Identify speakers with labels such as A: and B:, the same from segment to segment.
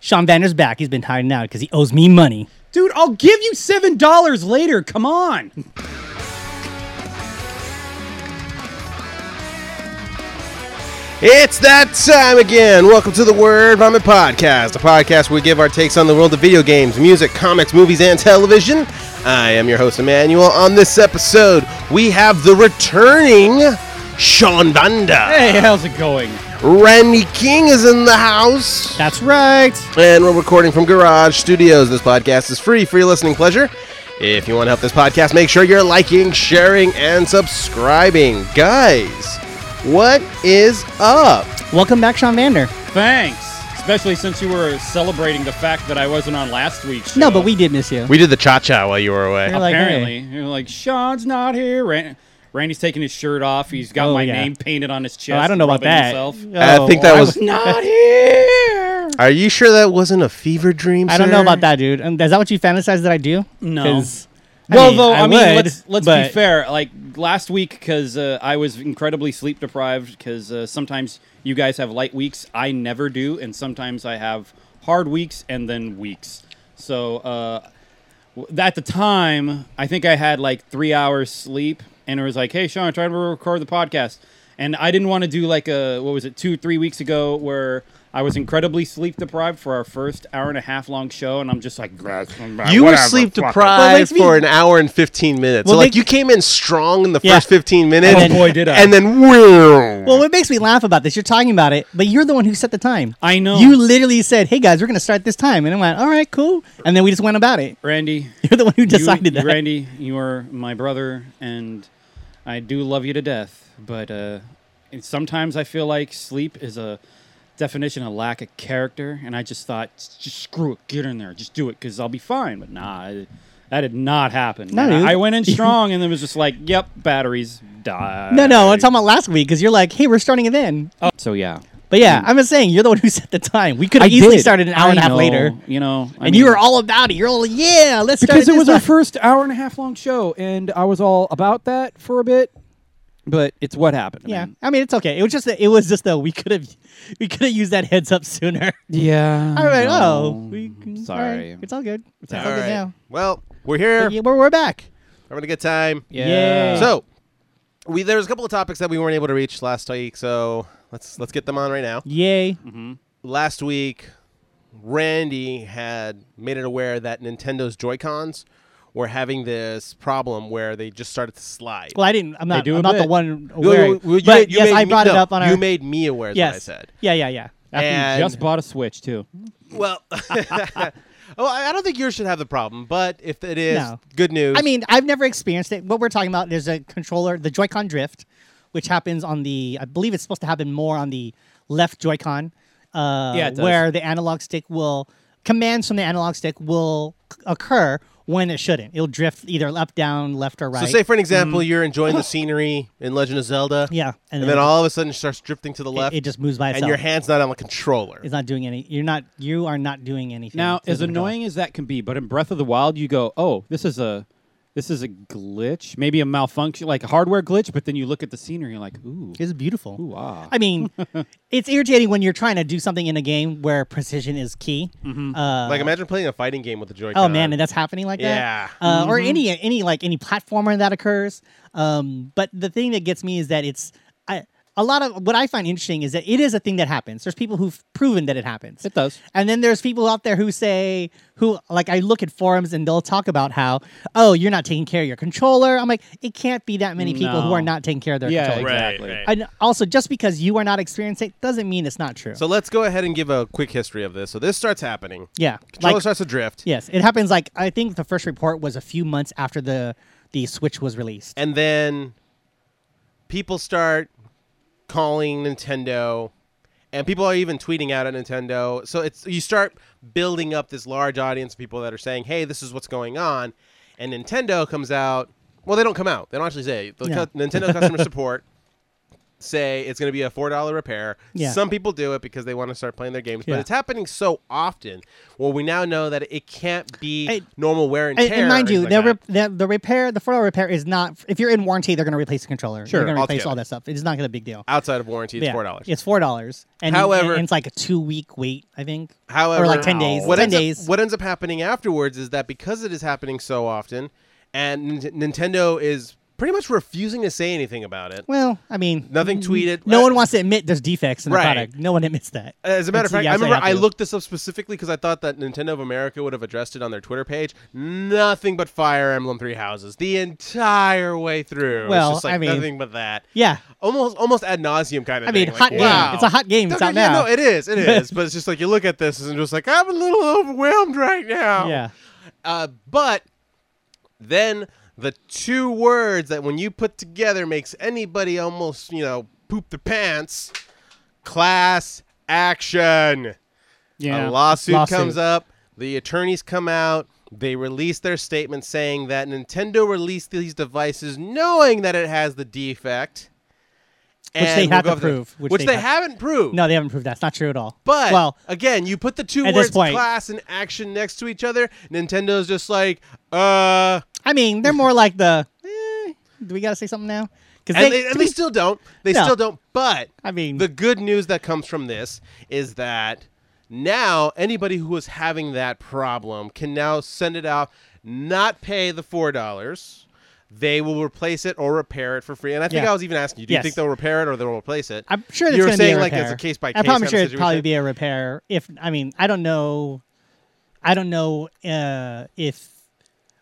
A: Sean Vander's back. He's been hiding out because he owes me money.
B: Dude, I'll give you seven dollars later. Come on.
C: It's that time again. Welcome to the Word Vomit Podcast, a podcast where we give our takes on the world of video games, music, comics, movies, and television. I am your host, Emmanuel. On this episode, we have the returning Sean Vanda.
B: Hey, how's it going?
C: Randy King is in the house.
A: That's right.
C: And we're recording from Garage Studios. This podcast is free for your listening pleasure. If you want to help this podcast, make sure you're liking, sharing, and subscribing. Guys, what is up?
A: Welcome back, Sean Vander.
B: Thanks. Especially since you were celebrating the fact that I wasn't on last week's show.
A: No, but we did miss you.
C: We did the cha cha while you were away.
A: You're like, hey.
B: apparently you're like Sean's not here. Ran- Randy's taking his shirt off. He's got
A: Oh,
B: my
A: yeah.
B: name painted on his chest.
A: Oh, I don't know about
B: rubbing
A: that. Oh.
B: himself.
C: I think that
A: I
C: was-
B: Not here.
C: Are you sure that wasn't a fever dream?
A: I don't know
C: sir?
A: about that, dude. Um, is that what you fantasize that I do?
B: No.
A: 'Cause,
B: well, though, I, mean,
A: would,
B: let's let's be
A: but-
B: fair. Like last week, because uh, I was incredibly sleep deprived. Because uh, sometimes you guys have light weeks, I never do, and sometimes I have hard weeks and then weeks. So uh, w- at the time, I think I had like three hours sleep, and it was like, "Hey, Sean, try to record the podcast." And I didn't want to do like a what was it two three weeks ago where I was incredibly sleep deprived for our first hour and a half long show, and I'm just like,
C: You were
B: "Whatever,
C: sleep
B: fuck it."
A: Well, like
C: deprived
A: me-
C: for an hour and 15 minutes.
A: Well,
C: so, like,
A: they-
C: you came in strong in the
A: Yeah.
C: first 15 minutes.
A: Oh, boy,
B: did I.
C: And then,
A: Well, what makes me laugh about this? You're talking about it, but you're the one who set the time.
B: I know.
A: You literally said, "Hey guys, we're gonna start this time," and I went, "All right, cool." And then we just went about it.
B: Randy,
A: You're the one who
B: you-
A: decided that.
B: Randy, you are my brother, and I do love you to death. But uh, and sometimes I feel like sleep is a definition of lack of character, and I just thought, "S- just screw it, get in there, just do it, because I'll be fine. But nah, I- that did not happen.
A: No,
B: And I-
A: dude.
B: I went in strong, and it was just like, yep, batteries die.
A: No, no, I'm talking about last week because you're like, "Hey, we're starting it then."
B: Oh, so yeah,
A: But yeah, I'm just saying you're the one who set the time. We could
B: I
A: have easily
B: did.
A: started an hour
B: I
A: and a half
B: know,
A: later,
B: You know, I
A: and you
B: mean-
A: were all about it. You're all, "Yeah, let's start
B: because it
A: this
B: was our
A: time."
B: first hour and a half long show, and I was all about that for a bit. But it's what happened.
A: Yeah, I mean it's okay. It was just that it was just though we could have we could have used that heads up sooner.
B: yeah.
A: All right, oh, we,
B: sorry.
A: all right, it's all good. It's all,
C: all
A: good
C: right.
A: now.
C: Well, we're here.
A: But yeah, we're, we're back.
C: Having a good time.
A: Yeah.
C: So, we there was a couple of topics that we weren't able to reach last week. So, let's let's get them on right now.
A: Yay!
C: Mm-hmm. last week, Randy had made it aware that Nintendo's Joy Cons were having this problem where they just started to slide.
A: Well, I didn't. I'm not.
B: do a
A: I'm not the
B: bit.
A: one
C: You-
A: aware.
C: you- you- you
A: but
C: made- you
A: yes,
C: made
A: I
C: me-
A: brought it
C: no,
A: up on our.
C: You made me aware. Is
A: yes.
C: what I said.
A: Yeah, yeah, yeah.
C: And
B: just bought a Switch too.
C: well, well, I I don't think yours should have the problem, but if it is,
A: No.
C: good news.
A: I mean, I've never experienced it. What we're talking about, there's a controller, the Joy-Con drift, which happens on the. I believe it's supposed to happen more on the left Joy-Con, uh,
B: Yeah, it does.
A: where the analog stick will commands from the analog stick will c- occur when it shouldn't. It'll drift either up, down, left, or
C: so
A: right. Mm-hmm.
C: say for an example, you're enjoying the scenery in Legend of Zelda.
A: Yeah,
C: And, then all of a sudden it starts drifting to the
A: it,
C: left,
A: it just moves by
C: and
A: itself.
C: your hand's not on the controller.
A: it's not doing any. You're not. You are not doing anything.
B: Now,
A: to
B: as
A: the controller.
B: annoying as that can be, but in Breath of the Wild, you go, "Oh, this is a, this is a glitch, maybe a malfunction, like a hardware glitch." But then you look at the scenery, you're like, "Ooh,
A: It's beautiful.
B: ooh, ah."
A: I mean, it's irritating when you're trying to do something in a game where precision is key.
B: Mm-hmm.
A: Uh,
C: like imagine playing a fighting game with a Joy-Con.
A: oh man, and that's happening like that.
C: Uh, Yeah.
A: Uh,
B: Mm-hmm.
A: Or any any like any platformer that occurs. Um, but the thing that gets me is that it's I, a lot of what I find interesting is that it is a thing that happens. There's people who've proven that it happens.
B: It does.
A: And then there's people out there who say, who like I look at forums and they'll talk about how, oh, you're not taking care of your controller. I'm like, it can't be that many people who
B: No.
A: are not taking care of their
B: yeah,
A: controller.
B: exactly.
C: right.
A: And also, just because you are not experiencing it doesn't mean it's not true.
C: So let's go ahead and give a quick history of this. So this starts happening.
A: yeah,
C: Controller
A: like
C: starts to drift,
A: yes, it happens. Like I think the first report was a few months after the the Switch was released.
C: and then people start calling Nintendo, and people are even tweeting out at Nintendo. So it's you start building up this large audience of people that are saying, "Hey, this is what's going on," and Nintendo comes out. Well, they don't come out. They don't actually say. it. The
A: Yeah.
C: cu- Nintendo customer support say it's going to be a four dollar repair.
A: Yeah.
C: Some people do it because they want to start playing their games, but
A: Yeah.
C: it's happening so often. Well, we now know that it can't be
A: Hey,
C: normal wear and tear.
A: And, and mind
C: or
A: you,
C: anything
A: the,
C: like that.
A: rep- the the repair, the four-dollar repair is not. If you're in warranty, they're going to replace the controller.
C: Sure,
A: they're going to replace
C: altogether.
A: all that stuff. It's not going to be a big deal.
C: outside of warranty, it's
A: Yeah,
C: four dollars.
A: It's four dollars. And
C: However-
A: and it's like a two-week wait, I think.
C: However,
A: or like ten days.
C: What
A: ten
C: ends up-
A: days.
C: what ends up happening afterwards is that because it is happening so often, and N- Nintendo is pretty much refusing to say anything about it.
A: well, I mean,
C: Nothing tweeted.
A: Mm-hmm. no
C: Uh,
A: one wants to admit there's defects in the
C: Right.
A: product. No one admits that.
C: As a matter
A: It's-
C: of fact,
A: yeah,
C: I
A: so
C: remember
A: have
C: I
A: to.
C: looked this up specifically because I thought that Nintendo of America would have addressed it on their Twitter page. Nothing but Fire Emblem Three Houses the entire way through.
A: Well,
C: it's just like
A: I mean-
C: nothing but that.
A: Yeah,
C: Almost, almost ad nauseum kind of.
A: I mean,
C: thing.
A: hot
C: like,
A: game.
C: Wow.
A: It's a hot game. It's
C: Okay,
A: out
C: yeah,
A: now.
C: No, it is. It is. but it's just like you look at this and just like I'm a little overwhelmed right now.
A: yeah,
C: Uh, but then the two words that when you put together makes anybody almost you know poop their pants. Class action.
B: Yeah.
C: A lawsuit,
A: Lawsuit.
C: comes up. The attorneys come out. They release their statement saying that Nintendo released these devices knowing that it has the defect.
A: Which they
C: and we'll
A: have
C: go
A: to
C: over the-
A: prove,
C: Which,
A: which
C: they,
A: they have-
C: haven't proved.
A: No, they haven't proved that. It's not true at all.
C: But
A: well,
C: again, you put the two
A: at this
C: words
A: point-
C: class and action next to each other. Nintendo's just like, uh,
A: I mean, they're more like the. eh, do we got to say something now? Because
C: and they, and they still don't. They
A: No.
C: still don't. But
A: I mean-
C: the good news that comes from this is that now anybody who is having that problem can now send it out, not pay the four dollars. They will replace it or repair it for free. And I think
A: Yeah.
C: I was even asking you, do you
A: Yes.
C: think they'll repair it or they'll replace it?
A: I'm sure that's
C: you were
A: gonna
C: saying
A: be a
C: like
A: repair.
C: it's a case by case.
A: I'm probably
C: kind of
A: sure it'd probably
C: situation.
A: be a repair. If I mean, I don't know. I don't know uh, if.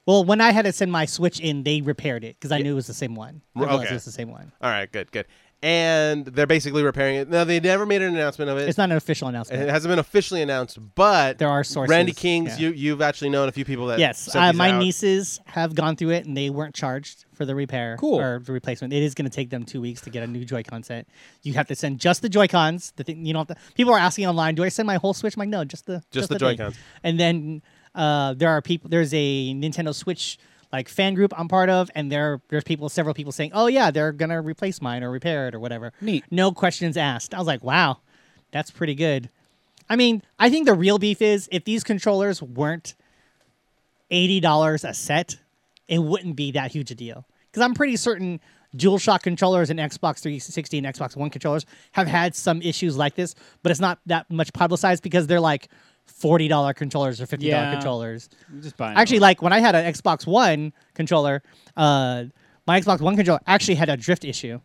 A: Well, when I had to send my Switch in, they repaired it because I knew it was the same one. I
C: R-
A: realized
C: okay.
A: it was the same one.
C: All right, good, good. And they're basically repairing it. Now they never made an announcement of it.
A: It's not an official
C: And
A: announcement.
C: it hasn't been officially announced, but
A: There are sources,
C: Randy Kings,
A: yeah.
C: you you've actually known a few people that
A: Yes,
C: sent
A: uh,
C: these
A: my
C: out.
A: nieces have gone through it and they weren't charged for the repair
B: Cool.
A: or the replacement. It is going to take them two weeks to get a new Joy-Con set. You have to send just the Joy-Cons. The thing you don't. Have to, people are asking online, do I send my whole Switch? I'm like, no, just the
C: Just the
A: thing.
C: Joy-Cons.
A: And then uh, there are people. There's a Nintendo Switch like fan group I'm part of, and there there's people, several people saying, oh yeah, they're gonna replace mine or repair it or whatever.
B: Neat.
A: No questions asked. I was like, wow, that's pretty good. I mean, I think the real beef is if these controllers weren't eighty dollars a set, it wouldn't be that huge a deal. Because I'm pretty certain DualShock controllers and Xbox 360 and Xbox One controllers have had some issues like this, but it's not that much publicized because they're like forty dollar controllers or fifty dollar
B: Yeah.
A: controllers.
B: Just buying.
A: Actually,
B: those.
A: like when I had an Xbox One controller, uh, my Xbox One controller actually had a drift issue.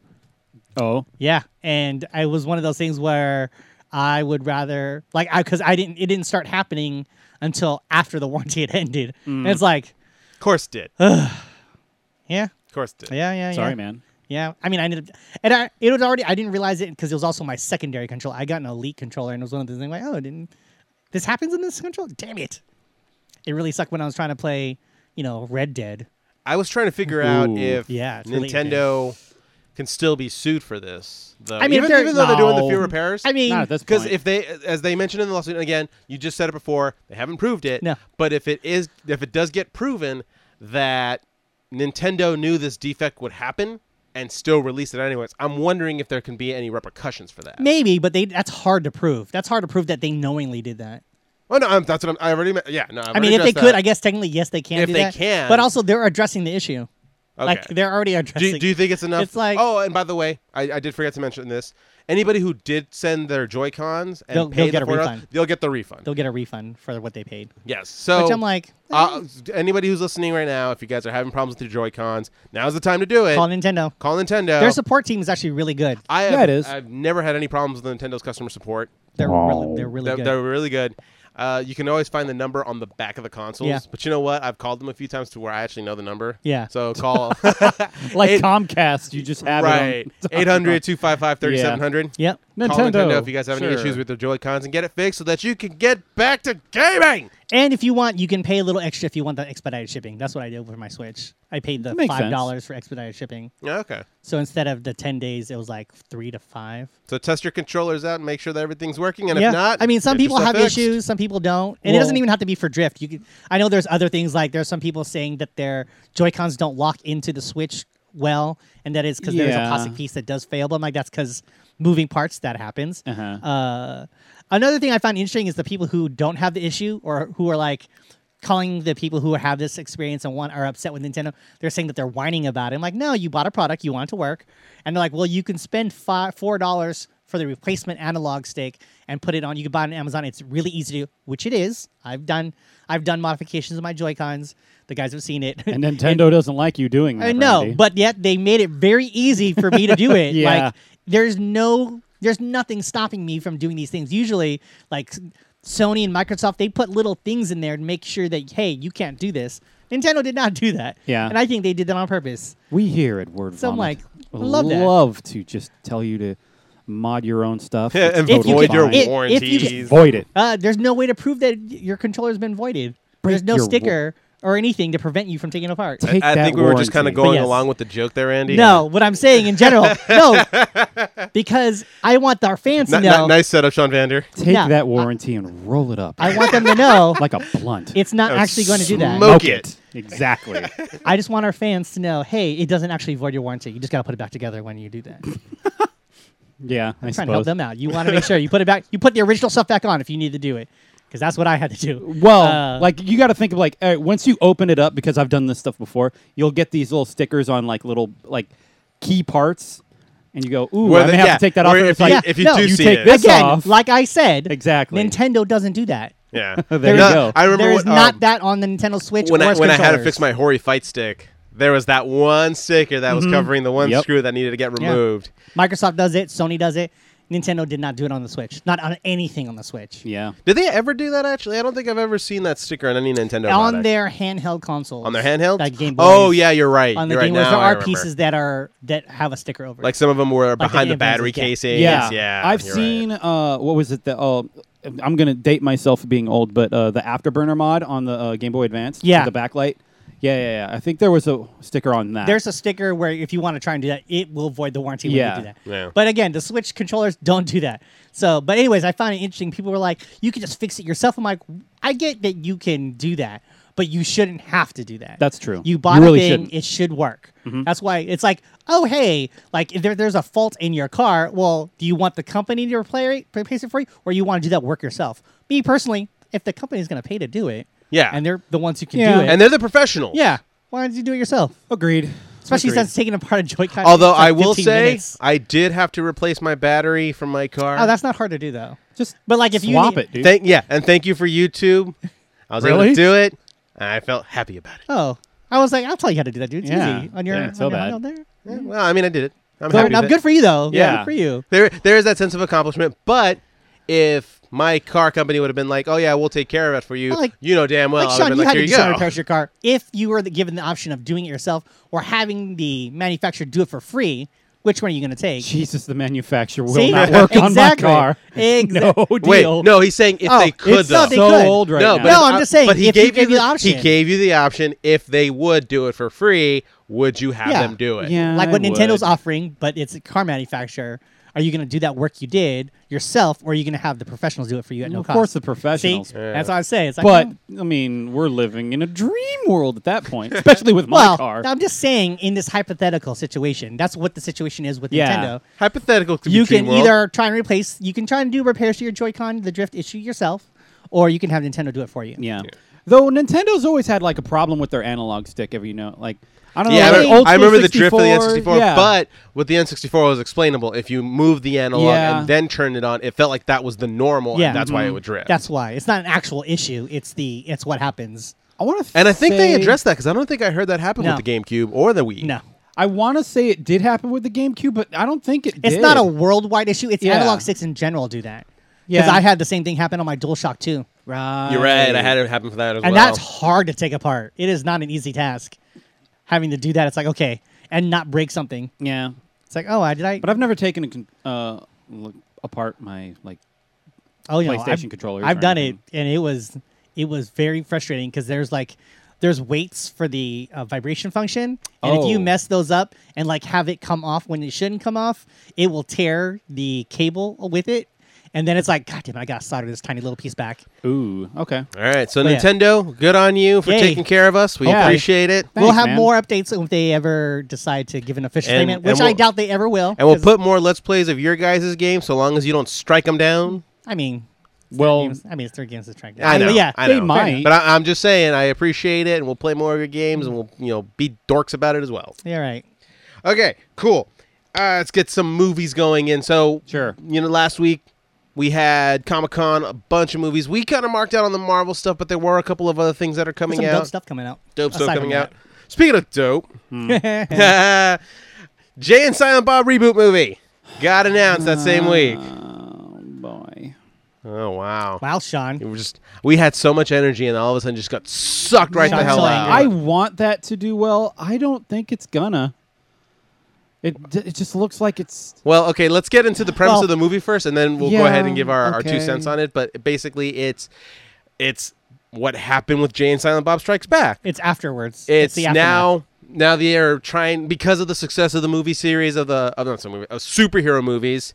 B: oh,
A: Yeah, and it was one of those things where I would rather like I because I didn't it didn't start happening until after the warranty had ended. And it's like,
C: Of course did.
A: yeah,
C: Of course did.
A: yeah, yeah.
B: sorry,
A: yeah.
B: man.
A: Yeah, I mean, I ended up, and I it was already I didn't realize it because it was also my secondary controller. I got an elite controller, and it was one of those things like, oh, it didn't this happens in this controller? Damn it! It really sucked when I was trying to play, you know, Red Dead.
C: I was trying to figure out
B: Ooh.
C: if
A: Yeah, it's really
C: Nintendo can still be sued for this. Though.
A: I mean, if
C: even,
A: they're-
C: even though they're doing the
B: No.
C: few repairs,
A: I mean,
B: Not at this point.
C: because if they, as they mentioned in the lawsuit, and again, you just said it before, they haven't proved it.
A: No.
C: But if it is, if it does get proven that Nintendo knew this defect would happen and still released it anyways, I'm wondering if there can be any repercussions for that.
A: maybe, but they that's hard to prove. That's hard to prove that they knowingly did that.
C: Oh no, I'm, that's what I'm, I already. me- Yeah, no. I've
A: I
C: already
A: mean, if they
C: addressed
A: could,
C: that.
A: I guess technically, yes, they can.
C: If
A: do
C: they
A: that.
C: can.
A: but also they're addressing the issue.
C: Okay.
A: Like they're already
C: Do,
A: addressing.
C: do you think it's enough?
A: It's like-
C: oh, and by the way, I, I did forget to mention this. Anybody who did send their Joy Cons and
A: They'll-
C: pay
A: they'll get
C: the
A: a
C: $4,
A: refund.
C: they'll get the refund.
A: they'll get a refund for what they paid?
C: yes. So
A: Which I'm like,
C: uh, anybody who's listening right now, if you guys are having problems with your Joy Cons, now's the time to do it.
A: call Nintendo.
C: Call Nintendo.
A: Their support team is actually really good.
C: I have,
B: Yeah, it is.
C: I've never had any problems with Nintendo's customer support.
A: They're really, they're really
C: Oh. They're,
A: good.
C: they're really good. Uh, you can always find the number on the back of the consoles.
A: Yeah.
C: But you know what? I've called them a few times to where I actually know the number.
A: Yeah.
C: So call.
B: like
C: It-
B: Comcast, you just have
C: right.
B: it on-
C: 800 255 3700.
A: yep.
C: Call Nintendo
B: Nintendo,
C: if you guys have any
B: sure.
C: issues with their Joy Cons and get it fixed so that you can get back to gaming.
A: And if you want, you can pay a little extra if you want the expedited shipping. That's what I did with my Switch. I paid the
B: That makes
A: five dollars for expedited shipping.
C: Yeah, okay.
A: So instead of the ten days, it was like three to five.
C: So test your controllers out and make sure that everything's working. And
A: yeah.
C: if not,
A: I mean, some
C: get
A: people
C: yourself
A: have
C: fixed.
A: issues, some people don't, and it doesn't
B: Well-
A: even have to be for drift. You can. I know there's other things like there's some people saying that their Joy Cons don't lock into the Switch well, and that is because there is a
B: Yeah.
A: classic piece that does fail. But I'm like, that's because moving parts that happens.
B: Uh-huh.
A: Uh, another thing I find interesting is the people who don't have the issue or who are like calling the people who have this experience and want are upset with Nintendo. They're saying that they're whining about it. I'm like, no, you bought a product, you want it to work, and they're like, well, you can spend five, four dollars for the replacement analog stick and put it on. You can buy it on Amazon. It's really easy to do, which it is. I've done I've done modifications of my Joy Cons. The guys have seen it.
B: And Nintendo doesn't like you doing that.
A: I know,
B: Randy.
A: but yet they made it very easy for me to do it.
B: Yeah.
A: Like there's no there's nothing stopping me from doing these things. Usually like s- Sony and Microsoft, they put little things in there to make sure that hey, you can't do this. Nintendo did not do that.
B: Yeah.
A: And I think they did that on purpose.
B: we here at Word
A: So I'm
B: Vomit
A: like, I love that.
B: love to just tell you to mod your own stuff.
C: Yeah,
B: It's
C: and
A: If you
C: void
A: can-
C: your
A: if- if you
C: warranties.
A: can-
B: void it.
A: Uh, there's no way to prove that your controller's been voided.
B: Break
A: there's no
B: your wa-
A: sticker or anything to prevent you from taking it apart.
B: Take
C: I
B: that
C: think we were just kind of
B: warranty.
C: going
A: Yes.
C: along with the joke there, Andy.
A: No, what I'm saying in general, no, because I want our fans
C: N-
A: to know.
C: nice setup, Sean Vander.
B: Take
A: Yeah.
B: that warranty and roll it up
A: I want them to know
B: like a blunt.
A: it's not
C: Oh,
A: actually going to do that.
C: smoke
B: Smoke
C: it.
B: Exactly.
A: I just want our fans to know, hey, it doesn't actually void your warranty. You just got to put it back together when you do that.
B: yeah, I
A: Trying to help
B: suppose.
A: them out. You want to make sure you put it back. You put the original stuff back on if you need to do it, because that's what I had to do.
B: Well,
A: Uh,
B: like you got to think of like all right, once you open it up because I've done this stuff before, you'll get these little stickers on like little like key parts, and you go, "Ooh,
C: Where
B: I
C: the-
B: may have
C: yeah,
B: to take that
C: where
B: off." and
C: if
B: it's
C: you-
B: like,
C: if you
A: no,
C: do
A: you
C: see
B: take
C: it.
B: this-
A: again,
B: off.
A: like I said,
B: Exactly.
A: Nintendo doesn't do that.
C: Yeah.
B: There you
A: There's-
B: go.
C: I remember
A: there's
C: when-
A: not
C: um,
A: that on the Nintendo Switch
C: when
A: or
C: I,
A: its
C: when I had to fix
A: controllers.
C: my Hori fight stick, there was that one sticker that was covering the one
B: Yep.
C: screw that needed to get
A: Yeah.
C: removed.
A: Microsoft does it. Sony does it. Nintendo did not do it on the Switch. Not on anything on the Switch.
B: yeah,
C: Did they ever do that? Actually, I don't think I've ever seen that sticker on any Nintendo
A: On
C: product.
A: their handheld consoles.
C: on their handheld.
A: Like Game
C: oh
A: Boys.
C: yeah, you're right.
A: On the
C: you're right
A: Game Boys,
C: now
A: there
C: I
A: are
C: remember.
A: pieces that are that have a sticker over. it.
C: Like some of them were behind the,
A: Game Boys,
C: battery
A: yeah.
C: casings.
B: yeah,
C: yeah.
B: I've
C: you're
B: seen
C: Right.
B: uh, what was it? The oh, I'm gonna date myself being old, but uh, the afterburner mod on the uh, Game Boy Advance, with
A: Yeah.
B: the backlight. Yeah, yeah, yeah. I think there was a sticker on that.
A: There's a sticker where if you want to try and do that, it will void the warranty when
B: Yeah.
A: you do that.
C: Yeah.
A: But again, the Switch controllers don't do that. So, but anyways, I find it interesting. People were like, "You can just fix it yourself." I'm like, I get that you can do that, but you shouldn't have to do that.
B: That's true.
A: You
B: You
A: bought
B: really
A: a thing;
B: shouldn't. Mm-hmm.
A: it should work. That's why it's like, oh hey, like if there, there's a fault in your car. Well, do you want the company to replace it, replace it for you, or you want to do that work yourself? Me personally, if the company's going to pay to do it,
C: Yeah.
A: and they're the ones who can
B: Yeah.
A: do it,
C: And they're the professionals.
A: yeah, why don't you do it yourself?
B: agreed.
A: Especially
C: Agreed.
A: since taking apart a Joy-Con.
C: Although
A: takes, like,
C: I will
A: 15
C: say,
A: minutes.
C: I did have to replace my battery from my car.
A: oh, that's not hard to do though.
B: Just
A: But, like, if you
B: swap
A: need-
B: it, dude.
C: Thank yeah, and thank you for YouTube. I was able to
B: Really?
C: do it, and I felt happy about it.
A: Oh, I was like, I'll tell you how to do that, dude. It's
B: Yeah.
A: easy on your,
B: Yeah,
A: on
B: it's so
A: your
B: bad.
A: handheld there.
C: Yeah, well, I mean, I did it. I'm
A: Good,
C: happy.
A: now,
C: with it.
A: good for you though.
C: Yeah.
A: good for you.
C: There, there is that sense of accomplishment. But if my car company would have been like, "Oh yeah, we'll take care of it for you,"
A: Well, like-
C: you know damn well,
A: like
C: I would
A: Sean, you
C: have been like,
A: had
C: "Here
A: to
C: you
A: do something to
C: go."
A: repair your car if you were the, given the option of doing it yourself or having the manufacturer do it for free. Which one are you going to take?
B: Jesus, the manufacturer will
A: See?
B: not work on my
A: Exactly.
B: car.
A: Exactly.
B: No
C: Wait,
B: deal.
C: no, he's saying if
A: Oh,
C: they could
B: it's
C: though.
A: not
B: so
A: they could.
B: old right
C: no,
B: now.
C: but
A: No, I'm
C: I-
A: just saying,
C: But he
A: if he
C: gave
A: gave you the
C: He
A: option.
C: gave you the option. If they would do it for free, would you have
A: Yeah.
C: them do it?
B: Yeah,
A: like
B: I
A: what Nintendo's
B: would.
A: offering, but it's a car manufacturer. Are you going to do that work you did yourself, or are you going to have the professionals do it for you at no
B: Of
A: cost?
B: course the
A: See?
B: professionals.
A: That's what I'm saying. It's like,
B: But
A: oh.
B: I mean, we're living in a dream world at that point, especially with my
A: well,
B: car.
A: I'm just saying in this hypothetical situation, that's what the situation is with
B: Yeah.
A: Nintendo.
C: Hypothetical. could be
A: You can
C: Dreamworld.
A: either try and replace, you can try and do repairs to your Joy-Con, the drift issue yourself, or you can have Nintendo do it for you.
B: yeah. Though Nintendo's always had like a problem with their analog stick, if you know, like I
A: Oh,
B: don't
C: Yeah, I,
B: know. like,
C: remember-
B: old
C: I
B: school
C: remember the drift of the N64,
B: yeah.
C: but with the N64 it was explainable. If you moved the analog
B: Yeah.
C: and then turned it on, it felt like that was the normal,
A: Yeah.
C: and that's
B: Mm-hmm.
C: why it would drift.
A: That's why it's not an actual issue. It's the it's what happens.
B: I want to.
C: and I think they addressed that because I don't think I heard that happen
A: No.
C: with the GameCube or the Wii.
A: No,
B: I want to say it did happen with the GameCube, but I don't think it.
A: it's
B: did.
A: not a worldwide issue. It's
B: Yeah.
A: analog sticks in general do that. Because
B: Yeah.
A: I had the same thing happen on my DualShock too.
B: Right.
C: You're right. I had it happen for that as
A: And
C: well.
A: that's hard to take apart. It is not an easy task. Having to do that, it's like okay, and not break something.
B: Yeah,
A: It's like oh, I did I.
B: but I've never taken a, con- uh, look, apart my like.
A: oh, you know,
B: PlayStation
A: I've-
B: controllers
A: I've
B: or
A: done it,
B: anything.
A: and it was it was very frustrating because there's like there's weights for the uh, vibration function, and if you
B: Oh.
A: mess those up and like have it come off when it shouldn't come off, it will tear the cable with it. and then it's like, God damn, it, I gotta solder this tiny little piece back.
B: Ooh. Okay.
C: All right, so
A: But Oh, yeah.
C: Nintendo, good on you for
A: Yay.
C: taking care of us. We
A: Okay.
C: appreciate it.
A: we'll have
B: man.
A: more updates if they ever decide to give an official
C: And-
A: statement,
C: and
A: which I
C: we'll-
A: doubt they ever will.
C: And we'll
A: 'cause,
C: put more let's plays of your guys' game, so long as you don't strike them down.
A: I mean, it's
B: Well-
A: three games- I mean, it's three games to track.
C: Oh. I know.
A: But yeah,
C: I
B: they
C: know.
B: might.
C: But I, I'm just saying, I appreciate it, and we'll play more of your games, and we'll you know be dorks about it as well.
A: you're right.
C: Okay, cool. Uh, let's get some movies going in. So,
B: Sure.
C: You know, last week we had Comic Con, a bunch of movies. We kind of marked out on the Marvel stuff, but there were a couple of other things that are coming
A: Some
C: out.
A: dope stuff coming out.
C: Dope stuff
A: Aside
C: coming
A: from
C: out. Hmm. Speaking of dope, Jay and Silent Bob reboot movie got announced that
A: Uh.
C: same week.
B: Oh boy.
C: Oh wow.
A: Wow, Sean.
C: We were just we had so much energy and all of a sudden just got sucked right the
A: Sean's
C: hell
A: so
C: out.
B: I want that to do well. I don't think it's gonna. It it just looks like it's
C: Well, okay, let's get into the premise
A: Well-
C: of the movie first, and then we'll go
B: Yeah,
C: ahead and give our, our two
B: okay.
C: cents on it. But basically, it's it's what happened with Jay and Silent Bob Strikes Back.
A: It's afterwards.
C: It's,
A: the aftermath.
C: now now they are trying because of the success of the movie series of the of not some movie of superhero movies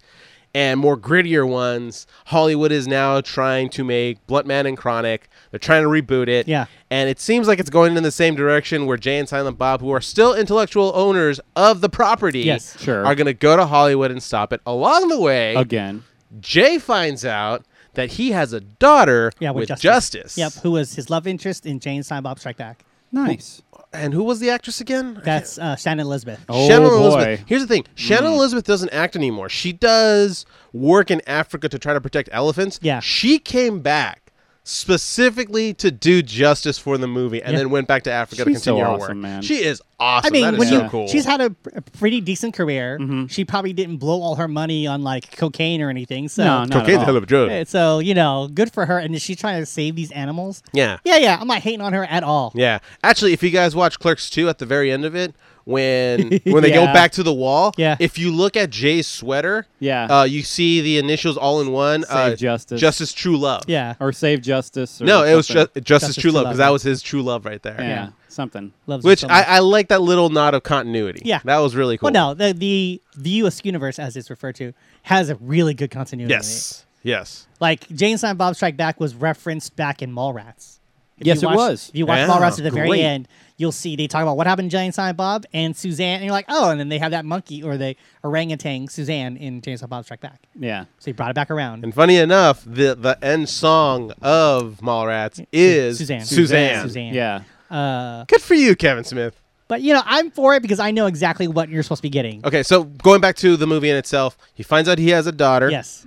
C: and more grittier ones. Hollywood is now trying to make Bloodman and Chronic. They're trying to reboot it.
A: Yeah.
C: And it seems like it's going in the same direction where Jay and Silent Bob, who are still intellectual owners of the property,
A: Yes.
B: Sure.
C: are going to go to Hollywood and stop it. Along the way,
B: again.
C: Jay finds out that he has a daughter
A: Yeah,
C: with,
A: with,
C: Justice.
A: Yep, who was his love interest in Jane Silent Bob Strike Back.
B: Nice.
C: And who was the actress again?
A: That's uh, Shannon Elizabeth.
B: Oh,
C: Shannon
B: boy.
C: Elizabeth. Here's the thing:
A: Mm.
C: Shannon Elizabeth doesn't act anymore. She does work in Africa to try to protect elephants.
A: Yeah.
C: she came back specifically to do justice for the movie, and
A: Yeah.
C: then went back to Africa to
B: She's so
C: continue her work.
B: awesome, man.
C: She is awesome.
A: I mean,
C: that is
A: when
C: so
A: you,
C: cool. Mm-hmm.
A: she's had a, a pretty decent career. She probably didn't blow all her money on like cocaine or anything. So,
B: No, not at all.
C: a drug.
A: Uh, so you know, good for her. And is she trying to save these animals?
C: Yeah.
A: yeah, yeah. I'm not hating on her at all.
C: Yeah. Actually, if you guys watch Clerks 2 at the very end of it, when when they go
A: Yeah.
C: back to the wall,
A: Yeah.
C: if you look at Jay's sweater,
B: Yeah.
C: uh, you see the initials all in one. uh,
B: Justice.
C: Justice True Love.
A: Yeah,
B: Or save justice. Or
C: No, it was ju-
B: something.
C: Justice, True Love because that was his true love right there.
B: yeah,
A: yeah.
B: something.
A: loves her
C: Which
A: so
C: I,
A: much.
C: I like that little nod of continuity.
A: Yeah.
C: That was really cool.
A: well, no, the, the the U.S. universe, as it's referred to, has a really good continuity. in it.
C: Yes. Yes.
A: like Jane Silent Bob Strike Back was referenced back in Mallrats. If
B: Yes,
A: you
B: it
A: watch-
B: was.
A: If you watch
C: Yeah,
A: Mallrats at the
C: great.
A: very end, you'll see they talk about what happened to Jane Silent Bob and Suzanne, and you're like, oh, and then they have that monkey or the orangutan Suzanne in Jane Silent Bob Strike Back.
B: Yeah.
A: So he brought it back around.
C: And funny enough, the the end song of Mallrats is
A: Suzanne.
C: Suzanne.
A: Suzanne.
B: Yeah.
A: Uh,
C: Good for you, Kevin Smith.
A: but you know, I'm for it because I know exactly what you're supposed to be getting.
C: Okay, so going back to the movie in itself, he finds out he has a daughter.
A: Yes.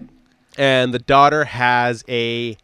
C: and the daughter has a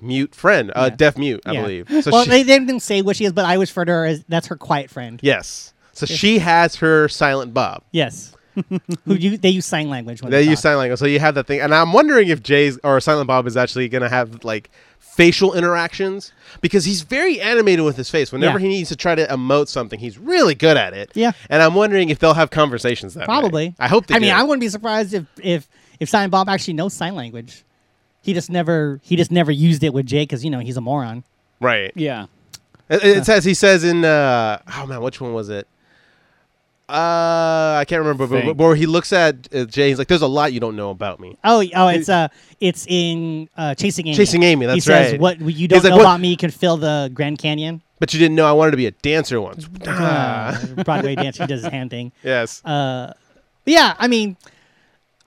C: mute friend, a deaf mute, I
A: Yeah.
C: believe. So
A: well,
C: she,
A: they, they didn't say what she is, but I was for her as that's her quiet friend.
C: yes, so she has her silent Bob.
A: Yes. Who you they use sign language when
C: They
A: they,
C: use
A: talk.
C: sign language, so you have that thing. And I'm wondering if Jay's or Silent Bob is actually gonna have like facial interactions because he's very animated with his face. Whenever
A: Yeah.
C: he needs to try to emote something, he's really good at it.
A: Yeah.
C: and I'm wondering if they'll have conversations that way.
A: Probably.
C: I hope. They
A: I mean,
C: do.
A: I wouldn't be surprised if if if Silent Bob actually knows sign language. He just never he just never used it with Jay because you know he's a moron.
C: right.
B: Yeah.
C: It, it says he says in uh, oh man, which one was it? Uh, I can't remember, but, but
B: Think.
C: where he looks at uh, Jay, he's like, "There's a lot you don't know about me."
A: Oh, oh, it's uh, it's in uh, Chasing Amy.
C: Chasing Amy,
A: he
C: that's
A: says
C: right.
A: what you don't
C: He's like,
A: know
C: "What-
A: about me can fill the Grand Canyon.
C: But you didn't know I wanted to be a dancer once.
A: Uh, Broadway dance. He does his hand thing.
C: yes,
A: Uh, But yeah, I mean,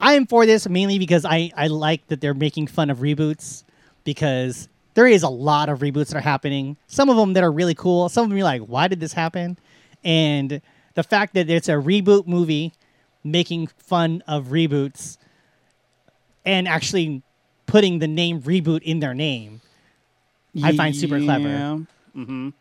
A: I am for this mainly because I I like that they're making fun of reboots because there is a lot of reboots that are happening. Some of them that are really cool. Some of them you're like, why did this happen? And the fact that it's a reboot movie making fun of reboots and actually putting the name reboot in their name. I find super clever.
B: Yeah.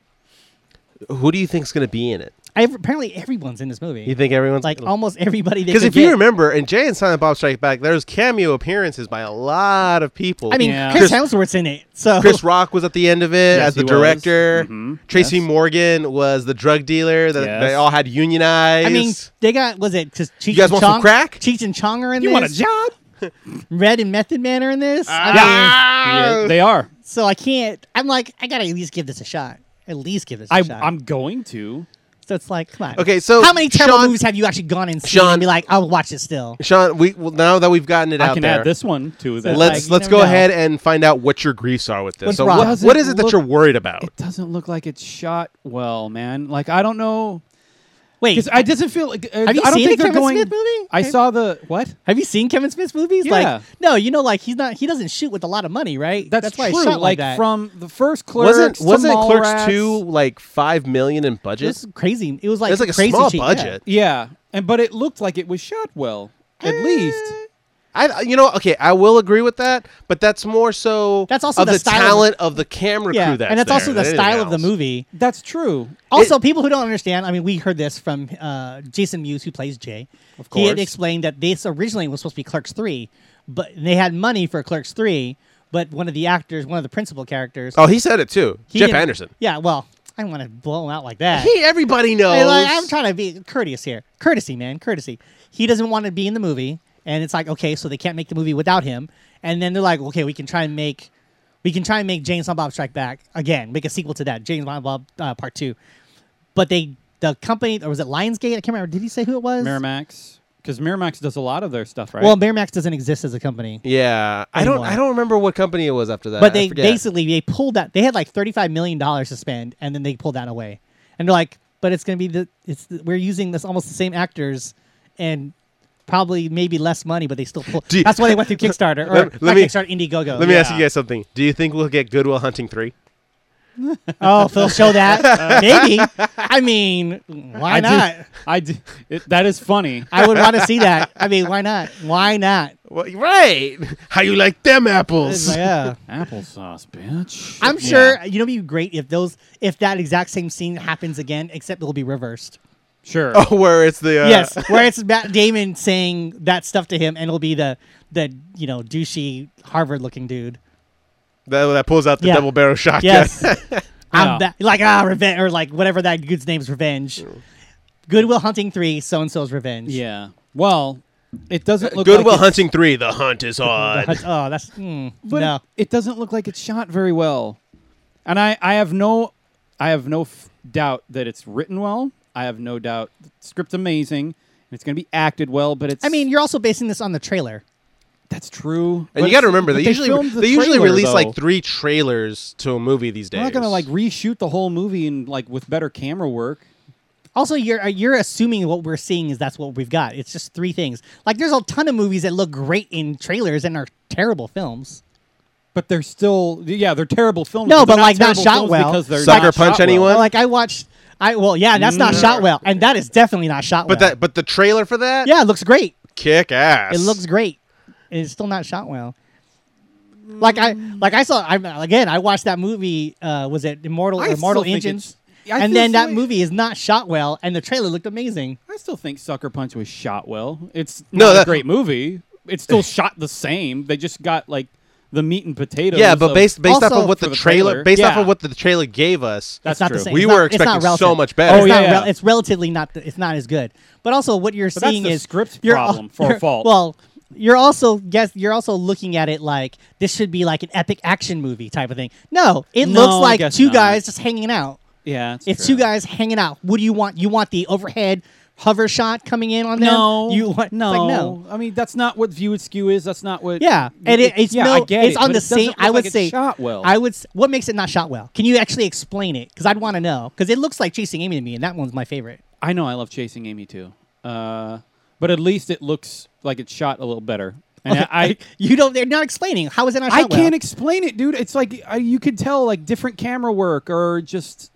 C: who do you think's gonna be in it?
A: I apparently everyone's in this movie.
C: You think everyone's
A: like almost everybody. they
C: Because
A: could
C: if you
A: get.
C: remember, in Jay and Silent Bob Strike Back, there's cameo appearances by a lot of people.
A: I mean, oh.
B: Yeah.
A: Chris Hemsworth's in it. So
C: Chris Rock was at the end of it
B: Yes,
C: as the
B: he was.
C: director.
A: Mm-hmm.
B: Mhm.
C: Tracy
B: Yes.
C: Morgan was the drug dealer. That
B: Yes.
C: they all had unionized.
A: I mean, they got was it because Cheech
C: guys
A: and
C: want
A: Chong,
C: some crack?
A: Cheech and Chong are in
B: You
A: this.
B: want a job?
A: Red and Method Man are in this.
D: Ah.
A: I mean,
B: Yeah, they are.
A: so I can't. I'm like, I gotta at least give this a shot. At least give this a
B: I,
A: shot.
B: I'm going to.
A: So it's like, come on.
C: Okay, so,
A: how many terrible
C: Sean-
A: movies have you actually gone and seen
C: Sean-
A: and be like, I'll watch it still?
C: Sean, we well, now that we've gotten it
D: I
C: out
D: can
C: there,
D: add this one to that.
A: like,
C: let's
A: you
C: let's
A: never
C: go
A: know.
C: ahead and find out what your griefs are with this.
A: What's
C: so
A: wrong?
C: what, what is it that
D: Look-
C: you're worried about?
D: it doesn't look like it's shot well, man. Like I don't know
A: Wait,
D: because I doesn't feel like uh,
A: Have you
D: I don't
A: seen
D: think
A: the
D: they're
A: Kevin
D: going.
A: Smith movie?
D: I
A: Have-
D: saw the what?
A: have you seen Kevin Smith's movies?
D: Yeah.
A: Like, no, you know, like he's not. He doesn't shoot with a lot of money, right?
D: That's,
A: why
D: true.
A: he shot like,
D: like
A: that.
D: from the first Clerks
C: Wasn't
D: to
C: wasn't Clerks
D: Mallrats.
C: two like five million in
A: it
C: budget?
A: was crazy. It was like
C: It's like a
A: crazy
C: small
A: cheap, yeah.
C: budget.
D: Yeah, and but it looked like it was shot well, at least.
C: I you know okay I will agree with that, but that's more so
A: That's also
C: of the,
A: the style of-
C: talent of the camera
A: Yeah,
C: crew. That's
A: and that's
C: there
A: also the
C: than
A: style of
C: anything
A: the
C: else.
A: movie.
D: That's true.
A: Also, people who don't understand, I mean, we heard this from uh, Jason Mewes, who plays Jay. Of He had
D: course.
A: explained that this originally was supposed to be Clerks 3, but they had money for Clerks 3, but one of the actors, one of the principal characters.
C: Oh, he said it too.
A: he
C: Jeff
A: didn't-
C: Anderson.
A: Yeah, well, I want to blow him out like that.
C: He everybody knows.
A: I, like, I'm trying to be courteous here. Courtesy, man, courtesy. He doesn't want to be in the movie, and it's like, okay, so they can't make the movie without him. And then they're like, okay, we can try and make, we can try and make James Bond Bob Strike Back again, make a sequel to that, James Bond Bob uh, Part Two. But they, the company, or was it Lionsgate? I can't remember. Did he say who it was?
D: Miramax, because Miramax does a lot of their stuff, right?
A: Well, Miramax doesn't exist as a company.
C: yeah, I don't
A: Anymore.
C: I don't remember what company it was after that.
A: But
C: I
A: they
C: forget.
A: basically they pulled that. They had like thirty five million dollars to spend, and then they pulled that away. And they're like, "But it's gonna be the it's the, we're using this almost the same actors, and probably maybe less money, but they still pull.
C: Do you-
A: That's why they went through Kickstarter or
C: Let- let
A: not
C: me-
A: Kickstarter Indiegogo.
C: Let me
A: Yeah.
C: ask you guys something. Do you think we'll get Goodwill Hunting three?
A: Oh, if they'll show that maybe. I mean, why
D: I do-
A: not?
D: I do, it, that is funny.
A: I would want to see that. I mean, why not? Why not?
C: Well, right. How you like them apples?
A: Yeah.
D: Applesauce, bitch.
A: I'm
D: Yeah.
A: sure you know. It'd be great if those if that exact same scene happens again, except it'll be reversed.
D: Sure.
C: Oh, where it's the uh,
A: yes, where it's Matt Damon saying that stuff to him, and it'll be the the you know douchey Harvard looking dude.
C: that, that pulls out the
A: Yeah.
C: double barrel shotgun.
A: Yes,
D: Yeah.
A: I'm that, like ah revenge or like whatever that dude's name's revenge. Goodwill Hunting three, so and so's revenge.
D: Yeah. Well, it doesn't look
C: Goodwill
D: like it's-
C: Hunting three. The hunt is on.
A: That's- oh, that's mm,
D: but
A: no.
D: it, it doesn't look like it's shot very well. And I, I have no, I have no f- doubt that it's written well. I have no doubt that the script's amazing. and It's going to be acted well, but it's.
A: I mean, you're also basing this on the trailer.
D: that's true.
C: And
D: but
C: you got to
D: it's-
C: remember,
D: but
C: they, usually
D: filmed the
C: they usually
D: trailer,
C: release
D: though.
C: like three trailers to a movie these days.
D: They're not going to like reshoot the whole movie and like with better camera work.
A: Also, you're uh, you're assuming what we're seeing is that's what we've got. It's just three things. Like there's a ton of movies that look great in trailers and are terrible films.
D: But they're still, yeah, they're terrible films.
A: No,
D: they're
A: but, like, not
D: terrible
A: shot
D: films
A: well.
D: Because they're
C: Sucker
D: not
C: Punch
D: shot well.
C: anyone? What?
A: Like I watched, I well, yeah, that's not shot well, and that is definitely not shot
C: But
A: well.
C: that but the trailer for that
A: yeah, it looks great.
C: kick ass.
A: It looks great. And it's still not shot well. Like I like I saw I again I watched that movie uh was it Immortal
D: I
A: or Mortal
D: still think
A: Engines?
D: it's- I
A: and
D: feel
A: then
D: so
A: that
D: way-
A: movie is not shot well and the trailer looked amazing.
D: I still think Sucker Punch was shot well. It's
C: No,
D: not
C: that-
D: a great movie. It's still shot the same. They just got like the meat and potatoes.
C: yeah, but
D: of-
C: based based off
A: Also-
C: of what the,
D: For the
C: trailer,
D: trailer.
C: based off
D: Yeah.
C: of what the trailer gave us,
D: That's
A: it's not
D: true.
A: the same.
C: We
A: It's
C: were
A: not- it's not
C: expecting so
A: relative.
C: much better.
A: It's
D: Oh,
A: not
D: yeah.
A: rel- it's relatively not. The, it's not as good. But also, what you're
D: that's
A: seeing
D: the
A: is
D: script
A: you're
D: problem for
A: you're-
D: fault.
A: Well, you're also guess you're also looking at it like this should be like an epic action movie type of thing. No, it
D: No, I
A: looks like
D: guess
A: two
D: not.
A: guys just hanging out.
D: yeah, it's,
A: It's
D: true.
A: two guys hanging out. What do you want? You want the overhead hover shot coming in on them?
D: No,
A: you want
D: no.
A: it's like, no.
D: I mean, that's not what View Skew is. That's not what.
A: Yeah, and it, it's
D: yeah,
A: no,
D: I get
A: it's
D: it,
A: on
D: but
A: the
D: it doesn't
A: same.
D: look
A: I would
D: like it's
A: say
D: shot well.
A: I would. s- What makes it not shot well? Can you actually explain it? Because I'd want to know. Because it looks like Chasing Amy to me, and that one's my favorite.
D: I know I love chasing Amy too, uh, but at least it looks like it's shot a little better. And I, I
A: You don't. They're not explaining. How is it not?
D: I
A: shot well?
D: can't explain it, dude. It's like uh, you could tell like different camera work or just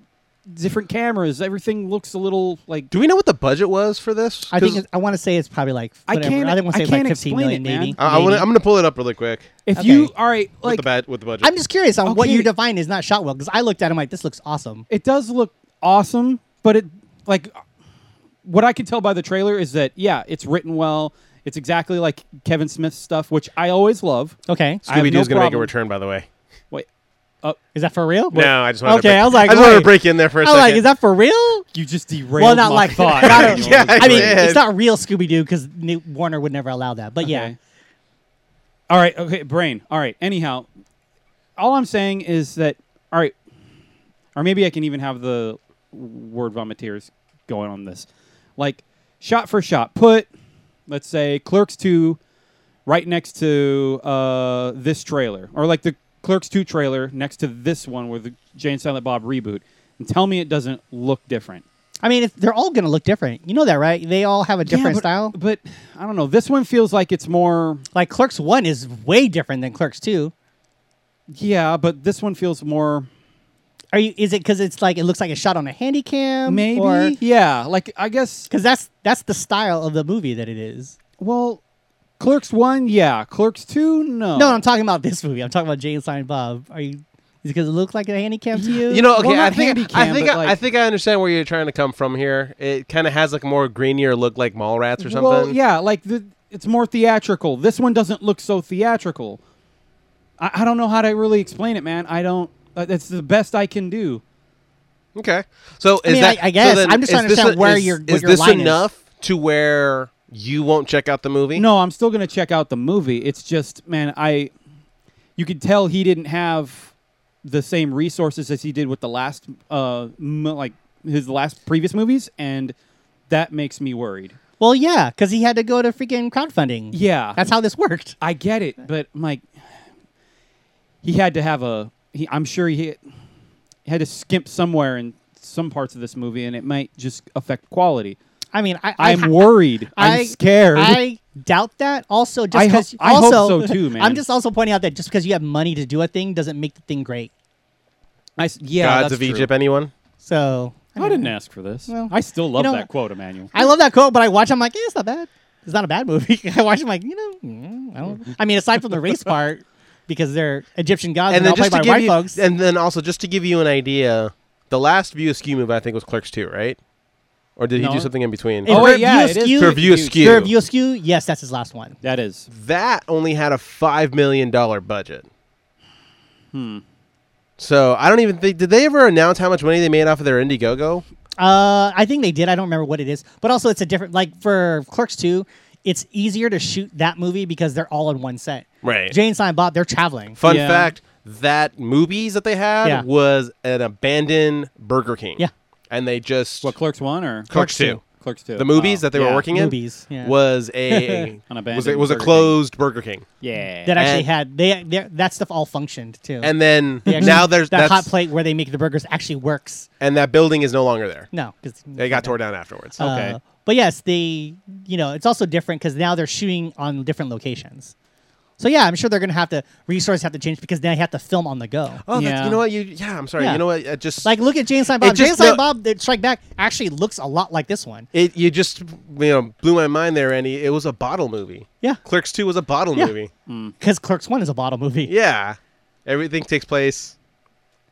D: different cameras. Everything looks a little like
C: do we know what the budget was for this?
A: I think
C: 'Cause
A: it's- I want to say it's probably like
D: I
A: whatever. I, think
D: can't-
A: want
D: I
A: to say
D: can't
A: like fifteen
D: explain
A: million,
D: it,
A: maybe.
D: man.
C: I, I wanna,
A: Maybe.
C: I'm gonna pull it up really quick
D: if
A: Okay.
D: you all right
C: with
D: like
C: the bad with the budget.
A: I'm just curious on what
D: Okay.
A: you define as not shot well because I looked at him like this looks awesome.
D: it does look awesome, but it like what I can tell by the trailer is that yeah, it's written well. It's exactly like Kevin Smith's stuff, which I always love.
A: Okay,
D: I have
C: Scooby Doo's
D: no
C: gonna make a
D: problem.
C: return, by the way.
D: Wait,
A: is that for real?
C: No, I just wanted
A: okay.
C: To break,
A: I was like,
C: I just wanted to
A: wait.
C: break in there for
A: I
C: a
A: was
C: second.
A: like, is that for real?
D: you just derailed
A: well, not
D: my
A: like
D: thought.
A: not a-
C: Yeah, I
A: I mean,
C: did.
A: it's not real Scooby Doo because Warner would never allow that. But yeah,
D: Okay. All right. Okay. Brain. All right. Anyhow, all I'm saying is that all right, or maybe I can even have the word vomiteers going on this. Like shot for shot, put let's say Clerks Two right next to uh, this trailer, or like the Clerks Two trailer next to this one with the Jay and Silent Bob reboot, and tell me it doesn't look different.
A: I mean, if they're all going to look different. You know that, right? They all have a different
D: but,
A: style.
D: but I don't know. This one feels like it's more
A: Like Clerks 1 is way different than Clerks 2.
D: yeah, but this one feels more
A: Are you is it cuz it's like it looks like a shot on a handy cam
D: maybe yeah. Like I guess
A: cuz that's that's the style of the movie that it is.
D: well, Clerks One, yeah, Clerks Two, no,
A: No, I'm talking about this movie. I'm talking about Jay and Silent Bob. Are you is it cuz it looks like a handy cam to you?
C: You know, okay,
D: Well,
C: I
D: not
C: think
D: handy
C: I
D: cam,
C: think
D: but,
C: I, I
D: like-
C: think I understand where you're trying to come from here. It kind of has like a more greenier look, like Mallrats or something.
D: Well, yeah, like the, it's more theatrical. This one doesn't look so theatrical. I, I don't know how to really explain it, man. I don't. Uh, that's the best I can do.
C: Okay. So is
A: mean,
C: that?
A: I- I
C: so
A: guess.
C: then
A: I'm just
C: is
A: trying to
C: this
A: understand
C: a-
A: where
C: is-
A: your- what
C: is
A: your
C: this
A: line is.
C: enough to where you won't check out the movie?
D: No, I'm still gonna check out the movie. It's just, man, I. You could tell he didn't have the same resources as he did with the last, uh, m- like his last previous movies, and that makes me worried.
A: well, yeah, cuz he had to go to freaking crowdfunding.
D: Yeah,
A: That's how this worked.
D: I get it, but I'm like, he had to have a. He, I'm sure he had to skimp somewhere in some parts of this movie, and it might just affect quality.
A: I mean, I I
D: I'm
A: ha-
D: worried. I,
A: I-
D: am scared.
A: I doubt that. Also,
D: I
A: just
D: hope-
A: because
D: I hope
A: also
D: so too, man.
A: I'm just also pointing out that just because you have money to do a thing doesn't make the thing great.
D: I s- yeah,
C: Gods
D: that's
C: of
D: true.
C: Egypt, anyone?
A: So
D: I, didn't ask for this.
A: Well,
D: I still love
A: you know-
D: that quote, Emmanuel.
A: I love that quote, but I watch. I'm like, eh, it's not bad. It's not a bad movie. I watch. I'm like, you know, mm, I don't. I mean, aside from the race part, because they're Egyptian gods and,
C: And
A: they're
C: then
A: all played
C: just to
A: by
C: give
A: white
C: you,
A: folks.
C: and then also just to give you an idea, the last View Askew movie I think was Clerks Two, right? Or did he
D: No.
C: do something in between?
A: It-
D: Oh,
A: For
D: wait, yeah,
A: View
D: it is
A: Askew-
C: For View Askew.
A: Their view askew. Yes, that's his last one.
D: That is.
C: that only had a five million dollar budget.
A: Hmm.
C: Hmm. So I don't even think did they ever announce how much money they made off of their Indiegogo?
A: Uh, I think they did. I don't remember what it is, but also it's a different. Like for Clerks Two, it's easier to shoot that movie because they're all in one set.
C: Right.
A: Jane Silent Bob, they're traveling.
C: Fun
D: Yeah.
C: fact: that movies that they had
A: Yeah.
C: was an abandoned Burger King.
A: Yeah.
C: and they just
D: What, Clerks 1 or?
C: Clerks Two.
D: Clerks Oh, 2.
C: The movies
D: Wow.
C: that they
A: Yeah,
C: were working
A: movies,
C: in
A: yeah.
C: was a
D: An
C: was a,
D: abandoned
C: was a
D: Burger King.
C: closed Burger King,
D: Yeah.
A: that actually
C: And-
A: had they, they that stuff all functioned too.
C: and then
A: They actually-
C: now there's
A: that
C: that's,
A: hot plate where they make the burgers actually works.
C: and that building is no longer there.
A: No, because
C: They got torn down afterwards.
D: Okay.
A: Uh, but yes, they you know it's also different because now they're shooting on different locations. So yeah, I'm sure they're gonna have to resources have to change because now they have to film on the go.
C: oh, that's,
D: yeah.
C: you know what? You yeah, I'm sorry.
A: Yeah.
C: You know what? I just
A: Like look at Jane Silent Bob.
C: It just-
A: Jane Silent
C: no-
A: Bob, the Strike Back actually looks a lot like this one.
C: It you just you know blew my mind there, Andy. It was a bottle movie.
A: Yeah.
C: Clerks Two was a bottle
A: Yeah.
C: movie.
A: Because Clerks One is a bottle movie.
C: Yeah, everything takes place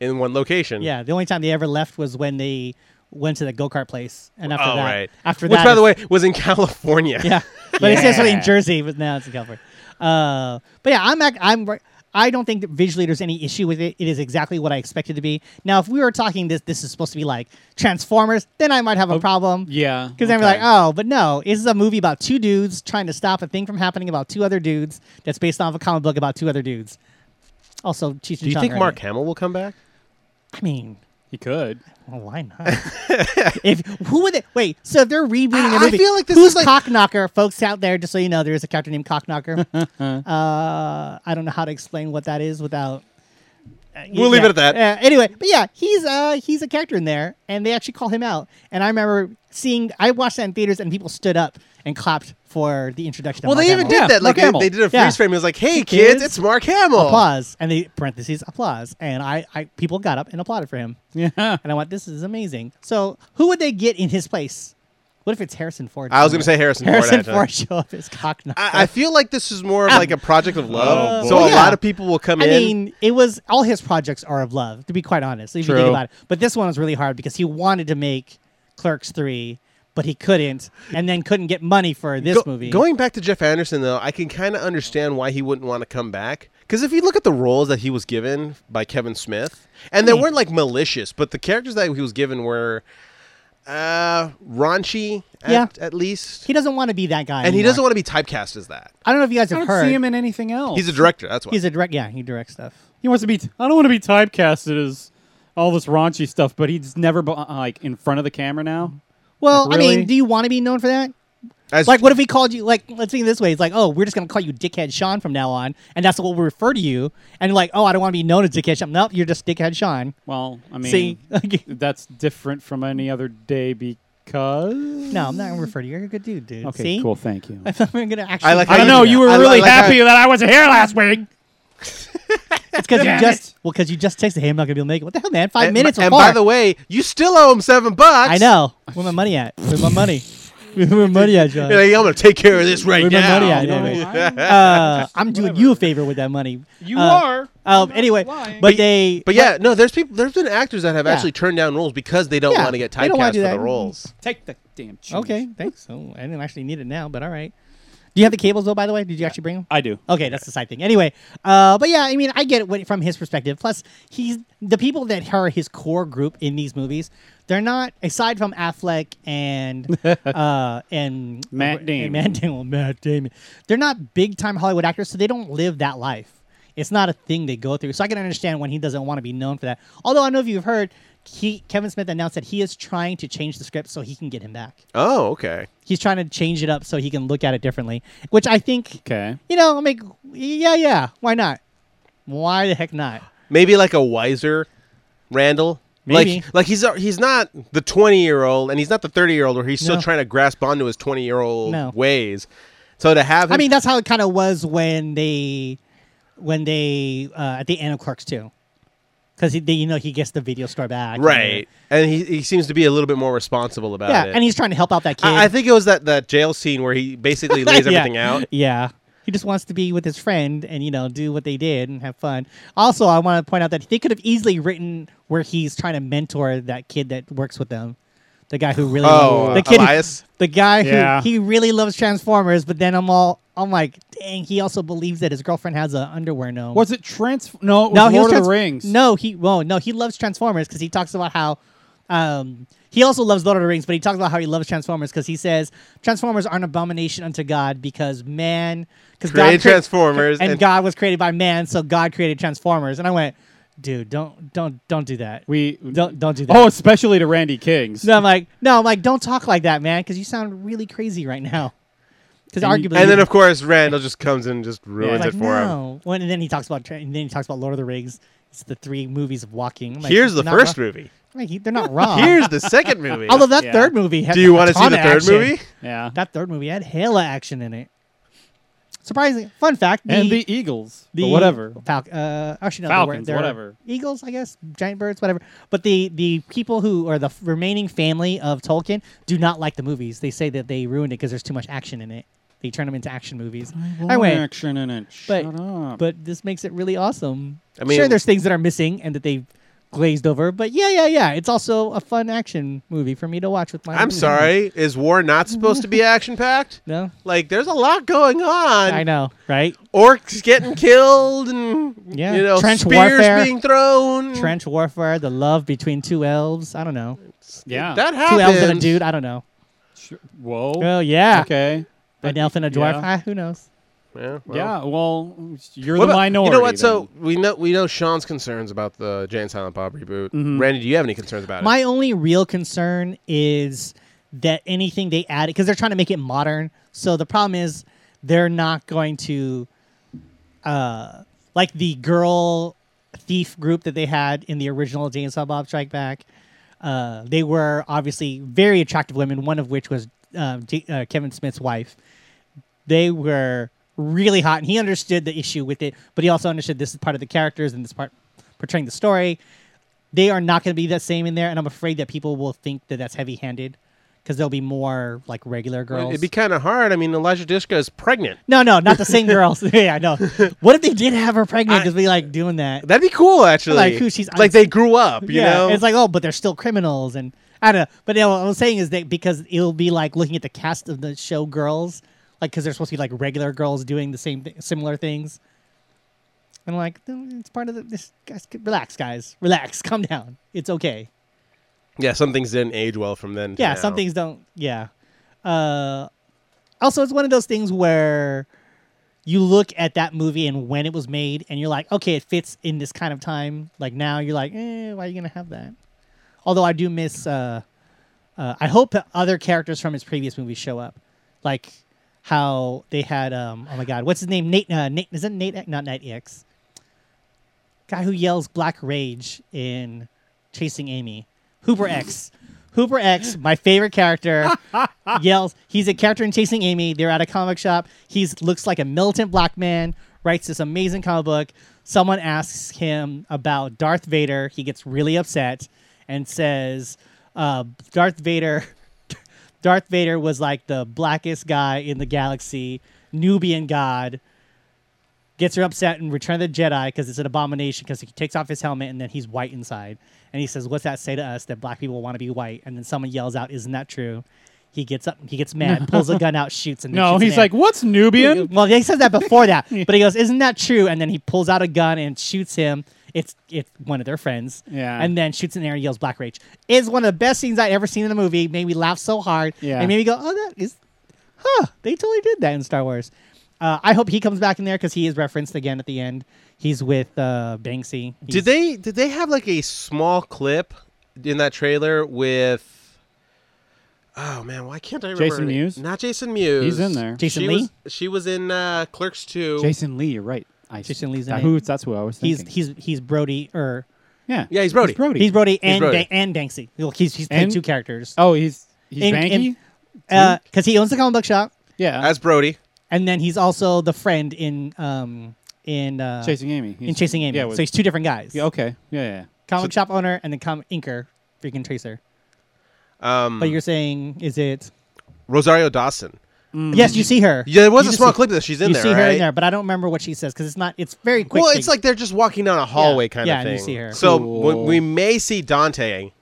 C: in one location.
A: Yeah, the only time they ever left was when they went to the go kart place, and after
C: oh
A: that,
C: right.
A: after
C: which
A: that,
C: by
A: it's-
C: the way was in California.
A: Yeah, but it says something
D: Yeah.
A: in Jersey, but now it's in California. Uh, but yeah, I'm ac- I'm ri- I don't think that visually there's any issue with it. It is exactly what I expected to be. Now, if we were talking this, this is supposed to be like Transformers, then I might have
C: Oh,
A: a problem.
D: Yeah.
A: Because then we're like, oh, but no, this is a movie about two dudes trying to stop a thing from happening about two other dudes that's based off a comic book about two other dudes. Also, Cheech and
C: Do you
A: Chong
C: think
A: are in
C: Mark
A: it.
C: Hamill will come back?
A: I mean,
D: He could.
A: well, why not? if who would they wait? So if they're rebooting
C: I-
A: the
C: I
A: movie,
C: feel like this
A: who's
C: is like-
A: Cockknocker, folks out there? Just so you know, there is a character named Cockknocker. uh, I don't know how to explain what that is without. uh, y-
C: We'll leave
A: yeah.
C: it at that.
A: Uh, anyway, but yeah, he's uh he's a character in there, and they actually call him out. And I remember seeing I watched that in theaters, and people stood up and clapped for the introduction.
C: Well,
A: of Mark
C: they even
A: Hamill.
C: did
D: Yeah,
C: that. Like
D: Mark
C: they,
D: Hamill.
C: they did a freeze
A: Yeah.
C: frame. It was like, "Hey
A: kids,
C: kids, it's Mark Hamill."
A: applause, and they parentheses applause, and I, I people got up and applauded for him.
D: Yeah.
A: And I went, this is amazing. So who would they get in his place? What if it's Harrison Ford?
C: I was gonna say Harrison Ford, Ah.
A: Harrison
C: actually.
A: Ford show up as cock knocker.
C: I, I feel like this is more of like a project of love.
D: Oh,
C: so
D: boy.
C: a
A: Yeah.
C: lot of people will come
A: I
C: in.
A: mean, it was all his projects are of love, to be quite honest. If you think
D: True.
A: about it, but this one was really hard because he wanted to make Clerks three, but he couldn't, and then couldn't get money for this
C: Go-
A: movie.
C: Going back to Jeff Anderson, though, I can kind of understand why he wouldn't want to come back. Because if you look at the roles that he was given by Kevin Smith, and they
A: mean-
C: weren't like malicious, but the characters that he was given were uh, raunchy, at,
A: Yeah.
C: at least.
A: he doesn't want to be that guy,
C: and he
A: anymore.
C: doesn't want to be typecast as that.
A: I don't know if you guys
D: I
A: have
D: don't
A: heard.
D: see him in anything else.
C: He's a director. That's why.
A: Oh, He's a direct. Yeah, he directs stuff.
D: He wants to be. T- I don't want to be
B: uh,
D: typecasted as all this raunchy stuff, but he's never be- like in front of the camera now.
A: Well,
B: Like,
A: I
B: really?
A: mean, do you want to be known for that?
C: As-
A: Like, what if we called you? Like, let's think this way. It's like, oh, we're just gonna call you Dickhead Sean from now on, and that's what we refer to you. And like, oh, I don't want to be known as Dickhead Sean. Nope, you're just Dickhead Sean.
B: Well, I mean,
A: See, Okay.
B: that's different from any other day because.
A: no, I'm not gonna refer to you. You're a good dude, dude.
B: Okay,
A: See?
B: cool. Thank you.
A: I'm gonna actually.
C: I like how
B: I don't know.
C: do
B: You
C: that.
B: were
C: I li-
B: really
C: like how-
B: happy that I wasn't here last week.
A: It's because you
B: Damn
A: just well, because you just texted him. I'm not gonna be able to make it. What the hell, man? Five minutes.
C: And,
A: was
C: and by
A: far.
C: the way, you still owe him seven bucks.
A: I know. Where my money at? Where's my money? Where's my money at, John?
C: You're like, I'm gonna take care of this right
A: Where's my
C: now.
A: money at?
B: You know,
A: Uh, I'm doing you a favor with that money.
B: You
A: Uh,
B: are.
A: Um, anyway,
B: lying.
A: but they.
C: But yeah, no, there's people. There's been actors that have
A: Yeah.
C: actually turned down roles because they don't
A: Yeah,
C: want to get
A: they don't wanna
C: typecast
A: do
C: for the
A: that.
C: roles.
B: Take the damn. Cheese.
A: Okay, thanks. Oh, I didn't actually need it now, but all right. Do you have the cables though? By the way, did you actually bring them?
B: I do.
A: Okay, that's the side thing. Anyway, uh, but yeah, I mean, I get it what- from his perspective. Plus, he's the people that are his core group in these movies. They're not aside from Affleck and uh, and
B: Matt
A: and
B: Damon.
A: Matt Damon. Matt Damon. They're not big time Hollywood actors, so they don't live that life. It's not a thing they go through. So I can understand when he doesn't want to be known for that. Although I don't know if you've heard, he, Kevin Smith announced that he is trying to change the script so he can get him back.
C: Oh, okay.
A: He's trying to change it up so he can look at it differently, which I think
B: Okay.
A: you know, I mean, yeah, yeah. Why not? Why the heck not?
C: Maybe like a wiser Randall.
A: Maybe.
C: Like, like he's a- he's not the twenty year old, and he's not the thirty year old, where he's still
A: No.
C: trying to grasp onto his twenty year old
A: No.
C: ways. So to have, him,
A: I mean, that's how it kind of was when they, when they uh, at the end of Clerks too, because you know he gets the video store back, and-
C: right, and he, he seems to be a little bit more responsible about
A: yeah,
C: it.
A: and he's trying to help out that kid.
C: I, I think it was that that jail scene where he basically lays
A: Yeah.
C: everything out.
A: Yeah. He just wants to be with his friend and, you know, do what they did and have fun. Also, I want to point out that they could have easily written where he's trying to mentor that kid that works with them. The guy who really
C: Oh,
A: the kid who-
C: Elias?
A: the guy
B: Yeah.
A: who he really loves Transformers, but then I'm all I'm like, dang, he also believes that his girlfriend has an underwear gnome.
B: Was it trans? No, it was
A: no, he
B: Lord
A: was
B: of the
A: trans-
B: Rings.
A: No, he well, no, he loves Transformers because he talks about how um, he also loves Lord of the Rings, but he talks about how he loves Transformers because he says Transformers are an abomination unto God because man, because
C: Created
A: God crea-
C: Transformers
A: and,
C: and-
A: God was created by man, so God created Transformers. And I went, dude, don't don't don't do that.
B: We
A: don't don't do that.
B: Oh, especially to Randy King's.
A: No, I'm like, no, I'm like, don't talk like that, man, because you sound really crazy right now. Because arguably,
C: And then of course Randall just comes in and just ruins
A: like,
C: it for him.
A: no. When, and then he talks about, tra- and then he talks about Lord of the Rings. It's the three movies of walking. I'm like,
C: Here's the
A: "You're not
C: first
A: wrong."
C: movie.
A: I'm like, "You- they're not wrong.
C: Here's the second movie.
A: Although that
B: Yeah.
A: third movie, had
C: Do you
A: a
C: want to see
A: ton
C: the
A: of
C: third
A: action.
C: movie?
B: Yeah.
A: That third movie had hella action in it. Surprising. Fun fact.
B: and the Eagles.
A: the
B: but whatever.
A: Falc- uh, actually, no, they
B: Falcons,
A: they're
B: whatever.
A: Eagles, I guess, giant birds, whatever. But the the people who are the f- remaining family of Tolkien do not like the movies. They say that they ruined it because there's too much action in it. They turn them into action movies. I went,
B: Action in it.
A: but
B: Shut up.
A: but this makes it really awesome.
C: I mean-
A: sure, there's things that are missing and that they glazed over, but yeah, yeah, yeah. It's also a fun action movie for me to watch with my.
C: I'm sorry. Is war not supposed to be action packed?
A: No,
C: Like there's a lot going
A: I
C: on.
A: know, right?
C: Orcs getting killed and
A: Yeah.
C: you know
A: Trench
C: spears
A: warfare.
C: being thrown.
A: Trench warfare, the love between two elves. I don't know,
B: yeah.
C: That
A: two
C: happens.
A: elves and a dude. I don't know.
B: Sure. Whoa.
A: Oh yeah.
B: Okay.
A: An elf and a dwarf.
B: Yeah.
A: Ah, who knows?
C: Yeah. well.
B: yeah. Well, you're
C: What
B: the
C: about-
B: minority.
C: You know what?
B: then.
C: So we know we know Sean's concerns about the Jay and Silent Bob reboot. Randy, do you have any concerns about it?
A: Mm-hmm. My only real concern is that anything they add, because they're trying to make it modern. So the problem is they're not going to, uh, like the girl thief group that they had in the original Jane Silent Bob Strike Back. Uh, they were obviously very attractive women, one of which was uh, J- uh, Kevin Smith's wife. they were really hot and he understood the issue with it but he also understood this is part of the characters and this part portraying the story they are not going to be that same in there and i'm afraid that people will think that that's heavy handed because there'll be more like regular girls
C: It'd be kind of hard. I mean, Elijah Dishka is pregnant.
A: no no not the same girls yeah i know what if they did have her pregnant because we like doing that
C: That'd be cool, actually.
A: Like, who she's-
C: like they grew up, you
A: yeah
C: know.
A: it's like oh but they're still criminals and i don't know but you know, what i'm saying is that because it'll be like looking at the cast of the show girls like because they're supposed to be like regular girls doing the same th- similar things and I'm like "No, it's part of the this guys relax guys relax calm down it's okay
C: yeah, some things didn't age well from then. to
A: yeah
C: now.
A: some things don't yeah uh also it's one of those things where you look at that movie and when it was made and you're like okay it fits in this kind of time like now you're like eh, why are you gonna have that although i do miss uh Uh, I hope that other characters from his previous movies show up, like how they had um oh my god what's his name Nate uh, Nate is it Nate Ek- not Nate X guy who yells black rage in Chasing Amy Hooper X Hooper X my favorite character yells he's a character in Chasing Amy they're at a comic shop he's looks like a militant black man writes this amazing comic book someone asks him about Darth Vader he gets really upset and says uh, Darth Vader Darth Vader was like the blackest guy in the galaxy, Nubian god. Gets her upset and Return of the Jedi because it's an abomination because he takes off his helmet and then he's white inside. And he says, What's that say to us that black people want to be white? And then someone yells out, Isn't that true? He gets up, he gets mad, pulls a gun out, shoots, and then
D: No,
A: shoots an
D: he's like,
A: arrow.
D: what's Nubian?
A: Well, he says that before that, but he goes, "Isn't that true?" And then he pulls out a gun and shoots him. It's it's one of their friends.
D: Yeah.
A: And then shoots in the air and yells "Black Rage." It's one of the best scenes I've ever seen in a movie. Made me laugh so hard.
D: Yeah.
A: And made me go, "Oh, that is, huh? They totally did that in Star Wars." Uh, I hope he comes back in there because he is referenced again at the end. He's with uh, Banksy. He's-
C: Did they did they have like a small clip in that trailer with? Oh man, why can't I remember?
B: Jason
C: her name?
B: Mewes?
C: Not Jason Mewes.
B: He's in there.
A: Jason
C: she
A: Lee.
C: Was, she was in uh, Clerks Two.
D: Jason Lee, you're right. I,
A: Jason Lee's in
D: that-
A: it.
D: who, That's who I was
A: he's
D: thinking.
A: he's he's Brody or
D: yeah.
C: Yeah, he's Brody.
D: Brody.
A: he's Brody and
C: Brody.
A: Ba- and Banksy. Well, He's he's played
D: And-
A: two characters.
D: oh, he's, he's
A: In-
D: Banky?
A: in- Because he owns the comic book shop.
D: yeah.
C: As Brody.
A: and then he's also the friend in um in uh,
D: Chasing Amy.
A: in
D: He's-
A: chasing Amy.
D: Yeah, with-
A: so he's two different guys.
D: yeah, okay. Yeah, yeah.
A: comic shop owner and then comic inker, freaking tracer.
C: Um,
D: Hmm.
A: But you're saying is it?
C: Rosario Dawson.
D: Hmm.
A: Yes, you see her.
C: Yeah, there was
A: You
C: a
A: just
C: small
A: see-
C: clip of that she's in
A: you
C: there,
A: see her
C: right?
A: in there, but I don't remember what she says because it's not. It's very quick.
C: Well,
A: thing.
C: it's like they're just walking down a hallway kind
A: Yeah,
C: of
A: and
C: thing.
A: you see her.
C: So we,
D: Cool.
C: we may see Dante,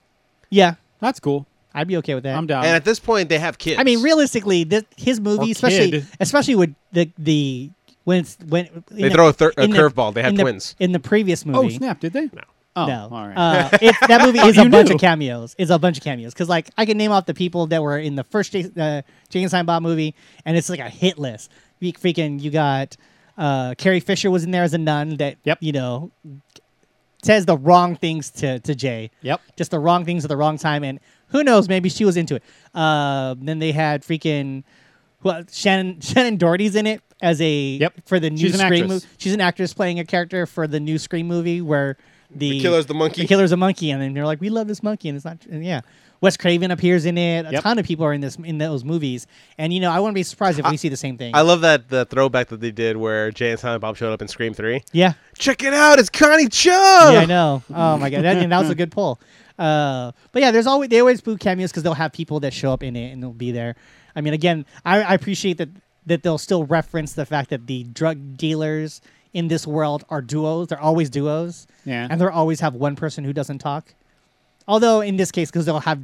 A: yeah,
D: That's cool.
A: I'd be okay with that.
D: I'm down.
C: and at this point they have kids.
A: Um, I mean, realistically, this, his movie,
D: Or
A: especially
D: Oh, kid.
A: especially with the the when it's when
C: They throw a thir- a curveball. They had
A: have
C: twins.
A: in the previous movie.
D: oh, snap. Did they? No. Oh,
A: no.
D: all right. Oh,
A: Uh, it, that movie is a
D: you
A: bunch
D: knew.
A: of cameos. It's a bunch of cameos because like I can name off the people that were in the first Jas- uh, Jason Silent Bob movie, and it's like a hit list. You freaking you got uh, Carrie Fisher was in there as a nun that
D: Yep.
A: you know says the wrong things to to Jay.
D: Yep.
A: Just the wrong things at the wrong time, and who knows? Maybe she was into it. Uh, then they had freaking well Shannon Shannon Doherty's in it as a
D: Yep.
A: for the new
D: She's an
A: Scream
D: actress.
A: movie. She's an actress playing a character for the new Scream movie where the,
C: The killer's the monkey.
A: The killer's a monkey, and then they're like, "We love this monkey," and it's not. And yeah, Wes Craven appears in it. A
D: Yep.
A: ton of people are in this in those movies, and you know, I wouldn't be surprised if we see the same thing.
C: I love that the throwback that they did where Jay and Silent Bob showed up in Scream Three.
A: yeah,
C: Check it out, it's Connie Chung.
A: yeah, I know. Oh my god, that, and that was a good pull. Uh, but yeah, there's always they always boo cameos because they'll have people that show up in it and they'll be there. I mean, again, I, I appreciate that that they'll still reference the fact that the drug dealers in this world are duos. They're always duos.
D: Yeah.
A: and they'll always have one person who doesn't talk. Although in this case, because they'll have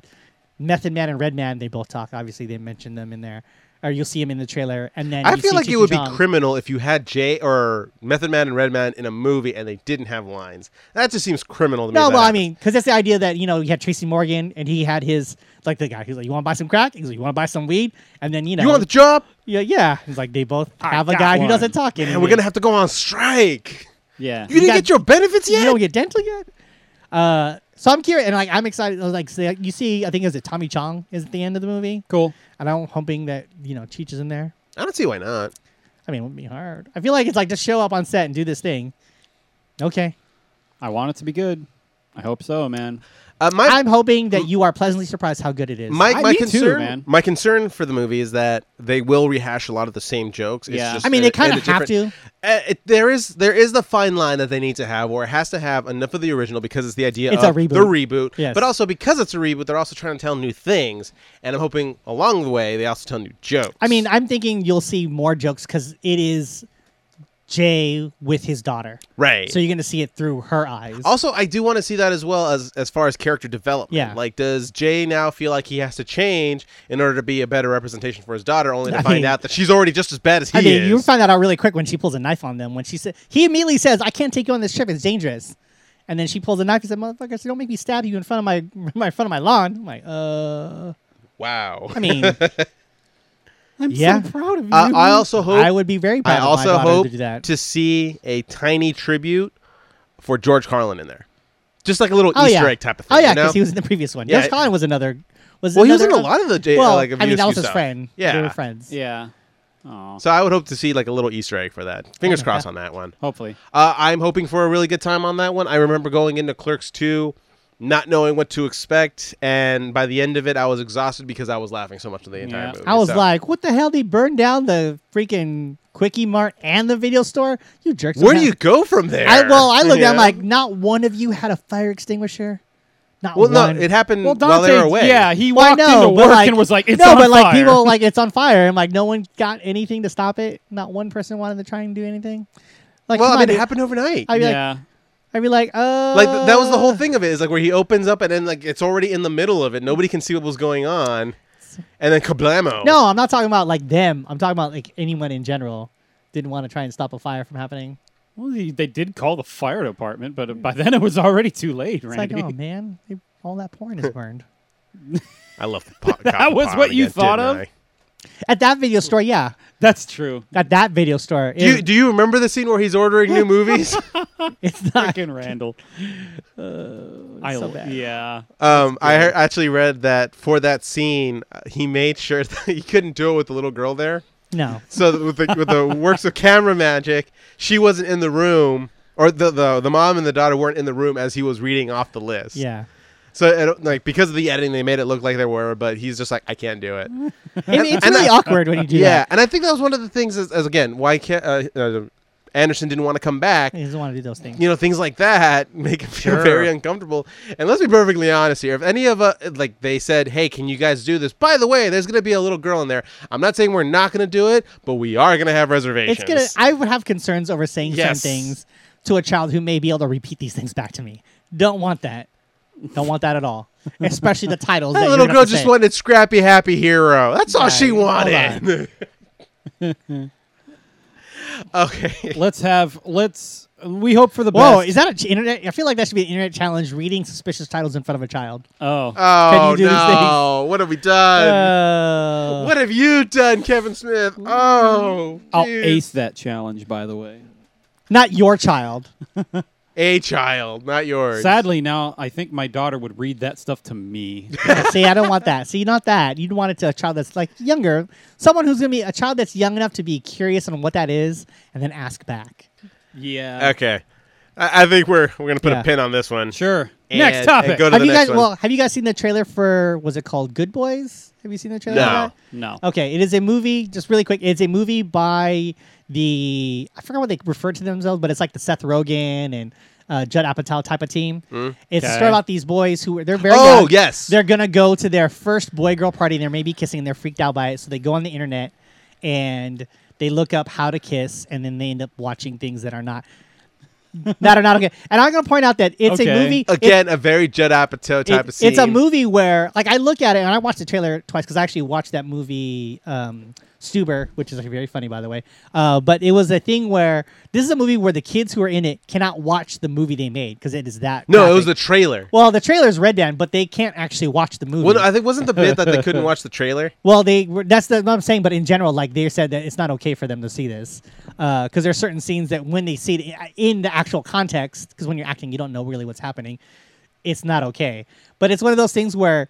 A: Method Man and Red Man, they both talk. Obviously, they mention them in there, or you'll see them in the trailer. And then
C: I
A: you
C: feel
A: see
C: like
A: Cheech
C: it would
A: and
C: be
A: Chong.
C: criminal if you had Jay or Method Man and Redman in a movie and they didn't have lines. That just seems criminal to me.
A: No,
C: if that
A: well, I
C: happened.
A: mean, because that's the idea that you know you had Tracy Morgan and he had his like the guy who's like, you want to buy some crack? He's like, you want to buy some weed? And then you know,
C: you want the job,
A: yeah, yeah. He's like, they both
D: I
A: have a
D: got
A: guy
D: one.
A: who doesn't talk anymore.
C: and we're gonna have to go on strike.
D: yeah.
C: You, didn't
A: got-
C: get your benefits
A: you
C: yet.
A: don't get dental yet. Uh, so I'm curious, and like I'm excited. I was Like, so you see, I think is it Tommy Chong is at the end of the movie,
D: cool.
A: and I'm hoping that you know Cheech is in there.
C: I don't see why not.
A: I mean, it wouldn't be hard. I feel like it's like just show up on set and do this thing. Okay.
D: I want it to be good. I hope so, man.
C: Uh, my
A: I'm hoping that you are pleasantly surprised how good it is.
C: my,
D: I-
C: my
D: me too,
C: concern,
D: man.
C: my concern for the movie is that they will rehash a lot of the same jokes. It's
D: Yeah.
C: just
A: I mean,
C: in
A: they
C: a-
A: kind
C: in
A: of
C: a
A: have
C: different-
A: to.
C: Uh, it, there is there is the fine line that they need to have, where it has to have enough of the original because it's the idea
A: It's a
C: of the
A: reboot.
C: reboot,
A: Yes.
C: but also because it's a reboot, they're also trying to tell new things, and I'm hoping along the way they also tell new jokes.
A: I mean, I'm thinking you'll see more jokes because it is Jay with his daughter.
C: right?
A: So you're going to see it through her eyes.
C: also, I do want to see that as well as as far as character development.
A: Yeah.
C: Like, does Jay now feel like he has to change in order to be a better representation for his daughter, only to
A: I
C: find
A: mean-
C: out that she's already just as bad as he
A: I mean,
C: is?
A: you find that out really quick when she pulls a knife on them. When she said, he immediately says, "I can't take you on this trip; it's dangerous." And then she pulls a knife and said, "Motherfucker, so don't make me stab you in front of my, in front of my lawn." I'm like, uh,
C: wow.
A: I mean,
D: I'm
A: Yeah.
D: so proud of you.
C: I, I also hope
A: I would be very proud.
C: I
A: of my
C: also
A: daughter
C: hope
A: to do that.
C: see a tiny tribute for George Carlin in there, just like a little Easter egg type of thing.
A: Oh yeah,
C: you know?
A: because he was in the previous one.
C: Yeah,
A: Josh
C: it-
A: Collin was another Was
C: Well, he was in
A: another-
C: a lot of the J-
A: well,
C: like,
A: I mean,
C: VSU
A: that was his
C: stuff.
A: friend. they
C: Yeah.
A: were friends.
D: Yeah. Oh,
C: So I would hope to see like a little Easter egg for that. Fingers crossed on that one.
D: hopefully.
C: Uh, I'm hoping for a really good time on that one. I remember going into Clerks 2, not knowing what to expect, and by the end of it, I was exhausted because I was laughing so much in the entire
D: Yeah.
C: movie.
A: I was
C: So-
A: like, what the hell? They burned down the freaking Quickie Mart and the video store. You jerks!
C: where do
A: Somehow-
C: you go from there?
A: I, well, I looked
C: You
A: at. I'm
C: know?
A: like, not one of you had a fire extinguisher. Not
C: well, no,
A: one.
C: it happened while they were away.
D: yeah, he
A: Well, I
D: walked
A: know,
D: into
A: but,
D: work and was like, "It's
A: no,
D: on
A: but like
D: fire."
A: people like it's on fire, and like no one got anything to stop it. Not one person wanted to try and do anything. Like,
C: well,
A: come
C: I
A: on,
C: mean, it
A: dude.
C: happened overnight.
A: I'd be like,
D: yeah.
A: I'd be like, uh,
C: like th- that was the whole thing of it is like where he opens up and then like it's already in the middle of it. Nobody can see what was going on, and then kablamo.
A: No, I'm not talking about like them. I'm talking about like anyone in general didn't want to try and stop a fire from happening.
D: Well, they they did call the fire department, but uh, by then it was already too late,
A: It's
D: Randy.
A: like, oh man, they, all that porn is burned.
C: I love the pot.
D: That was what you thought of?
A: At that video store, yeah.
D: That's true.
A: At that video store,
C: Do you,
A: it-
C: do you remember the scene where he's ordering new movies?
A: it's not.
D: Fucking Randall. I
A: so
D: l-
A: bad.
D: yeah.
C: Um, I heard, actually read that for that scene, uh, he made sure that he couldn't do it with the little girl there.
A: No,
C: So that with the, with the works of camera magic, she wasn't in the room, or the, the the mom and the daughter weren't in the room as he was reading off the list.
A: yeah.
C: So it, like because of the editing, they made it look like they were, but he's just like, I can't do it.
A: I mean, it's
C: and
A: really
C: I- uh,
A: awkward when you do
C: yeah,
A: that.
C: and I think that was one of the things as, as again why can't, uh, uh, Anderson didn't want to come back.
A: He doesn't want to do those things.
C: you know things like that make him feel
B: Sure.
C: very uncomfortable and let's be perfectly honest here if any of us like they said hey can you guys do this by the way there's gonna be a little girl in there i'm not saying we're not gonna do it but we are gonna have reservations
A: It's gonna. I would have concerns over saying
C: Yes.
A: some things to a child who may be able to repeat these things back to me. Don't want that. Don't want that at all. Especially the titles.
C: that
A: that
C: little girl just
A: say.
C: wanted scrappy happy hero that's all she
A: hold
C: wanted okay
D: Let's have. Let's. We hope for the best.
A: Whoa, is that a ch- internet? I feel like that should be an internet challenge. Reading suspicious titles in front of a child.
D: oh.
C: oh
A: you do these
C: no what have we done
A: Uh,
C: what have you done kevin smith oh
D: I'll
C: dude.
D: ace that challenge, by the way.
A: Not your child.
C: a child not yours
D: Sadly, now I think my daughter would read that stuff to me.
A: See, I don't want that. See, not that. You'd want it to a child that's like younger, someone who's gonna be a child that's young enough to be curious on what that is, and then ask back.
D: yeah.
C: okay I I think we're we're gonna put
A: Yeah.
C: a pin on this one.
D: Sure.
C: And-
D: Next
C: and
D: topic.
C: go to
A: Have
C: the
A: you
C: next
A: guys?
C: one.
A: Well, have you guys seen the trailer for? Was it called Good Boys? Have you seen the trailer? for
C: No.
A: that?
D: no.
A: Okay, it is a movie. Just really quick, it's a movie by the I forgot what they refer to themselves, but it's like the Seth Rogen and uh, Judd Apatow type of team. It's a
D: Okay.
A: story about these boys who are they're very
C: Hmm. Oh,
A: young.
C: yes.
A: they're gonna go to their first boy girl party and they're maybe kissing and they're freaked out by it, so they go on the internet and they look up how to kiss and then they end up watching things that are not that are not okay. And I'm gonna point out that it's a
D: Okay.
A: movie it-
C: Again, a very Judd Apatow type
A: it-
C: of scene.
A: It's a movie where, like, I look at it and I watched the trailer twice because I actually watched that movie um, Stuber, which is like, very funny, by the way. Uh, but it was a thing where this is a movie where the kids who are in it cannot watch the movie they made because it is that.
C: No, it
A: graphic.
C: was the trailer.
A: Well, the trailer's Red Dan, but they can't actually watch the movie.
C: Well, no, I think wasn't the bit that they couldn't watch the trailer.
A: Well, they were, that's the, what I'm saying. But in general, like they said that it's not okay for them to see this because there are certain scenes that when they see it i- in the actual context, because when you're acting, you don't know really what's happening. It's not okay. But it's one of those things where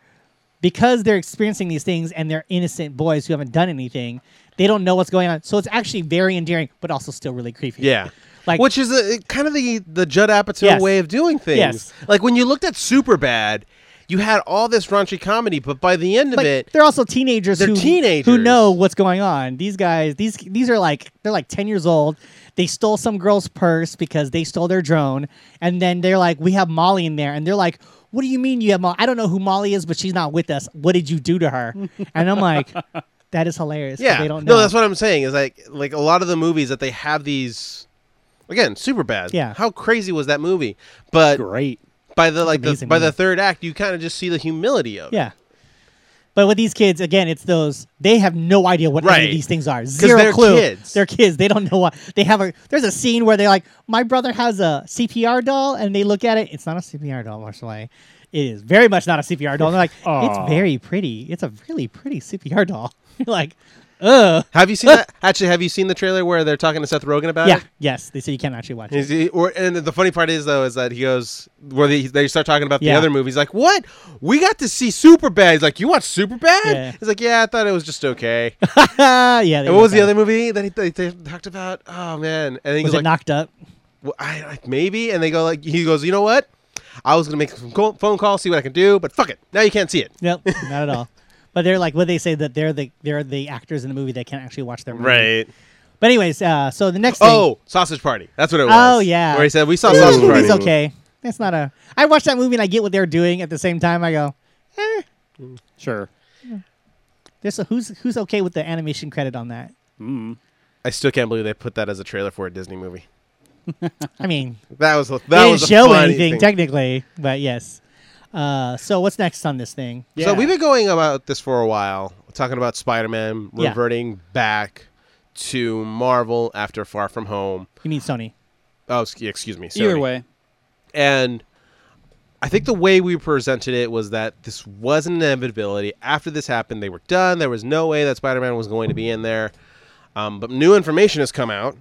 A: because they're experiencing these things and they're innocent boys who haven't done anything, they don't know what's going on. So it's actually very endearing, but also still really creepy.
C: Yeah.
A: Like-
C: which is a, kind of the the Judd Apatow
A: Yes.
C: way of doing things.
A: Yes.
C: Like when you looked at Superbad, you had all this raunchy comedy, but by the end of
A: But
C: it,
A: they're also teenagers.
C: They're
A: who, who
C: teenagers.
A: know what's going on. These guys, these these are like they're like ten years old. They stole some girl's purse because they stole their drone, and then they're like, "We have Molly in there," and they're like, "What do you mean you have Molly? I don't know who Molly is, but she's not with us. What did you do to her?" and I'm like, "That is hilarious." 'cause
C: yeah,
A: they don't know.
C: no, that's what I'm saying is like like a lot of the movies that they have these. Again, Superbad.
A: Yeah.
C: How crazy was that movie? But
D: Great.
C: by the like the,
A: Amazing
C: by the
A: movie.
C: third act, you kind of just see the humility of it.
A: yeah. But with these kids, again, it's those they have no idea what any
C: Right.
A: of these things are. Zero
C: they're
A: clue.
C: kids.
A: They're kids. They don't know what they have. A there's a scene where they're like, "My brother has a CPR doll," and they look at it. It's not a CPR doll, Marshall. It is very much not a CPR doll. And they're like, "It's
D: Aw.
A: very pretty. It's a really pretty CPR doll." You're like, Ugh.
C: Have you seen that? Actually, have you seen the trailer where they're talking to Seth Rogen about
A: Yeah.
C: it?
A: Yes. They say you can't actually watch it.
C: Is he, or, and the funny part is though is that he goes where they, they start talking about the
A: Yeah.
C: other movies like what we got to see Superbad he's like you watch Superbad
A: Yeah.
C: he's like yeah I thought it was just okay
A: yeah. They
C: and what was the
A: that.
C: other movie that he, they, they talked about oh man and he
A: Was
C: goes
A: it
C: like
A: knocked up?
C: well, I, I- maybe and they go like he goes you know what I was gonna make some co- phone calls see what I can do but fuck it now you can't see it
A: Nope. not at all. But they're like, what they say that they're the they're the actors in the movie that can't actually watch their movie. But anyways, uh, so the next thing.
C: oh Sausage Party that's what it was
A: Oh, yeah.
C: where he said we saw
A: Eh,
C: Sausage
A: the
C: Party
A: movie's okay. It's not a. I watch that movie and I get what they're doing. At the same time, I go, eh.
D: Sure.
A: There's a, who's who's okay with the animation credit on that?
C: I still can't believe they put that as a trailer for a Disney movie
A: I mean,
C: that was that
A: they
C: was
A: didn't
C: a
A: show
C: funny
A: anything
C: thing.
A: technically, but yes. Uh, so what's next on this thing?
C: So we've been going about this for a while, talking about Spider-Man
A: Yeah.
C: reverting back to Marvel after Far From Home.
A: You mean Sony?
C: Oh, sc- excuse me. Sony.
B: Either way,
C: and I think the way we presented it was that this was an inevitability. After this happened, they were done. There was no way that Spider-Man was going to be in there. Um, but new information has come out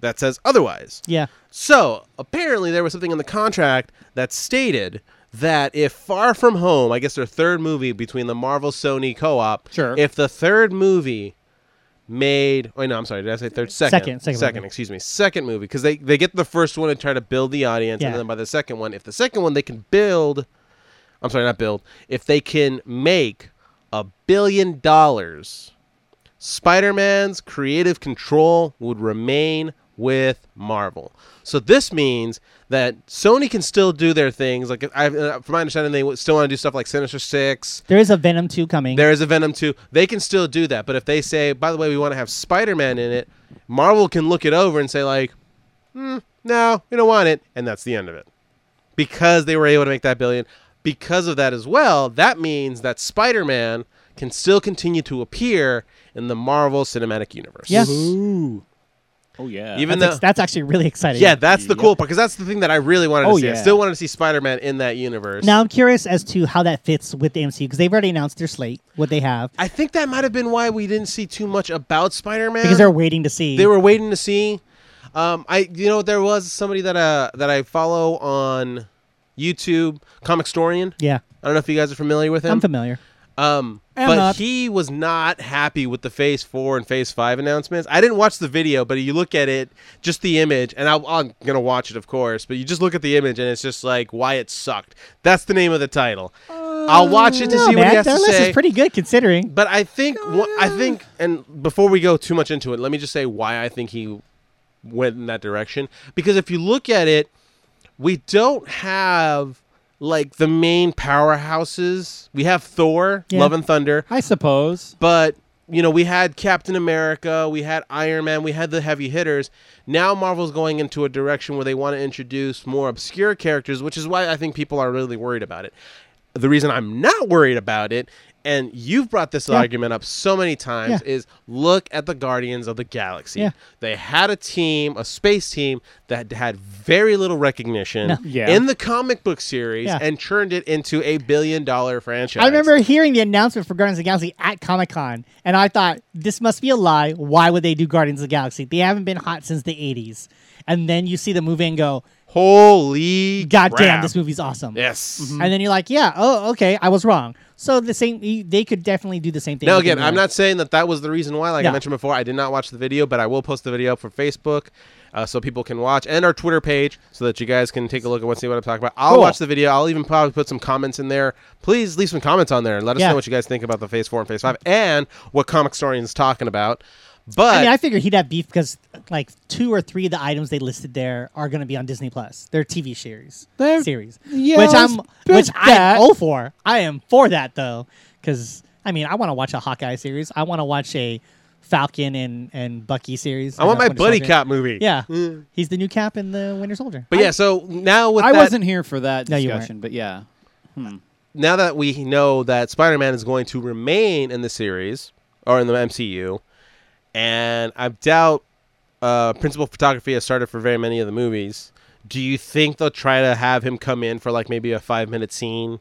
C: that says otherwise.
A: Yeah.
C: So apparently, there was something in the contract that stated that if Far From Home, I guess their third movie between the Marvel Sony co-op,
D: Sure.
C: if the third movie made, wait, no, I'm sorry, did I say third?
A: Second,
C: Second,
A: second movie.
C: excuse me, second movie, because they they get the first one and try to build the audience,
A: Yeah.
C: and then by the second one, if the second one they can build, I'm sorry, not build, if they can make a billion dollars. Spider Man's creative control would remain with Marvel. So this means that Sony can still do their things. Like, I, uh, from my understanding, they would still want to do stuff like Sinister Six.
A: There is a Venom two coming.
C: There is a Venom 2. They can still do that. But if they say, by the way, we want to have Spider Man in it, Marvel can look it over and say, like, "Hmm, no, we don't want it. And that's the end of it. Because they were able to make that billion. Because of that as well, that means that Spider Man can still continue to appear in the Marvel Cinematic Universe.
A: Yeah.
D: Ooh. Oh yeah.
A: that's,
C: Even though.
A: ex- that's actually really exciting.
C: yeah, that's the
D: Yep.
C: cool part because that's the thing that I really wanted to
D: Oh,
C: see. I
D: yeah.
C: still wanted to see Spider Man in that universe.
A: Now I'm curious as to how that fits with the MCU because they've already announced their slate, what they have,
C: I think that might have been why we didn't see too much about Spider Man
A: because they're waiting to see.
C: they were waiting to see. Um, I you know there was somebody that uh that I follow on YouTube, Comic Storian.
A: Yeah,
C: I don't know if you guys are familiar with him.
A: I'm familiar.
C: Um,
A: I'm
C: but
A: not.
C: he was not happy with the Phase Four and Phase Five announcements. I didn't watch the video, but you look at it, just the image, and I, I'm gonna watch it, of course. But you just look at the image, and it's just like why it sucked. That's the name of the title. I'll watch it to
A: No,
C: see
A: man,
C: what he has
A: their
C: to
A: list
C: say.
A: is pretty good considering.
C: But I think wha- I think, and before we go too much into it, let me just say why I think he went in that direction. Because if you look at it, we don't have like the main powerhouses. We have Thor,
A: Yeah.
C: Love and Thunder,
D: I suppose.
C: but you know we had Captain America, we had Iron Man, we had the heavy hitters. Now Marvel's going into a direction where they want to introduce more obscure characters, which is why I think people are really worried about it. The reason I'm not worried about it, and you've brought this argument up so many times,
A: Yeah.
C: is look at the Guardians of the Galaxy.
A: Yeah.
C: They had a team, a space team that had very little recognition
A: No.
D: Yeah.
C: in the comic book series
A: Yeah.
C: and turned it into a billion dollar franchise.
A: I remember hearing the announcement for Guardians of the Galaxy at Comic Con, and I thought this must be a lie. Why would they do Guardians of the Galaxy? They haven't been hot since the '80s. And then you see the movie and go,
C: Holy
A: "God damn,
C: crap.
A: this movie's awesome!"
C: Yes.
A: And then you're like, "Yeah, oh, okay, I was wrong." So the same, they could definitely do the same thing.
C: Now
A: with
C: again,
A: the-
C: I'm not saying that that was the reason why. Like I
A: No.
C: mentioned before, I did not watch the video, but I will post the video up for Facebook, uh, so people can watch and our Twitter page, so that you guys can take a look at what see what I'm talking about. I'll
A: Cool.
C: watch the video. I'll even probably put some comments in there. Please leave some comments on there and let us
A: Yeah.
C: know what you guys think about the Phase Four and Phase Five and what Comic Storian is talking about. But
A: I mean, I figured he'd have beef because like two or three of the items they listed there are going to be on Disney Plus. They're TV series,
D: They're-
A: series,
D: yeah,
A: which
D: let's
A: I'm
D: pitch
A: which I'm
D: that.
A: all for. I am for that though, because I mean, I want to watch a Hawkeye series. I want to watch a Falcon and and Bucky series.
C: I want
A: and
C: my
A: Winter
C: buddy
A: Soldier.
C: cop movie.
A: Yeah,
D: Mm.
A: he's the new Cap in the Winter Soldier.
C: But yeah, so now with
D: I
C: that-
D: wasn't here for that
A: No, you weren't.
D: discussion, but yeah.
C: now that we know that Spider-Man is going to remain in the series or in the MCU, and I doubt uh, principal photography has started for very many of the movies. Do you think they'll try to have him come in for like maybe a five-minute scene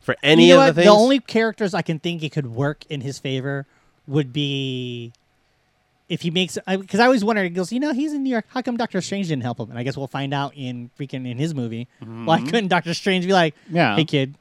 C: for any
A: you know
C: of
A: what?
C: the
A: the,
C: things?
A: only characters I can think it could work in his favor would be if he makes because I, always wonder. He goes, you know, he's in New York. How come Doctor Strange didn't help him? And I guess we'll find out in freaking in his movie.
C: Mm-hmm.
A: Why couldn't Doctor Strange be like,
D: Yeah.
A: hey kid,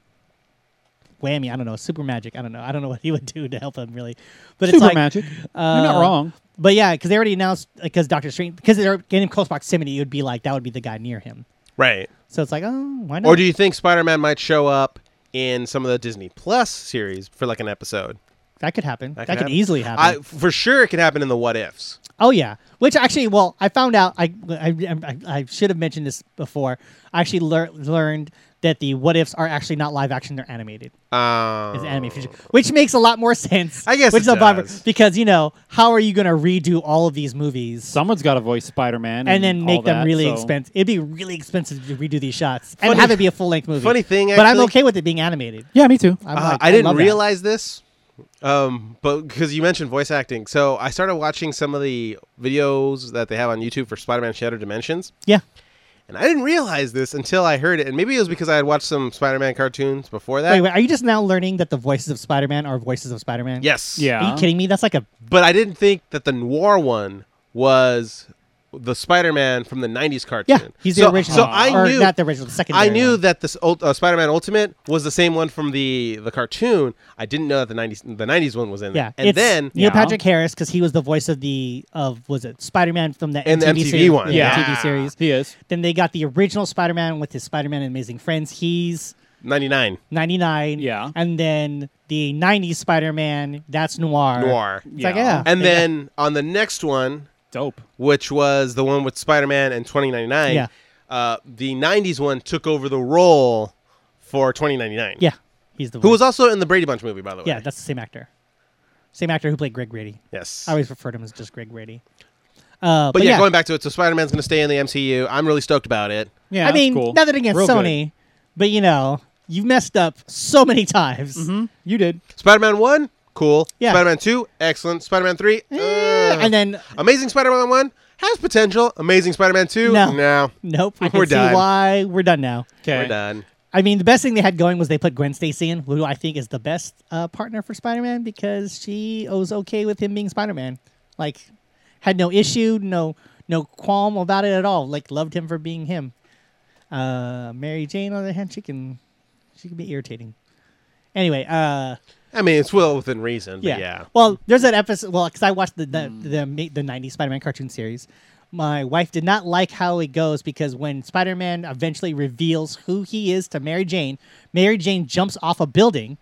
A: whammy? I don't know, super magic. I don't know. I don't know what he would do to help him really. But it's
D: Super
A: like,
D: magic. You're not
A: uh,
D: wrong.
A: But yeah, because they already announced because Doctor Strange because they're getting in close proximity, it would be like that would be the guy near him.
C: Right.
A: So it's like, oh, why not?
C: Or do you think Spider Man might show up in some of the Disney Plus series for like an episode?
A: that could happen. That, could,
C: happen.
A: easily happen.
C: I, for sure, it could happen in the what ifs.
A: Oh yeah, which actually, well, I found out. I I, I, I should have mentioned this before. I actually lear- learned that the what ifs are actually not live action; they're animated.
C: Um,
A: It's anime future, which makes a lot more sense.
C: I guess
A: which
C: it
A: is a bummer
C: does.
A: because you know how are you going to redo all of these movies
D: Someone's got to voice Spider Man,
C: Mm,
A: and then make
D: all
A: them
D: that,
A: really
D: so-
A: expensive? It'd be really expensive to redo these shots
C: Funny-
A: and have it be a full length movie.
C: funny thing,
A: but I'm
C: actually-
A: okay with it being animated.
D: Yeah, me too.
A: I'm
C: Uh,
A: like,
C: I didn't
A: love that.
C: realize this, um, but because you mentioned voice acting, so I started watching some of the videos that they have on YouTube for Spider-Man: Shattered Dimensions,
A: Yeah,
C: and I didn't realize this until I heard it, and maybe it was because I had watched some Spider-Man cartoons before that.
A: wait, wait, are you just now learning that the voices of Spider-Man are voices of Spider-Man?
C: Yes,
A: Are
D: Yeah.
A: you kidding me? That's like a
C: but I didn't think that the noir one was the Spider-Man from the '90s cartoon.
A: Yeah, he's the
C: so,
A: original.
C: So I
A: or
C: knew
A: not the original, the second.
C: I knew that this ult- uh, Spider-Man Ultimate was the same one from the the cartoon. I didn't know that the '90s the '90s one was in there.
A: Yeah,
C: and
A: it's
C: then
A: Neil
D: Yeah.
A: Patrick Harris because he was the voice of the of was it Spider Man from the
C: And the
A: MTV,
C: MTV
A: series,
C: one,
A: yeah,
C: yeah.
A: TV series.
D: He is.
A: Then they got the original Spider Man with his Spider Man and Amazing Friends. He's
C: '99
A: ninety nine.
D: Yeah.
A: and then the '90s Spider Man. That's noir.
C: noir.
A: It's like,
D: Yeah.
A: yeah.
C: And then on the next one,
D: Dope.
C: which was the one with Spider-Man and 2099,
A: Yeah.
C: uh, the 90s one took over the role for 2099.
A: yeah, he's the
C: Who
A: voice.
C: was also in the Brady Bunch movie, by the way.
A: yeah, that's the same actor, same actor who played Greg Grady.
C: yes.
A: I always refer to him as just Greg Grady. Uh,
C: but yeah, going back to it, so Spider-Man's going to stay in the MCU. I'm really stoked about it.
A: I
D: Yeah, that's
A: mean,
D: cool.
A: nothing against
D: Real good.
A: Sony, but you know, you messed up so many times.
D: Hmm? You did.
C: Spider-Man 1, cool.
A: Yeah.
C: Spider-Man 2, excellent. Spider-Man 3, uh,
A: Eh, and then
C: Amazing Spider-Man 1 has potential. Amazing Spider-Man 2,
A: No.
C: no.
A: nope, I can
C: We're
A: see
C: done.
A: why we're done now.
D: Okay.
C: We're done.
A: I mean, the best thing they had going was they put Gwen Stacy in, who I think is the best uh, partner for Spider-Man because she was okay with him being Spider-Man, like had no issue, no no qualm about it at all. Like loved him for being him. Uh, Mary Jane, on the other hand, she can she can be irritating. Anyway, uh,
C: I mean, it's well within reason, but yeah. Mm.
A: Well, there's an episode. Well, because I watched the the, the ma- the '90s Spider-Man cartoon series. My wife did not like how it goes because when Spider-Man eventually reveals who he is to Mary Jane, Mary Jane jumps off a building,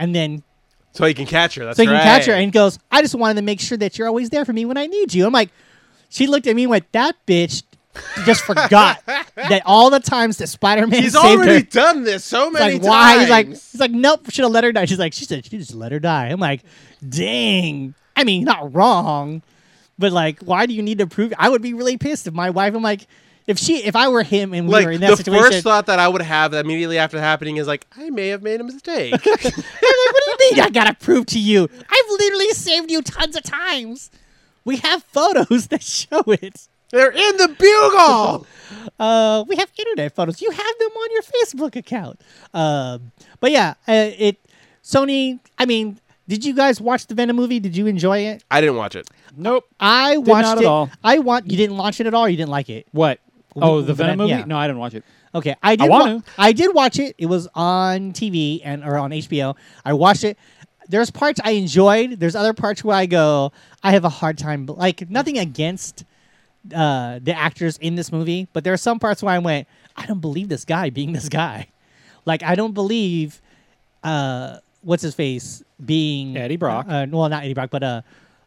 A: and then
C: So he can catch her. That's
A: so you
C: right.
A: can catch her and goes, "I just wanted to make sure that you're always there for me when I need you." I'm like, she looked at me and went, "That bitch." just forgot that all the times that Spider-Man
C: He's
A: saved her,
C: already done this so many
A: like why? He's like
C: times.
A: he's like nope. Should have let her die. She's like she said she just let her die. I'm like, dang. I mean, not wrong, but like, why do you need to prove? I would be really pissed if my wife. I'm like, if she, if I were him and we were
C: like
A: in
C: the
A: that situation.
C: first thought that I would have immediately after happening is like, I may have made a mistake.
A: I'm like, what do you mean? I gotta prove to you. I've literally saved you tons of times. We have photos that show it.
C: They're in the bugle.
A: Uh, we have internet photos. You have them on your Facebook account. Um, but yeah, uh, it Sony. I mean, did you guys watch the Venom movie? Did you enjoy it?
C: I didn't watch it.
D: Nope.
A: I watched
D: not
A: it.
D: at all.
A: I want you didn't watch it at all. You didn't like it.
D: What? Oh, the
A: the
D: Venom
A: Ven-
D: movie?
A: yeah.
D: No, I didn't watch it.
A: Okay, I did.
D: want to.
A: I did watch it. It was on TV and or on HBO. I watched it. There's parts I enjoyed. There's other parts where I go, I have a hard time. Like nothing against uh, the actors in this movie, but there are some parts where I went, I don't believe this guy being this guy. Like I don't believe, uh, what's his face being
D: Eddie Brock.
A: Uh, well, not Eddie Brock, but uh,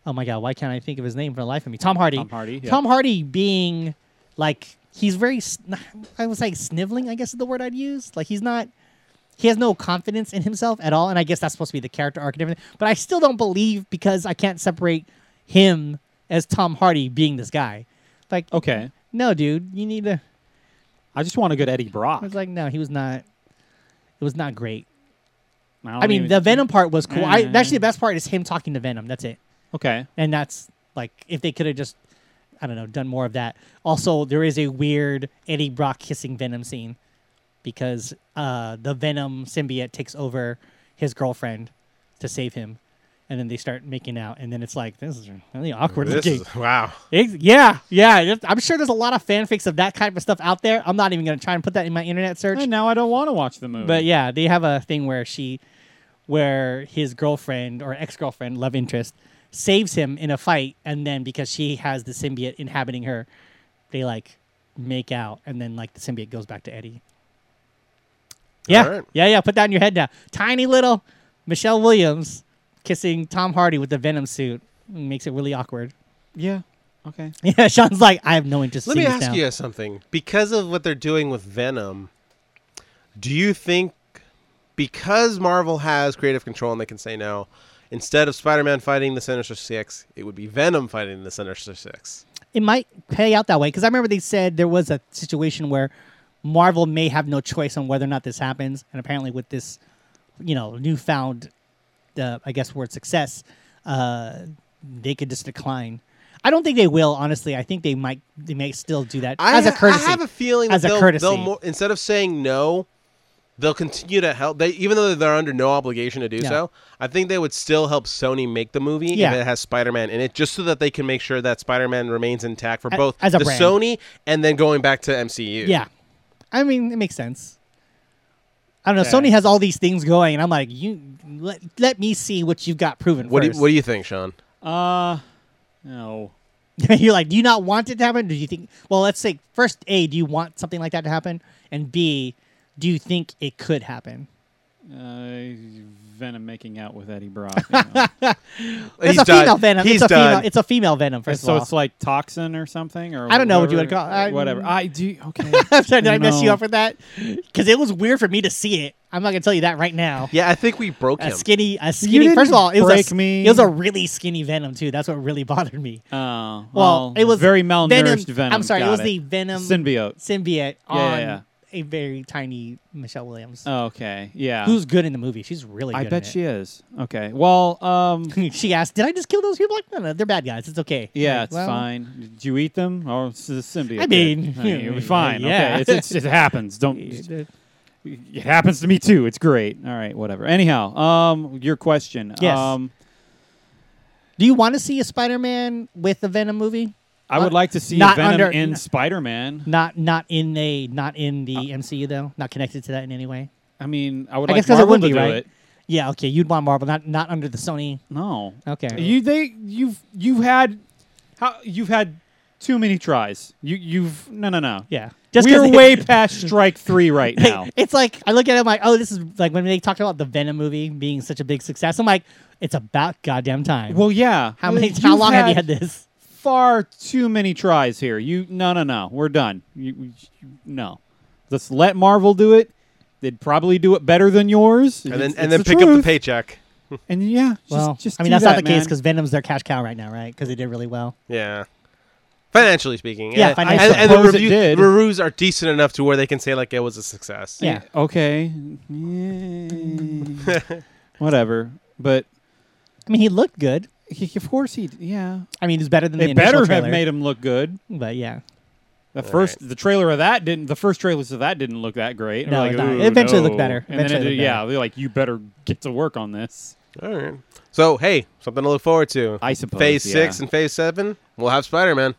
A: oh my god, why can't I think of his name for the life of me? Tom Hardy.
D: Tom Hardy, yeah.
A: Tom Hardy being like he's very. sn- I was like sniveling. I guess is the word I'd use. Like he's not. He has no confidence in himself at all, and I guess that's supposed to be the character arc and everything. But I still don't believe because I can't separate him as Tom Hardy being this guy. Like,
D: Okay.
A: no, dude, you need to.
D: I just want a good Eddie Brock.
A: I was like, no, he was not. It was not great.
D: don't
A: I mean,
D: even-
A: the Venom part was cool. I
D: Mm.
A: actually the best part is him talking to Venom. That's it.
D: Okay.
A: And that's like if they could have just I don't know, done more of that. Also, there is a weird Eddie Brock kissing Venom scene because uh the Venom symbiote takes over his girlfriend to save him. and then they start making out, and then it's like this is really awkward
C: This
A: looking.
C: is, wow.
A: Ex- yeah, yeah. it- I'm sure there's a lot of fanfics of that kind of stuff out there. I'm not even gonna try and put that in my internet search.
D: And now I don't want to watch the movie.
A: But yeah, they have a thing where she, where his girlfriend or ex girlfriend, love interest, saves him in a fight, and then because she has the symbiote inhabiting her, they like make out, and then like the symbiote goes back to Eddie. Yeah,
C: Alright.
A: yeah, yeah. Put that in your head now. Tiny little Michelle Williams kissing Tom Hardy with the Venom suit makes it really awkward.
D: yeah, okay.
A: Yeah, Sean's like, I have no interest. in
C: Let me
A: seeing
C: ask
A: this now.
C: you something. Because of what they're doing with Venom, do you think because Marvel has creative control and they can say no, instead of Spider-Man fighting the Sinister Six, it would be Venom fighting the Sinister Six?
A: it might pay out that way because I remember they said there was a situation where Marvel may have no choice on whether or not this happens, and apparently with this, you know, newfound, uh, I guess, word success, uh, they could just decline. I don't think they will, honestly. I think they might. They may still do that as a
C: ha-
A: courtesy.
C: I have a feeling
A: As
C: that
A: a
C: they'll,
A: courtesy.
C: they'll more, instead of saying no, they'll continue to help. They even though they're under no obligation to do
A: Yeah.
C: so, I think they would still help Sony make the movie
A: Yeah.
C: if it has Spider-Man in it, just so that they can make sure that Spider-Man remains intact for
A: A-
C: both
A: as a
C: the
A: brand.
C: Sony and then going back to MCU.
A: yeah, I mean, it makes sense. I don't know.
D: Yeah.
A: Sony has all these things going, and I'm like, you let, let me see what you've got proven
C: What do,
A: first.
C: you, what do you think, Sean?
D: Uh, no.
A: You're like, do you not want it to happen? Do you think? Well, let's say first, a, do you want something like that to happen? And b, do you think it could happen?
D: Uh, Venom making out with Eddie Brock. you know.
A: It's
C: He's
A: a
C: done.
A: female venom.
C: He's
A: it's a
C: done.
A: female. It's a female venom. First
D: so
A: of all,
D: it's like toxin or something, or
A: I don't know what you
D: whatever-
A: would call- I-
D: whatever. I do. Okay.
A: I'm sorry, did I
D: don't
A: mess you
D: know.
A: up with that? Because it was weird for me to see it. I'm not gonna tell you that right now.
C: yeah, I think we broke
A: A
C: him.
A: skinny, a skinny. First
D: didn't
A: of all, it was
D: break
A: a,
D: me.
A: It was a really skinny venom too. That's what really bothered me.
D: Oh, well,
A: Well, it was
D: very
A: Venom-
D: malnourished Venom.
A: I'm sorry, it
D: Got
A: was the Venom
D: symbiote.
A: symbiote
D: Yeah, yeah,
A: on
D: yeah.
A: a very tiny Michelle Williams,
D: Okay. Yeah.
A: who's good in the movie. She's really.
D: I
A: good
D: bet
A: in it.
D: she is. Okay. Well, um,
A: she asked, "Did I just kill those people?" Like, no, no, they're bad guys. It's okay.
D: yeah,
A: Like,
D: it's
A: well,
D: fine. Did you eat them? Oh, it's a symbiote.
A: I mean,
D: did. you'll be fine.
A: yeah.
D: Okay. It's, it's, it happens. Don't.
A: it-
D: It happens to me too. It's great. All right. Whatever. Anyhow, um, your question.
A: Yes.
D: Um,
A: Do you want to see a Spider-Man with a Venom movie?
D: I would like to see
A: Not
D: Venom
A: under-
D: in
A: n-
D: Spider-Man.
A: Not, not in a, not in the MCU though. Not connected to that in any way.
D: I mean, I would
A: I
D: Uh. like
A: guess 'cause it
D: Marvel
A: would
D: to
A: be,
D: do
A: right?
D: it.
A: Yeah, okay. You'd want Marvel, not, not under the Sony.
D: No.
A: Okay.
D: You they you've you've had how you've had too many tries. You you've no no no.
A: yeah.
D: We're
A: 'cause-
D: way past strike three right now.
A: It's like I look at it, I'm like, oh, this is like when they talked about the Venom movie being such a big success. I'm like, it's about goddamn time.
D: well, yeah.
A: how many?
D: You've
A: How long have you had this?
D: Far too many tries here. You no no no. We're done. You, you no. Let's let Marvel do it. They'd probably do it better than yours.
C: and then
D: It's-
C: and
D: it's
C: then pick up the
D: truth.
C: paycheck.
D: And yeah, just,
A: Well,
D: just
A: I mean,
D: do
A: that's
D: that,
A: not the case
D: man.
A: because Venom's their cash cow right now, right? Because they did really well.
C: Yeah. Financially speaking,
A: Yeah,
C: And-
A: financially.
C: and, and the
D: Suppose it
C: review,
D: did.
C: reviews are decent enough to where they can say like it was a success.
A: Yeah.
D: okay, Yeah. whatever. But
A: I mean, he looked good.
D: he, of course he, yeah.
A: I mean, he's better than
D: They
A: the
D: better
A: initial
D: have
A: trailer,
D: made him look good.
A: But yeah,
D: The
C: All
D: first, the trailer of that didn't. The first trailers of that didn't look that great. We're
A: No,
D: like,
A: it didn't.
D: "Ooh,
A: It eventually
D: no."
A: looked better.
D: And then
A: Eventually
D: it-
A: it looked
D: yeah,
A: better.
D: they're like, you better get to work on this.
C: All right. So hey, something to look forward to.
D: I suppose.
C: phase
D: yeah.
C: six and phase seven, we'll have Spider Man.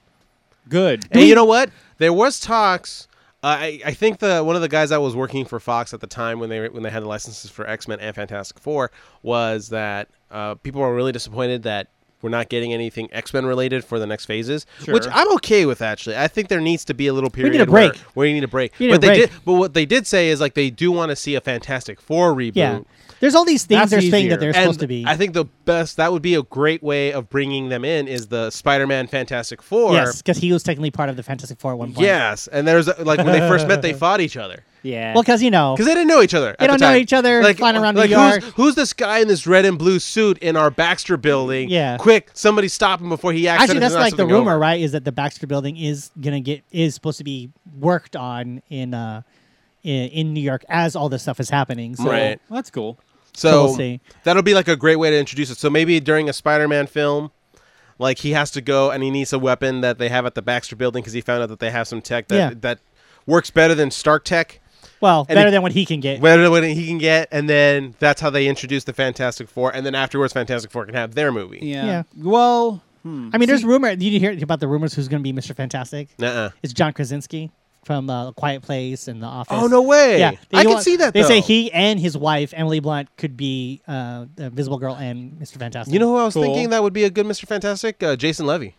D: good.
C: And you know what? There was talks. Uh, I, I think the one of the guys that was working for Fox at the time when they when they had the licenses for X Men and Fantastic Four was that uh, people were really disappointed that we're not getting anything X Men related for the next phases, which
D: Sure.
C: I'm okay with actually. I think there needs to be a little
A: need
C: period.
A: a
C: where
A: break.
C: We need a break.
A: We need
C: but
A: a
C: they
A: break.
C: did. But what they did say is like they do want to see a Fantastic Four reboot.
A: yeah. There's all these things
D: That's
A: they're saying that
D: easier.
A: they're
C: And
A: supposed to be.
C: I think the best that would be a great way of bringing them in is the Spider-Man Fantastic Four.
A: yes, because he was technically part of the Fantastic Four at one point.
C: Yes, and there's a- like when they first met, they fought each other
D: Yeah.
A: Well, because you know,
C: because they didn't know each other.
A: They
C: at the
A: don't know
C: time.
A: each other, flying around New
C: like
A: York.
C: Who's, who's this guy in this red and blue suit in our Baxter building?
A: Yeah.
C: quick, somebody stop him before he
A: actually,
C: accidentally
A: that's
C: knocks
A: like the
C: something
A: rumor,
C: over.
A: right? Is that the Baxter Building is gonna get is supposed to be worked on in uh in, in New York as all this stuff is happening. So
C: Right.
D: that's cool.
A: So
C: So
A: we'll see.
C: that'll be like a great way to introduce it. So maybe during a Spider-Man film. Like he has to go and he needs a weapon that they have at the Baxter building because he found out that they have some tech that
A: Yeah.
C: that works better than Stark tech.
A: Well,
C: And
A: better
C: it-
A: than what he can get.
C: Better than he can get, and then that's how they introduce the Fantastic Four, and then afterwards, Fantastic Four can have their movie.
A: Yeah.
D: Yeah. Well, hmm.
A: I mean, there's rumor. Did you hear about the rumors? Who's going to be Mr. Fantastic?
C: Nuh-uh.
A: It's John Krasinski from uh, Quiet Place and The Office.
C: Oh no way!
A: Yeah,
C: I
A: they
C: can
A: want-
C: see that.
A: They
C: though.
A: say he and his wife Emily Blunt could be uh, the Visible Girl and Mr. Fantastic.
C: You know who I was
B: Cool.
C: thinking that would be a good Mr. Fantastic? Uh, Jason Levy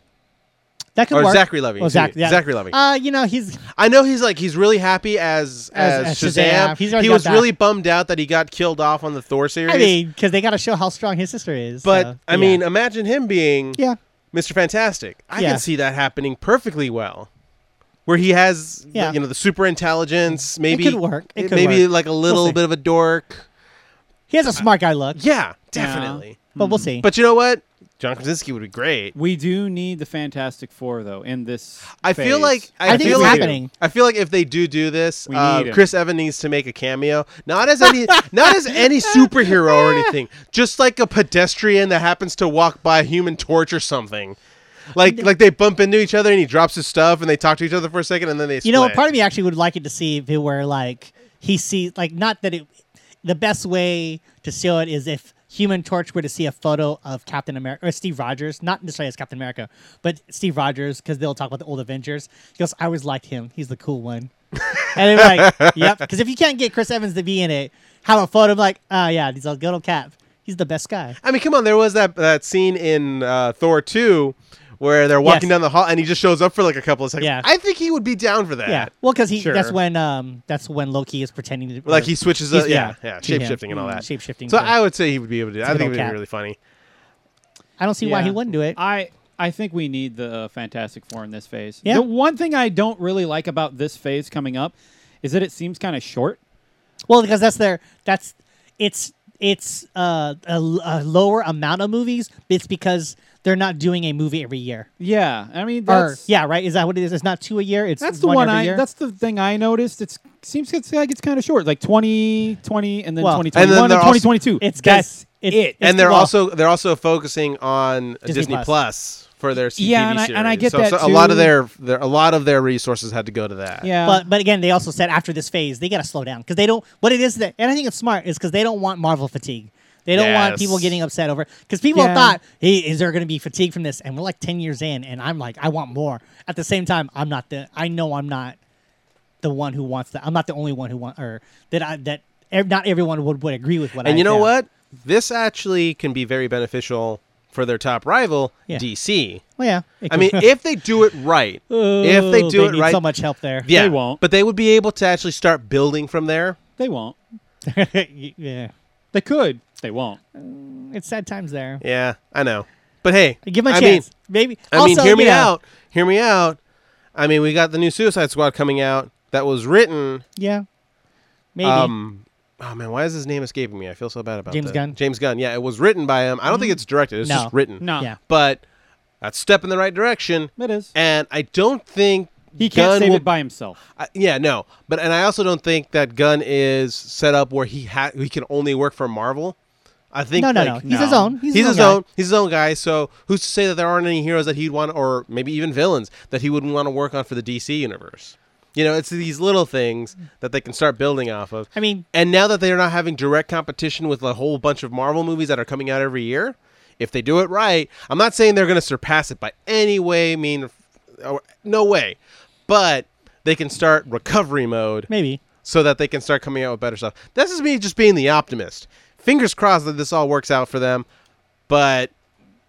A: that could
C: or
A: work.
C: Zachary Levy.
A: Oh, Zach,
C: excuse me.
A: yeah.
C: Zachary Levy.
A: Uh, you know he's
C: I know he's like he's really happy as as,
A: As- as
C: Shazam.
A: Shazam. He's already
C: He
A: got
C: was
A: that.
C: really bummed out that he got killed off on the Thor series.
A: I mean, because they got to show how strong his sister is.
C: but
A: so,
C: I
A: yeah.
C: mean, uh, imagine him being
A: yeah,
C: Mr. Fantastic. I
A: Yeah.
C: can see that happening perfectly well. Where he has, the-
A: Yeah.
C: you know, the super intelligence, maybe
A: could work. It could
C: maybe
A: work.
C: like a little
A: see.
C: bit of a dork.
A: he has a smart guy look,
C: Yeah, Mm. definitely.
A: but we'll see.
C: But you know what? John Krasinski would be great.
D: we do need the Fantastic Four though in this.
C: I feel
D: phase.
C: like I,
A: I think
C: feel
A: it's
C: like,
A: happening.
C: I feel like if they do do this,
D: We
C: uh,
D: need him.
C: Chris Evans needs to make a cameo, not as any, not as any superhero or anything, just like a pedestrian that happens to walk by Human Torch or something. Like like they bump into each other and he drops his stuff and they talk to each other for a second and then they split.
A: you know, part of me actually would like it to see if it were like he sees like not that it. The best way to show it is if Human Torch were to see a photo of Captain America or Steve Rogers, not necessarily as Captain America, but Steve Rogers, because they'll talk about the old Avengers. He goes, "I always liked him. He's the cool one." and they're like, "Yep." Because if you can't get Chris Evans to be in it, have a photo of like, "Oh yeah, he's a good old Cap. He's the best guy."
C: I mean, come on, there was that that scene in uh, Thor two where they're walking
A: Yes.
C: down the hall and he just shows up for like a couple of seconds.
A: Yeah.
C: I think he would be down for that.
A: Yeah. Well, because he
B: Sure.
A: that's when um that's when Loki is pretending to
C: Like
A: or-
C: he switches,
A: he's-
C: up, yeah,
A: to
C: yeah,
A: him.
C: shape shifting and all that.
A: Shapeshifting.
C: So
A: to-
C: I would say he would be able to. do it. I
A: good
C: think it
A: old
C: would be
A: cat.
C: really funny.
A: I don't see why he
D: Yeah.
A: wouldn't do it.
D: I I think we need the uh, Fantastic Four in this phase.
A: Yeah.
D: The one thing I don't really like about this phase coming up is that it seems kind of short.
A: Well, because that's their that's it's it's uh, a, l- a lower amount of movies. but It's because they're not doing a movie every year.
D: Yeah, I mean
A: Or
D: that's
A: yeah, right? Is that what it is? It's not two a year. It's
D: that's the one,
A: every
D: I
A: year.
D: that's the thing I noticed. It seems it's like it's kind of short, like 20, 20, and then
A: Well,
D: twenty
C: And
D: twenty
C: then
D: one and
C: they're also-
D: twenty twenty two.
A: it's 'cause
D: that's
A: it-
D: it.
A: it's
C: and they're
A: well-
C: also they're also focusing on Disney, Plus.
A: Plus.
C: for their CTV
D: Yeah, and I-
C: series.
D: and I get
C: so,
D: that
C: so a lot of
D: too.
C: their, their a lot of their resources had to go to that.
D: yeah,
A: But but again, they also said after this phase, they got to slow down because they don't. What it is that, and I think it's smart, is because they don't want Marvel fatigue. They don't want people
C: Yes.
A: getting upset over because people
D: Yeah.
A: thought, "Hey, is there going to be fatigue from this?" And we're like ten years in, and I'm like, I want more. At the same time, I'm not the. I know I'm not the one who wants that. I'm not the only one who want or that I that ev- not everyone would, would agree with what.
C: And
A: I
C: you know
A: feel.
C: what? This actually can be very beneficial for their top rival,
A: Yeah.
C: DC.
A: Well, yeah. it
C: I mean,
A: could-
C: if they do it right, if they
A: Oh,
C: do it
A: need
C: right,
A: so much help there.
C: yeah,
D: They won't.
C: But they would be able to actually start building from there.
D: they won't.
A: yeah.
D: They could. They won't.
A: It's sad times there.
C: Yeah, I know. But hey,
A: Give them a
C: I mean-
A: chance, maybe.
C: I mean,
A: Also,
C: hear me
A: yeah.
C: out. Hear me out. I mean, we got the new Suicide Squad coming out that was written
A: Yeah. Maybe.
C: Um, oh man, why is his name escaping me? I feel so bad about
A: James
C: that.
A: Gunn? Mm-hmm.
C: James Gunn. Yeah, it was written by him. I don't think it's directed. It's
A: No.
C: just written.
D: No,
A: yeah.
C: But that's a step in the right direction.
D: it is.
C: And I don't think
D: He can't
C: Gunn
D: save
C: will-
D: it by himself.
C: I- yeah, no. But and I also don't think that Gunn is set up where he ha- he can only work for Marvel. I think
A: No, no,
C: like,
A: no. He's his
D: no.
A: own.
C: He's,
A: He's,
C: his
A: guy.
C: own. He's his own guy. So who's to say that there aren't any heroes that he'd want, or maybe even villains that he wouldn't want to work on for the DC universe? You know, it's these little things that they can start building off of.
A: I mean,
C: And now that they're not having direct competition with a whole bunch of Marvel movies that are coming out every year, if they do it right, I'm not saying they're going to surpass it by any way, mean, or- no way, but they can start recovery mode
A: maybe.
C: so that they can start coming out with better stuff. This is me just being the optimist. Fingers crossed that this all works out for them, but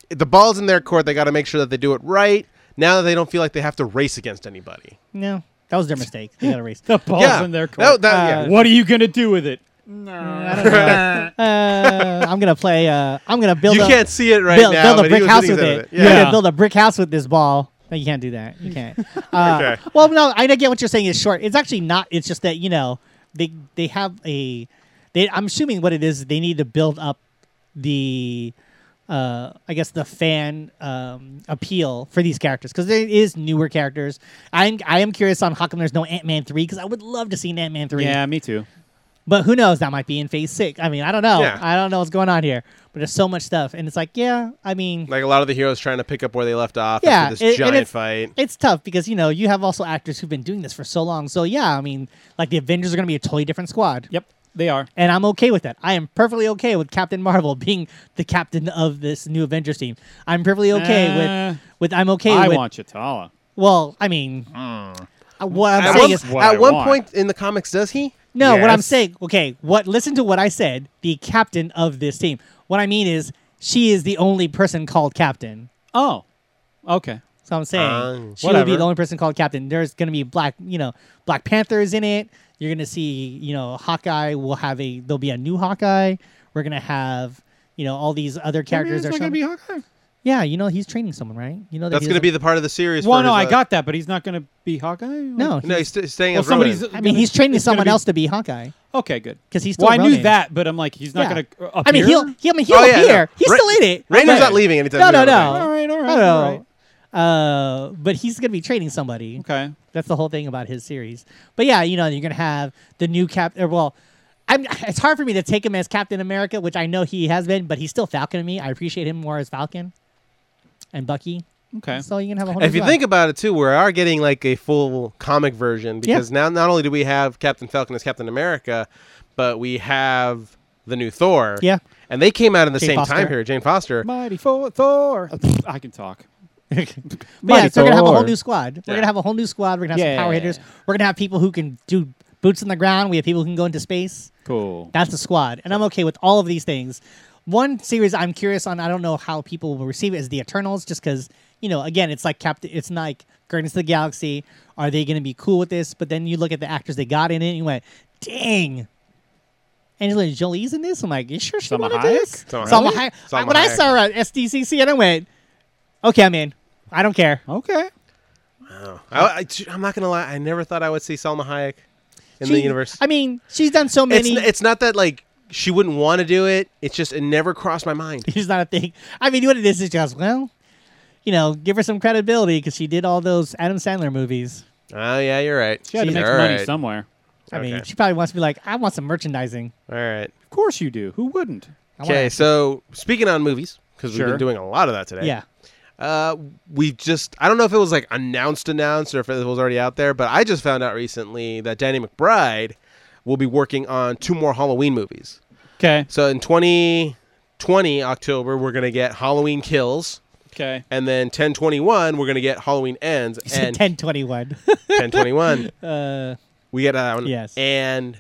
C: the ball's in their court. They got to make sure that they do it right. Now that they don't feel like they have to race against anybody.
A: No, that was their mistake. They got a race.
D: The ball's
C: Yeah.
D: in their
C: That-
D: court.
C: that- yeah.
D: What are you gonna do with it?
A: Uh, I'm gonna play. Uh, I'm gonna build.
C: You
A: a,
C: can't see it right
A: build,
C: now.
A: build
C: but
A: a
C: he
A: brick
C: was
A: house
C: hitting
A: with
C: his
A: it.
C: head
A: I'm
D: Yeah.
A: gonna build a brick house with this ball. No, you can't do that. You can't. Uh,
C: Okay.
A: Well, no, I get what you're saying. Is short. It's actually not. It's just that you know they they have a. They, I'm assuming what it is. They need to build up the. Uh, I guess the fan um, appeal for these characters because there is newer characters. I'm I am curious on how come there's no Ant Man three because I would love to see Ant Man three.
D: Yeah, me too.
A: But who knows? That might be in phase six. I mean, I don't know.
C: Yeah.
A: I don't know what's going on here. But there's so much stuff, and it's like, yeah, I mean,
C: Like a lot of the heroes trying to pick up where they left off
A: yeah,
C: after this
A: it- and
C: giant
A: it's-
C: fight.
A: It's tough because you know you have also actors who've been doing this for so long. So yeah, I mean, like the Avengers are going to be a totally different squad.
D: Yep, they are.
A: And I'm okay with that. I am perfectly okay with Captain Marvel being the captain of this new Avengers team. I'm perfectly okay
D: Uh,
A: with with I'm okay
D: I
A: with
D: want Chitala.
A: Well, I mean,
C: Hmm.
A: uh, what I'm
C: At
A: saying
C: one,
A: is
D: what I
C: at one
D: want.
C: point in the comics, does he?
A: no. What I'm
D: Yes.
A: saying, okay, what? Listen to what I said. The captain of this team. What I mean is, she is the only person called captain.
D: Oh, okay.
A: So I'm saying
C: Oh.
A: she would be
D: Whatever.
A: the only person called captain. There's gonna be black, you know, Black Panthers in it. You're gonna see, you know, Hawkeye will have a. There'll be a new Hawkeye. We're gonna have, you know, all these other characters are showing.
D: Hawkeye.
A: yeah, you know, he's training someone, right? You know, that
C: That's
A: he
C: going to
A: doesn't-
C: be the part of the series.
D: Well,
C: for
D: no,
C: his,
D: I
C: uh,
D: got that, but he's not going to be Hawkeye.
A: No,
C: No, he's st- staying
D: Well,
C: as Ronan.
D: somebody's.
A: I mean, he's training someone else to be Hawkeye.
D: Okay, good.
A: Because he's
D: Well, I
A: still
D: knew
A: Ronin.
D: that, but I'm like, he's not
A: Yeah.
D: going to. Uh,
A: I mean, he'll,
D: appear?
A: he, I mean, he'll
C: Oh, yeah, no.
A: appear. He's
C: Ra-
A: still in it.
C: Rainer's
A: Okay.
C: not leaving anytime
A: No,
C: soon,
A: no,
C: I don't
A: no.
C: think.
D: All right, all right,
A: No, no.
D: all right.
A: Uh, but he's gonna be training somebody.
D: Okay.
A: That's the whole thing about his series. But yeah, you know, you're gonna have the new cap. Or well, I'm, it's hard for me to take him as Captain America, which I know he has been, but he's still Falcon to me. I appreciate him more as Falcon and Bucky.
D: Okay.
A: So you can have a whole.
C: If
A: new
C: you
A: squad.
C: think about it too, we are getting like a full comic version
A: Yeah.
C: because now not only do we have Captain Falcon as Captain America, but we have the new Thor.
A: Yeah.
C: and they came out in the
A: Jane
C: same
A: Foster.
C: time period. Jane Foster.
D: Mighty Fo- Thor. I can talk.
A: But yeah,
D: Mighty
A: so we're gonna have a whole
D: Thor.
A: new squad. We're
C: Yeah.
A: gonna have a whole new squad. We're gonna have
D: Yeah.
A: some power hitters. We're gonna have people who can do boots on the ground. We have people who can go into space.
D: Cool.
A: That's the squad, and I'm okay with all of these things. One series I'm curious on. I don't know how people will receive it is the Eternals, just because you know, again, it's like Captain. It's like Guardians of the Galaxy. Are they going to be cool with this? But then you look at the actors they got in it, and you went, "Dang, Angelina Jolie's in this." I'm like, "You sure she
D: Salma
A: wanted
D: Hayek?
A: this?"
C: Salma
A: Salma
C: Hayek?
A: Hayek.
C: Salma
A: when I
C: Hayek.
A: saw her at SDCC, and I went, "Okay, I'm in. I don't care."
D: Okay.
C: I, am not gonna lie. I never thought I would see Salma Hayek in the
A: She-
C: universe.
A: I mean, she's done so
C: it's,
A: many.
C: n- it's not that like she wouldn't want to do it. It's just it never crossed my mind.
A: It's not a thing. I mean, what it is is just well, you know, give her some credibility because she did all those Adam Sandler movies.
C: Oh yeah, you're right.
D: She had to make
C: All
D: money
C: right.
D: somewhere.
A: I mean,
C: Okay.
A: she probably wants to be like, I want some merchandising.
C: All right.
D: Of course you do. Who wouldn't?
A: I want
C: Okay.
A: it."
C: So speaking on movies, because we've
D: Sure.
C: been doing a lot of that today.
A: yeah,
C: Uh, we just I don't know if it was like announced announced or if it was already out there, but I just found out recently that Danny McBride will be working on two more Halloween movies.
D: Okay.
C: So in 2020 October, we're going to get Halloween Kills
D: Okay.
C: and then 1021 we're going to get Halloween Ends
A: it's
C: and
A: ten twenty one.
C: 1021
A: uh,
C: we get that one.
A: Yes.
C: And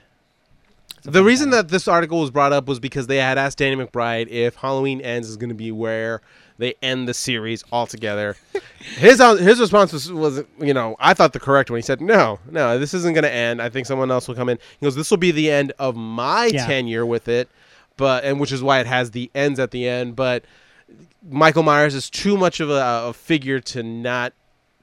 C: the reason that this article was brought up was because they had asked Danny McBride if Halloween Ends is going to be where they end the series altogether. his uh, his response was, was, you know, I thought the correct one. He said, no, no, this isn't going to end. I think someone else will come in. He goes, this will be the end of my
A: Yeah.
C: tenure with it, but and which is why it has the ends at the end. But Michael Myers is too much of a, a figure to not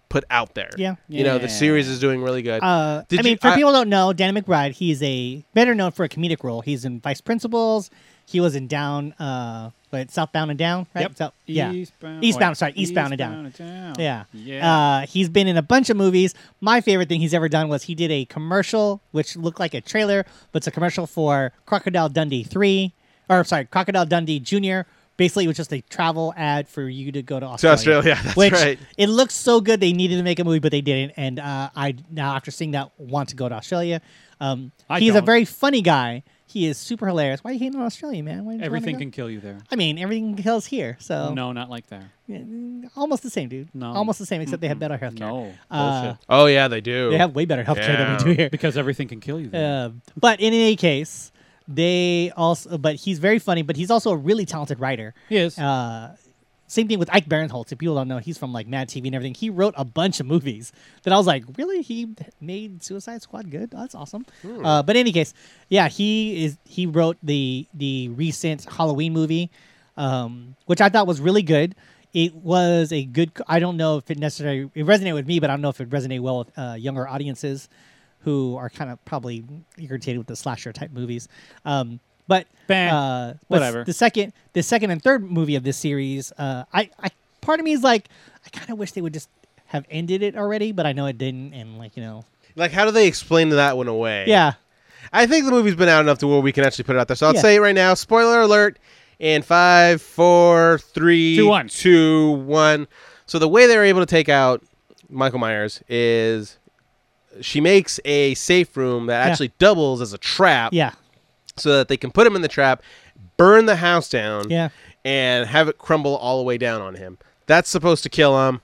C: put out there.
A: Yeah.
C: you know, the
D: Yeah.
C: series is doing really good.
A: uh,
C: Did
A: I mean,
C: you-
A: for
C: I-
A: people who don't know, Danny McBride, he's a better known for a comedic role. He's in Vice Principals. He was in Down, uh, but Southbound and Down, right? So- yeah.
D: Eastbound. Oh,
A: Eastbound,
D: wait,
A: sorry, Eastbound and Down.
D: and
A: Yeah.
D: Yeah.
A: Uh, he's been in a bunch of movies. My favorite thing he's ever done was he did a commercial, which looked like a trailer, but it's a commercial for Crocodile Dundee 3, or sorry, Crocodile Dundee Jr. Basically, it was just a travel ad for you to go to Australia.
C: Australia, that's
A: which
C: right.
A: It looks so good they needed to make a movie, but they didn't. And uh, I now, after seeing that, want to go to Australia. Um,
D: I
A: he's
D: don't.
A: a very funny guy. He is super hilarious. Why are you hating on Australia, man? Why didn't you wanna
D: Everything
A: go?
D: can kill you there.
A: I mean, everything kills here. So
D: No, not like there.
A: yeah, almost the same, dude.
D: No.
A: Almost the same, except they have better healthcare.
D: No.
A: Uh,
D: Bullshit.
C: Oh yeah, they do.
A: They have way better healthcare
C: Yeah.
A: than we do here.
D: Because everything can kill you there.
A: Um, but in any case, they also. But he's very funny. But he's also a really talented writer.
D: He is.
A: Uh, same thing with Ike Barinholtz. If people don't know, he's from like Mad TV and everything. He wrote a bunch of movies that I was like, really? He made Suicide Squad good? That's awesome. Uh, but in any case, yeah, he is. He wrote the the recent Halloween movie, um, which I thought was really good. It was a good. I don't know if it necessarily it resonated with me, but I don't know if it resonated well with uh, younger audiences who are kind of probably irritated with the slasher type movies. Um, but
D: Bah,
A: uh, but
D: whatever.
A: The second, the second and third movie of this series, uh, I, I, part of me is like, I kind of wish they would just have ended it already, but I know it didn't, and like you know,
C: Like, how do they explain that one away?
A: yeah,
C: I think the movie's been out enough to where we can actually put it out there. So I'll
A: Yeah.
C: say it right now. Spoiler alert! In five, four, three,
D: Two, one.
C: two, one. So the way they were able to take out Michael Myers is she makes a safe room that
A: Yeah.
C: actually doubles as a trap,
A: Yeah.
C: so that they can put him in the trap, burn the house down,
A: Yeah.
C: and have it crumble all the way down on him. That's supposed to kill him.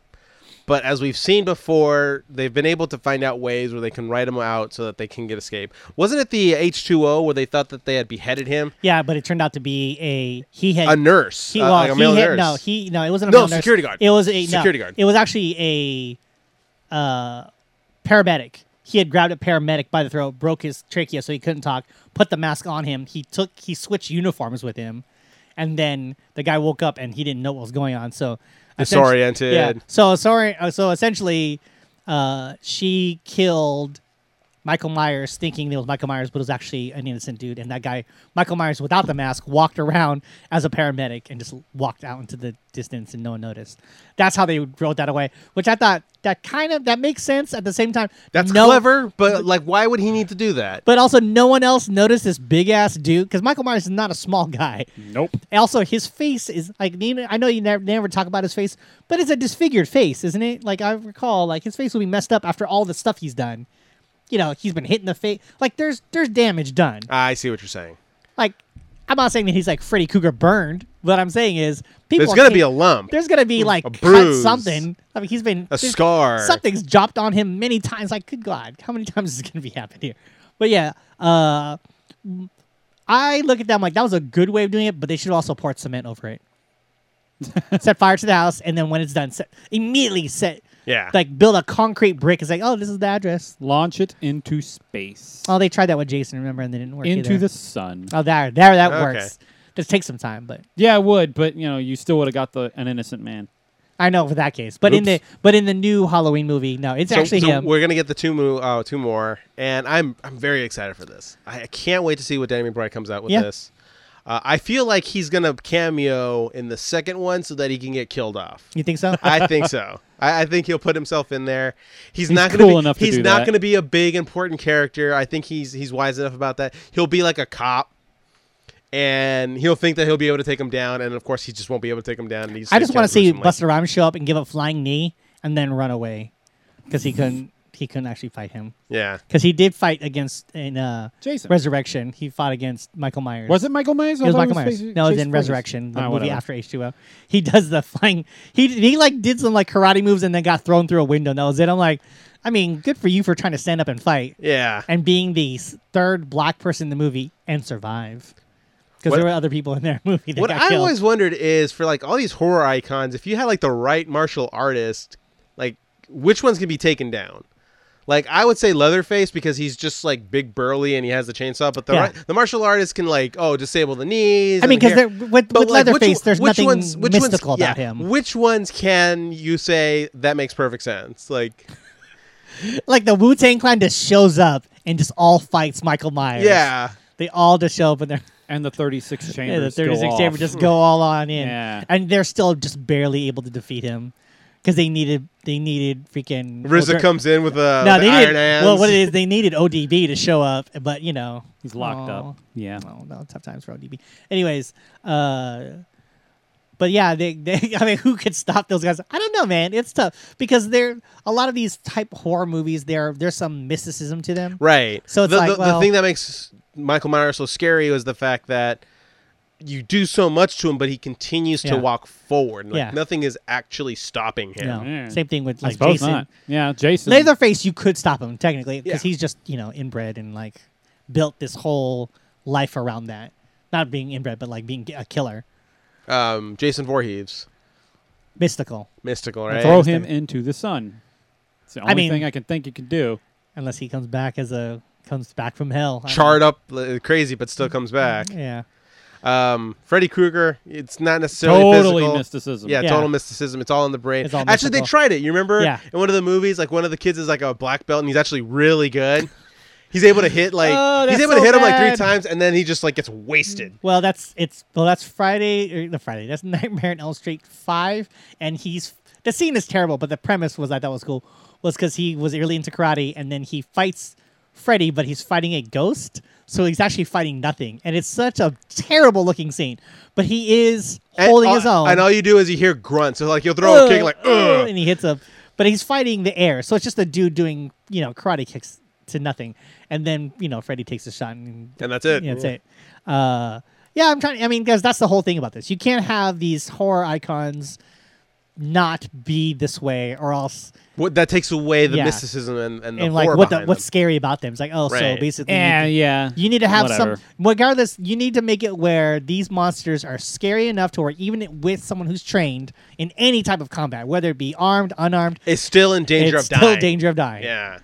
C: But as we've seen before, they've been able to find out ways where they can write him out so that they can get escape. Wasn't it the H2O where they thought that they had beheaded him?
A: Yeah, but it turned out to be a he had
C: A nurse.
A: He,
C: uh,
A: well,
C: like a male
A: he had,
C: nurse.
A: no, he no, it wasn't a
C: No,
A: male nurse.
C: security guard.
A: It was a no,
C: Security guard.
A: It was actually a uh, paramedic. He had grabbed a paramedic by the throat, broke his trachea, so he couldn't talk. Put the mask on him. He took he switched uniforms with him, and then the guy woke up and he didn't know what was going on. So essentially-
C: Disoriented.
A: Yeah. So sorry. uh, So essentially, uh, she killed Michael Myers thinking it was Michael Myers, but it was actually an innocent dude. And that guy, Michael Myers, without the mask, walked around as a paramedic and just walked out into the distance and no one noticed. That's how they wrote that away, which I thought that kind of that makes sense at the same time.
C: That's
A: no,
C: clever, but like, why would he need to do that?
A: But also, no one else noticed this big ass dude because Michael Myers is not a small guy.
D: Nope.
A: Also, his face is like you know- I know you never, never talk about his face, but it's a disfigured face, isn't it? Like I recall, like his face will be messed up after all the stuff he's done. You know, he's been hitting the face. Like there's there's damage done.
C: I see what you're saying.
A: Like I'm not saying that he's like Freddy Cougar burned. What I'm saying is people.
C: There's gonna
A: can't-
C: be a lump,
A: There's gonna be like
C: a
A: cut
C: bruise,
A: something. I mean, he's been
C: a
A: there's-
C: scar.
A: Something's dropped on him many times. Like, good God, how many times is this gonna be happening here? But yeah, uh, I look at that. I'm like, that was a good way of doing it, but they should also pour cement over it. set fire to the house, and then when it's done, set, immediately set
C: Yeah.
A: like build a concrete brick. It's like, oh, this is the address.
D: Launch it into space.
A: Oh, they tried that with Jason, remember, and they didn't work.
D: into
A: either.
D: the sun.
A: oh, there, there, that
C: Okay.
A: works. Just take some time, but
D: Yeah, I would, but you know, you still would have got the an innocent man.
A: I know for that case. But in the
D: Oops.
A: but in the new Halloween movie, no, it's
C: So-
A: actually
C: so
A: him.
C: We're gonna get the two mo- uh, two more, and I'm I'm very excited for this. I, I can't wait to see what Danny McBride comes out with
A: Yeah.
C: this. Uh, I feel like he's gonna cameo in the second one so that he can get killed off.
A: You think so?
C: I think so. I, I think he'll put himself in there. He's, not
D: cool
C: gonna be,
D: enough to
C: he's
D: do
C: not
D: that.
C: gonna be a big important character. I think he's he's wise enough about that. He'll be like a cop. And he'll think that he'll be able to take him down, and of course he just won't be able to take him down. And he
A: I just want to see
C: Buster.
A: Buster Rhymes show up and give a flying knee and then run away because he couldn't he couldn't actually fight him
C: Yeah,
A: because he did fight against in uh,
D: Jason.
A: Resurrection. He fought against Michael Myers.
D: was it Michael Myers?
A: It
D: I
A: was
D: thought
A: Michael Myers.
D: Jason-
A: no, it was
D: Jason
A: in
D: Voorhees.
A: Resurrection, the
D: Ah,
A: movie
D: whatever.
A: after H two O. He does the flying. He he like did some like karate moves and then got thrown through a window. And that was it. I'm like, I mean, good for you for trying to stand up and fight
C: yeah.
A: and being the s- third black person in the movie and survive because
C: What-
A: there were other people in their movie that
C: what
A: got
C: I
A: killed.
C: always wondered is for like all these horror icons, if you had like the right martial artist, like which one's gonna be taken down? Like I would say Leatherface because he's just like big burly and he has the chainsaw, but the
A: Yeah.
C: right, the martial artist can like oh disable the knees.
A: I mean,
C: and the
A: 'cause
C: hair.
A: they're- with-
C: But,
A: with
C: like, which
A: Leatherface,
C: one-
A: there's
C: which
A: nothing
C: ones- which
A: mystical
C: ones,
A: about
C: yeah,
A: him.
C: Which ones can you say that makes perfect sense? Like
A: like the Wu Tang Clan just shows up and just all fights Michael Myers.
C: yeah,
A: they all just show up and they're
D: And the 36 chambers.
A: yeah, the 36
D: go
A: chamber
D: off.
A: just go all on in,
D: Yeah.
A: and they're still just barely able to defeat him because they needed they needed freaking
C: RZA
A: Odor-
C: comes in with a
A: No,
C: the
A: they
C: iron
A: needed
C: hands.
A: well, what it is they needed ODB to show up, but you know
D: He's locked up. Yeah.
A: Oh no, tough times for ODB. Anyways, uh, but yeah, they, they I mean, who could stop those guys? I don't know, man. It's tough because they're a lot of these type horror movies. There, there's some mysticism to them.
C: Right.
A: So it's
C: the,
A: like,
C: the, the
A: well-
C: thing that makes Michael Myers so scary was the fact that you do so much to him, but he continues
A: Yeah.
C: to walk forward. Like
A: Yeah.
C: nothing is actually stopping him.
A: No,
D: Yeah.
A: same thing with
D: I
A: like
D: suppose
A: Jason.
D: not. Yeah, Jason.
A: Leatherface, you could stop him technically because
C: Yeah.
A: he's just you know inbred and like built this whole life around that. Not being inbred, but like being a killer,
C: Um, Jason Voorhees,
A: mystical.
C: mystical, right?
D: Throw him into the sun. It's the only
A: mean-
D: thing I can think you can do.
A: Unless he comes back as a comes back from hell. I don't-
C: Charred up, li- crazy, but still comes back.
A: Yeah.
C: Um, Freddy Krueger, it's not necessarily
D: Totally
C: physical.
D: mysticism.
C: Yeah,
A: Yeah.
C: total mysticism. It's all in the brain.
A: It's all
C: actually, they
A: mystical.
C: tried it. You remember?
A: Yeah.
C: In one of the movies, like one of the kids is like a black belt, and he's actually really good. He's able to hit like
A: Oh,
C: he's
A: that's
C: able to
A: so
C: hit him like three
A: bad.
C: times, and then he just like gets wasted.
A: Well, that's it's well, that's Friday or the Friday. That's Nightmare on Elm Street five, and he's the scene is terrible, but the premise was I thought was cool was because he was really into karate, and then he fights Freddy, but he's fighting a ghost. So he's actually fighting nothing, and it's such a terrible looking scene. But he is holding
C: all,
A: his own. Oh,
C: And uh, all you do is you hear grunts. So like you'll throw a kick, like
A: "Ugh,"
C: Ugh.
A: and he hits him. But he's fighting the air, so it's just a dude doing you know karate kicks to nothing, and then you know Freddy takes a shot, and,
C: and that's it.
A: yeah, that's it. Uh, yeah, I'm trying. I mean, guys, that's the whole thing about this. You can't have these horror icons not be this way, or else
C: What, that takes away the
A: Yeah.
C: mysticism and, and the
A: and like
C: horror
A: what the,
C: behind
A: what's
C: them.
A: scary about them? It's like oh, so
C: Right.
A: basically, you
D: Yeah, yeah.
A: You need to have
D: Whatever.
A: some. Regardless, you need to make it where these monsters are scary enough to where even with someone who's trained in any type of combat, whether it be armed, unarmed,
C: It's still in danger
A: it's
C: of
A: still
C: dying.
A: danger of dying.
C: Yeah.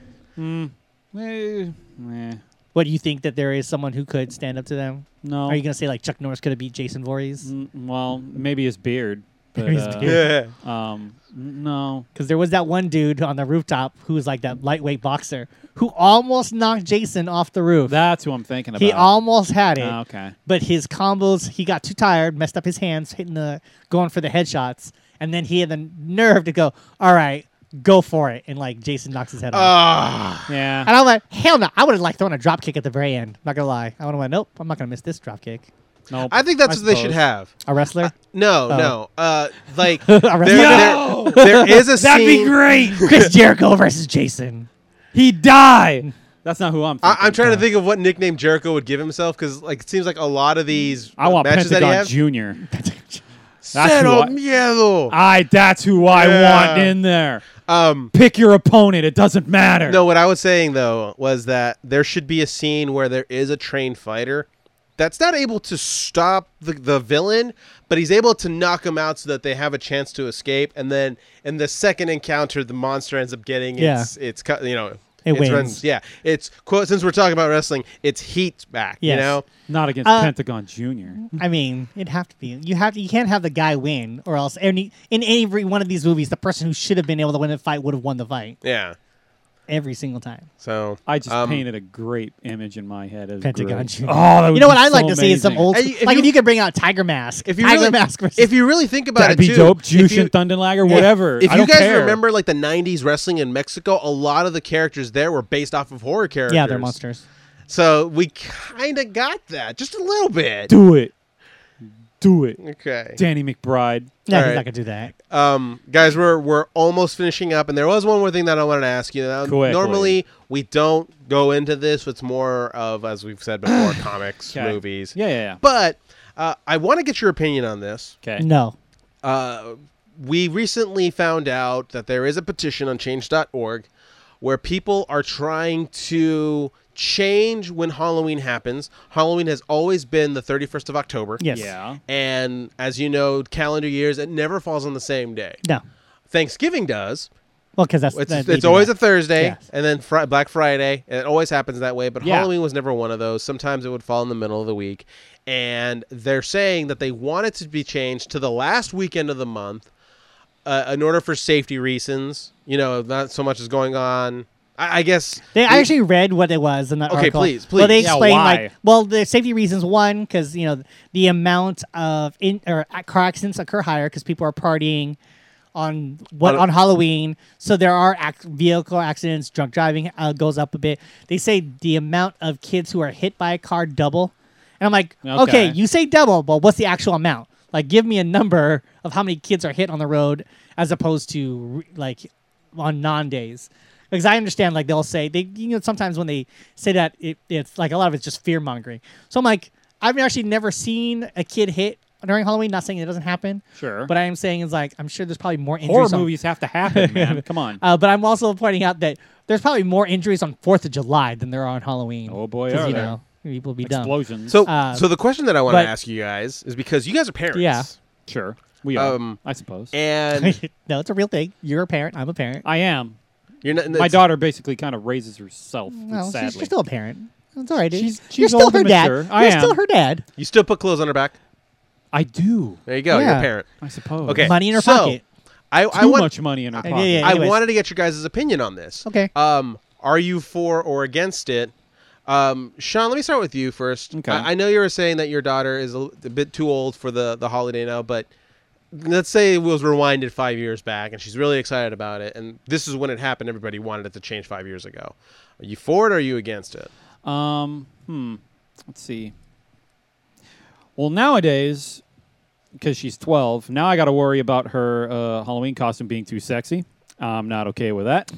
D: Eh, eh,
A: What do you think that there is someone who could stand up to them?
D: no.
A: Are you gonna say like Chuck Norris could have beat Jason Voorhees?
D: Mm, well, maybe his beard. But,
A: His
D: uh,
A: beard.
C: Yeah.
D: Um, n- no.
A: Because there was that one dude on the rooftop who was like that lightweight boxer who almost knocked Jason off the roof.
D: That's who I'm thinking about.
A: he almost had it.
D: Ah, okay.
A: But his combos, he got too tired, messed up his hands, hitting the, going for the headshots, and then he had the nerve to go, "All right, go for it," and like Jason knocks his head off.
C: Ah.
D: Yeah.
A: and I'm like, "Hell no!" I would have like thrown a drop kick at the very end. Not gonna lie, I would have went, "Nope, I'm not gonna miss this drop kick."
D: Nope.
C: I think that's
D: I
C: what they should
D: suppose.
C: have.
A: A wrestler,
C: No,
A: Oh.
C: no. Uh, like there,
A: a wrestler,
C: there, there is a
D: That'd be
C: scene.
D: great.
A: Chris Jericho versus Jason.
D: He'd die. That's not who I'm.
C: I,
D: Thinking.
C: I'm trying to think of what nickname Jericho would give himself because like it seems like a lot of these
D: I want
C: matches that he
D: Pentagon
C: has.
D: Junior. That's
C: Cero
D: who I-
C: miedo.
D: I. That's who I
C: Yeah.
D: want in there.
C: um,
D: Pick your opponent. It doesn't matter.
C: no, what I was saying though was that there should be a scene where there is a trained fighter that's not able to stop the, the villain, but he's able to knock him out so that they have a chance to escape. And then in the second encounter, the monster ends up getting
A: Yeah.
C: its its cut. You know,
A: It
C: its
A: wins.
C: runs- Yeah, it's quote since we're talking about wrestling, it's heat back. You
A: Yes.
C: know,
D: Not against
A: Uh,
D: Pentagon Junior.
A: I mean, it'd have to be. You have to, you can't have the guy win, or else any in every one of these movies, the person who should have been able to win the fight would have won the fight
C: yeah.
A: every single time.
C: So
D: I just
C: um,
D: painted a great image in my head. Of
A: Pentagon
D: Groot.
A: Junior.
D: Oh, that would
A: You know
D: be
A: what I'd
D: so
A: like to see is some
D: amazing.
A: old,
C: Hey, if
A: like
C: you-
A: if you could bring out Tiger Mask,
C: if you
A: Tiger
C: really,
A: Mask versus
C: if you really think about
D: That'd
C: it,
D: be
C: too,
D: dope.
C: if you-
D: Jushin Thunderlager, whatever.
C: If, if
D: I
C: you
D: don't
C: guys
D: care.
C: remember, like the '90s wrestling in Mexico, a lot of the characters there were based off of horror characters.
A: yeah, they're monsters.
C: So we kind of got that, just a little bit.
D: do it, do it.
C: Okay,
D: Danny McBride.
A: Yeah,
C: Alright.
A: he's not gonna do that.
C: um, guys, we're we're almost finishing up, and there was one more thing that I wanted to ask you. Now,
D: Quickly.
C: normally, we don't go into this. It's more of, as we've said before, comics,
D: Okay.
C: movies.
D: Yeah, yeah,
C: But uh, I want to get your opinion on this.
D: yeah. Okay.
A: No,
C: Uh, we recently found out that there is a petition on change.org where people are trying to change when Halloween happens. Halloween has always been the 31st of October.
A: yes,
D: Yeah.
C: And as you know, calendar years, it never falls on the same day.
A: no.
C: Thanksgiving does.
A: Well, because that's
C: It's,
A: that- they
C: it's
A: do
C: always
A: that.
C: a Thursday
A: Yes.
C: and then Fri Black Friday. And it always happens that way. But
D: Yeah.
C: Halloween was never one of those. Sometimes it would fall in the middle of the week. And they're saying that they want it to be changed to the last weekend of the month uh, in order for safety reasons. You know, not so much is going on. I, I guess.
A: They, I actually read what it was in that
C: Okay,
A: article.
C: please,
A: Well, they
C: please. Yeah,
A: explain
D: why?
A: like well the safety reasons. One, because you know the amount of in or ac- car accidents occur higher because people are partying on what
C: On-
A: on, Halloween. So there are ac- vehicle accidents, drunk driving uh, goes up a bit. They say the amount of kids who are hit by a car double, and I'm like,
D: Okay.
A: okay, you say double, but what's the actual amount? Like, give me a number of how many kids are hit on the road as opposed to re- like on non days. Because I understand, like they'll say they, you know, sometimes when they say that, it, it's like a lot of it's just fear mongering. So I'm like, I've actually never seen a kid hit during Halloween. Not saying it doesn't happen,
D: Sure.
A: but I am saying is like I'm sure there's probably more injuries.
D: Horror
A: on-
D: movies have to happen, man. Come on.
A: uh, but I'm also pointing out that there's probably more injuries on Fourth of July than there are on Halloween.
D: Oh, boy,
A: 'Cause,
D: are
A: you
D: there.
A: know people be dumb.
D: Explosions.
C: So,
A: Uh,
C: so the question that I want to
A: but-
C: ask you guys is because you guys are parents.
A: Yeah.
D: sure. We are.
C: Um,
D: I suppose.
C: And
A: no, it's a real thing. You're a parent. I'm a parent.
D: I am.
C: you're not.
D: My daughter basically kind of raises herself.
A: No, she's,
D: sadly.
A: she's still a parent. It's all right. dude.
D: She's-
A: You're
D: she's
A: still
D: old
A: her
D: and
A: dad.
D: mature.
A: You're
D: I
A: still
D: am.
A: her dad.
C: You still put clothes on her back.
D: I do.
C: There you go. You're a
A: Yeah.
C: parent.
D: I suppose.
C: Okay.
A: Money in her
C: so,
A: pocket.
C: I,
D: Too
C: I want
D: much money in her
A: Yeah,
D: pocket.
A: yeah, yeah.
C: I
A: Anyways.
C: wanted to get your guys' opinion on this.
A: Okay.
C: Um, are you for or against it? Um, Sean, let me start with you first.
D: Okay.
C: I, I know you were saying that your daughter is a, l- a bit too old for the, the holiday now, but let's say it was rewinded five years back and she's really excited about it and this is when it happened everybody wanted it to change five years ago are you for it or are you against it
D: Um, hmm. Let's see. Well, nowadays, because she's 12, now I got to worry about her uh, Halloween costume being too sexy. I'm not okay with that.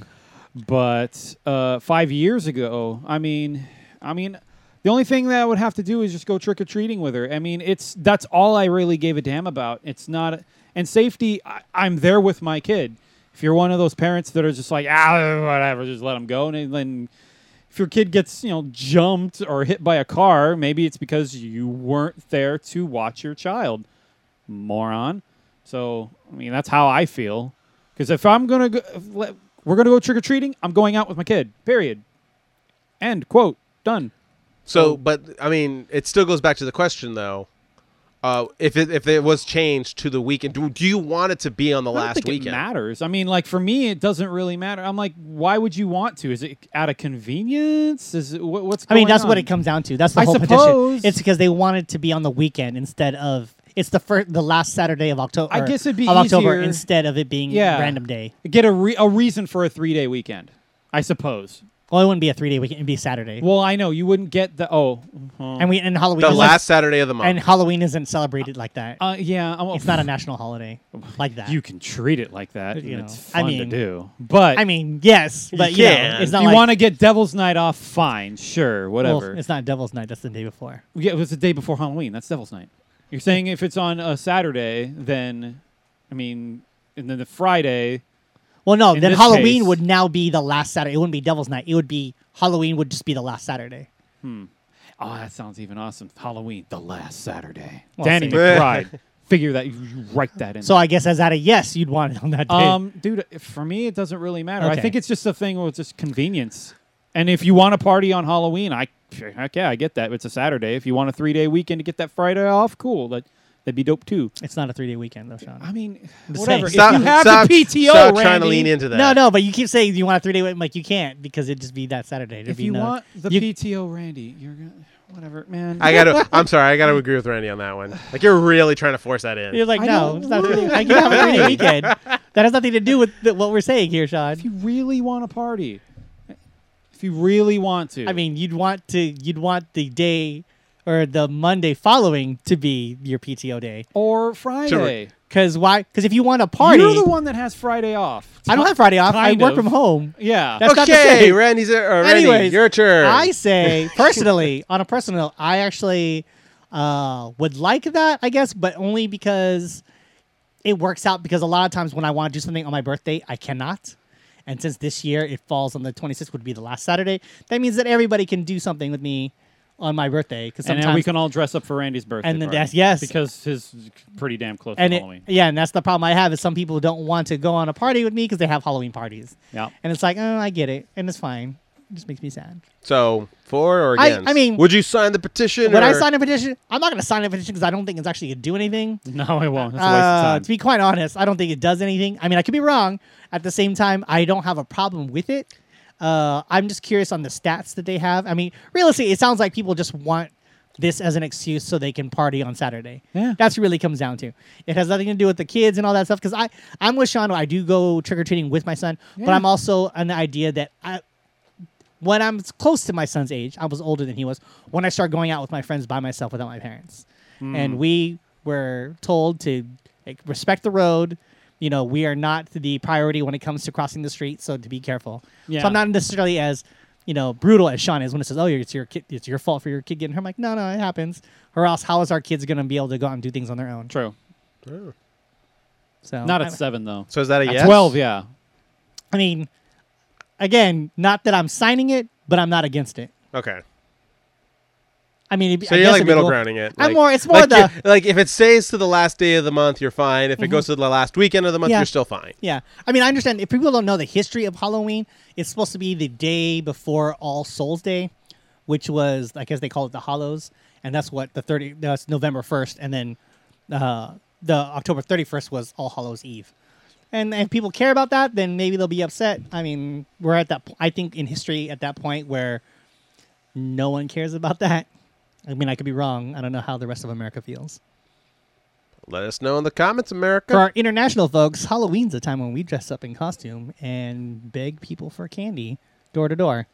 D: But uh, five years ago, I mean, I mean, the only thing that I would have to do is just go trick or treating with her. I mean, it's that's all I really gave a damn about. It's not and safety. I, I'm there with my kid. If you're one of those parents that are just like ah whatever, just let them go, and then if your kid gets you know jumped or hit by a car, maybe it's because you weren't there to watch your child, moron. So I mean that's how I feel. Because if I'm gonna go, if le- we're gonna go trick or treating, I'm going out with my kid. Period. End quote. Done. Oh.
C: so but i mean it still goes back to the question though uh, if it if it was changed to the weekend do, do you want it to be on the
D: I don't
C: last
D: think
C: weekend
D: it matters. I mean, like for me, it doesn't really matter. I'm like, why would you want to? Is it out of convenience? Is it what, what's?
A: I mean,
D: going
A: that's what
D: on?
A: it comes down to. That's the
D: I
A: whole
D: suppose-
A: petition. It's because they wanted to be on the weekend instead of it's the first, the last Saturday of October.
D: I guess it'd be
A: of October
D: easier-
A: instead of it being
D: Yeah.
A: random day.
D: Get a re- a reason for a three day weekend, I suppose.
A: Well, it wouldn't be a three day weekend; it'd be Saturday.
D: Well, I know you wouldn't get the oh, uh,
A: and we and Halloween
C: the
A: isn't-
C: last saturday of the month
A: and Halloween isn't celebrated like that.
D: uh, yeah. I'm,
A: it's not a national holiday like that.
D: You can treat it like that.
A: You
D: and it's
A: know, I
D: fun to
A: mean-
D: do, but
A: I mean, yes, but you
C: Yeah.
A: know, it's
D: if
A: not
D: you
A: like,
D: want to get Devil's Night off, fine, sure,
A: well,
D: whatever.
A: it's not Devil's Night. That's the day before.
D: yeah, it was the day before Halloween. That's Devil's Night. You're saying if it's on a Saturday, then I mean, and then the Friday.
A: Well, no,
D: In
A: then
D: this
A: Halloween
D: case-
A: would now be the last Saturday. It wouldn't be Devil's Night. It would be Halloween would just be the last Saturday.
D: Oh, that sounds even awesome. Halloween, the last Saturday.
A: Well,
D: Danny
A: see.
D: McBride. Figure that you you write that in.
A: So I guess as out of yes, you'd want it on that day.
D: Um, dude, for me, it doesn't really matter. I
A: Okay.
D: think it's just a thing with just convenience. And if you want to party on Halloween, I heck yeah, I get that. It's a Saturday. If you want a three day weekend to get that Friday off, cool. That that'd be dope too.
A: it's not a three day weekend though, Sean.
D: I mean,
A: just
D: whatever.
A: saying.
D: if you have
C: stop,
D: the PTO,
C: stop
D: Randy,
C: trying to lean into that
A: No, no, but you keep saying you want a three day weekend. Like you can't because it'd just be that Saturday. There'd
D: If
A: be
D: you
A: no-
D: want the
A: you-
D: PTO, Randy, you're gonna whatever, man.
C: i gotta i'm sorry i gotta agree with randy on that one like you're really trying to force that in
A: You're like
D: I
A: no,
D: don't
A: it's not a
D: want
A: three
D: it.
A: I can have a three day weekend. That has nothing to do with the, what we're saying here, Sean.
D: if you really want to party, if you really want to,
A: I mean, you'd want to you'd want the day or the Monday following to be your PTO day.
D: or Friday.
A: Cause why? Cause if you want a party,
D: You're the one that has Friday off.
A: I don't have Friday off. I
D: Kind
A: work
D: of.
A: from home.
D: Yeah.
A: That's not the
C: okay
A: same.
C: randy's uh, randy
A: Anyways,
C: your turn
A: I say personally, on a personal, note, I actually uh, would like that, I guess, but only because it works out. Because a lot of times when I want to do something on my birthday, I cannot. And since this year it falls on the 26th, would be the last Saturday. That means that everybody can do something with me on my birthday. Because
D: and
A: sometimes
D: then we can all dress up for Randy's birthday.
A: And then
D: party,
A: that's- yes.
D: because his is pretty damn close
A: and
D: to
A: it,
D: Halloween.
A: yeah, and that's the problem I have is some people don't want to go on a party with me because they have Halloween parties.
D: yeah,
A: And it's like, oh, I get it, and it's fine. It just makes me sad.
C: So for or
A: I-
C: against?
A: I mean-
C: would you sign the petition?
A: When I
C: or-
A: sign a petition, I'm not going to sign a petition because I don't think it's actually going to do anything.
D: no, it won't. That's a waste
A: Uh,
D: of
A: to
D: time.
A: be quite honest, I don't think it does anything. I mean, I could be wrong. At the same time, I don't have a problem with it. Uh, I'm just curious on the stats that they have. I mean, realistically, it sounds like people just want this as an excuse so they can party on Saturday.
D: Yeah.
A: That's really comes down to. It has nothing to do with the kids and all that stuff. Because I, I'm with Sean. I do go trick or treating with my son, but
D: Yeah.
A: I'm also on the idea that I, when I'm s- close to my son's age, I was older than he was, when I started going out with my friends by myself without my parents. And
D: Hmm.
A: we were told to like, respect the road. You know, we are not the priority when it comes to crossing the street, so to be careful. So
D: Yeah.
A: I'm not necessarily as, you know, brutal as Sean is when it says, "Oh, it's your kid, it's your fault for your kid getting hurt." I'm like, "No, no, it happens." Or else, how is our kids going to be able to go out and do things on their own?
D: True.
A: So
D: Not
A: I,
D: at seven though.
C: So is that a
D: At
C: yes?
D: Twelve, yeah.
A: I mean, again, not that I'm signing it, but I'm not against it.
C: Okay.
A: I mean, it'd be-
C: So
A: I
C: you're
A: guess
C: like
A: it'd be
C: middle
A: cool.
C: grounding it.
A: I'm
C: like-
A: more- it's more
C: like
A: the- Mm-hmm.
C: you- like if it stays to the last day of the month, you're fine. If it goes to the last weekend of the month,
A: Yeah.
C: you're still fine.
A: Yeah. I mean, I understand if people don't know the history of Halloween, it's supposed to be the day before All Souls Day, which was, I guess they call it the Hollows. And that's what the 30, that's November 1st. And then uh, the October 31st was All Hallows Eve. And if people care about that, then maybe they'll be upset. I mean, we're at that, po- I think in history at that point where no one cares about that. I mean, I could be wrong. I don't know how the rest of America feels.
C: Let us know in the comments, America.
A: For our international folks, Halloween's a time when we dress up in costume and beg people for candy door to door.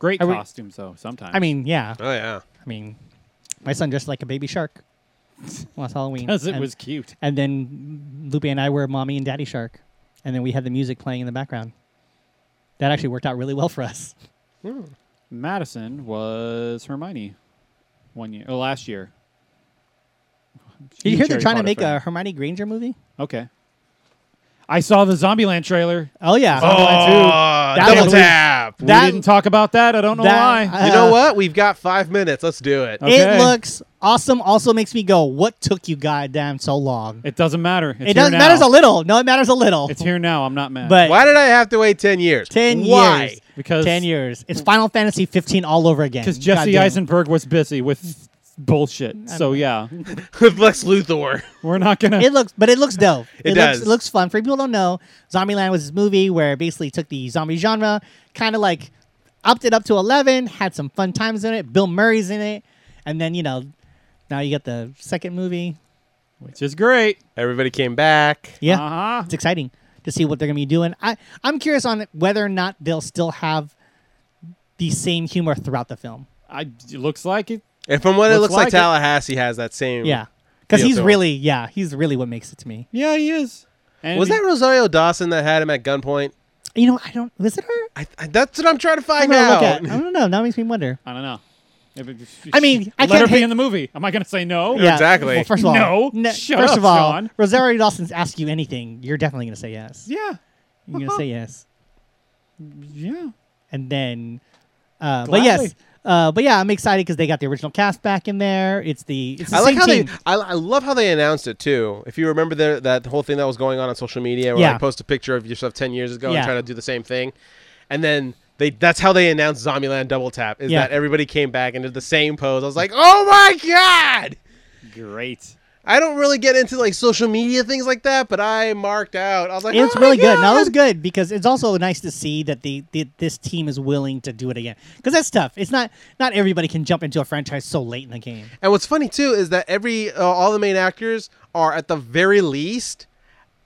D: Great
A: Are we-
D: costumes though. Sometimes
A: I mean, yeah.
C: Oh yeah.
A: I mean, my son dressed like a baby shark last Halloween.
D: because it
A: and,
D: was cute.
A: And then Lupe and I were mommy and daddy shark. And then we had the music playing in the background. That actually worked out really well for us.
D: Madison was Hermione one year, oh, last year.
A: Did you
D: Huge
A: hear they're
D: Harry
A: trying to
D: Potter
A: make
D: fan.
A: a Hermione Granger movie?
D: Okay. I saw the Zombieland trailer.
A: Oh, yeah.
C: Oh,
A: That
C: double
A: was- Uh,
C: tap.
A: That-
D: we didn't talk about that. I don't know
A: That-
D: why.
A: I-
C: you know what? We've got five minutes. Let's do it.
D: Okay.
A: It looks awesome. Also makes me go, what took you goddamn so long?
D: it doesn't matter. It's
A: it does,
D: here
A: matters
D: now.
A: a little. No, it matters a little.
D: It's here now. I'm not mad.
A: But
C: Why did I have to wait ten years?
A: 10
C: Why?
A: years.
D: because
A: 10 years. It's Final Fantasy 15 all over again.
D: because Jesse
A: Goddamn.
D: Eisenberg was busy with bullshit. So yeah,
C: With Lex Luthor.
D: we're not gonna.
A: It looks, but it looks dope.
C: It
A: looks,
C: does.
A: It looks fun. For people who don't know, Zombieland was this movie where it basically took the zombie genre, kind of like upped it up to eleven, had some fun times in it. Bill Murray's in it, and then you know, now you get the second movie.
D: which is great.
C: Everybody came back.
A: Yeah,
D: Uh-huh.
A: it's exciting to see what they're gonna be doing. I I'm curious on whether or not they'll still have the same humor throughout the film.
D: I, it looks like it.
C: And from what it
D: Looks
C: looks like,
D: like it.
C: Tallahassee has that same.
A: Yeah, because
C: Yeah,
A: he's
C: so-
A: really yeah he's really what makes it to me.
D: Yeah, he is. And
C: Was
D: he-
C: that Rosario Dawson that had him at gunpoint?
A: You know, I don't. Was it her?
C: I, I, that's what I'm trying to
A: I'm
C: find
A: gonna
C: out.
A: look at- I don't know. That makes me wonder.
D: I don't know. If it-
A: I mean, I
D: let her
A: can't
D: be
A: hate-
D: in the movie. Am I gonna say no?
C: Yeah. Exactly.
A: Well, first of all,
D: No. Shut
A: first
D: up,
A: of all,
D: Sean.
A: Rosario Dawson's ask you anything, you're definitely gonna say yes.
D: Yeah.
A: You're gonna say yes,
D: Yeah.
A: and then, uh, but yes,
D: Gladly.
A: uh, but yeah, I'm excited because they got the original cast back in there. It's the it's the
C: I like
A: same
C: how
A: team.
C: they. I, I love how they announced it too. If you remember the, that whole thing that was going on on social media, where
A: Yeah.
C: like post a picture of yourself ten years ago and
A: Yeah.
C: try to do the same thing, and then they. That's how they announced Zombieland Double Tap. Is
A: Yeah.
C: that everybody came back and did the same pose? I was like, oh my god.
D: Great.
C: I don't really get into like social media things like that, but I marked out. I was like,
A: it's
C: "Oh my
A: really good. Now
C: God!"
A: that's good because it's also nice to see that the, the this team is willing to do it again. Because that's tough. It's not not everybody can jump into a franchise so late in the game.
C: And what's funny too is that every uh, all the main actors are at the very least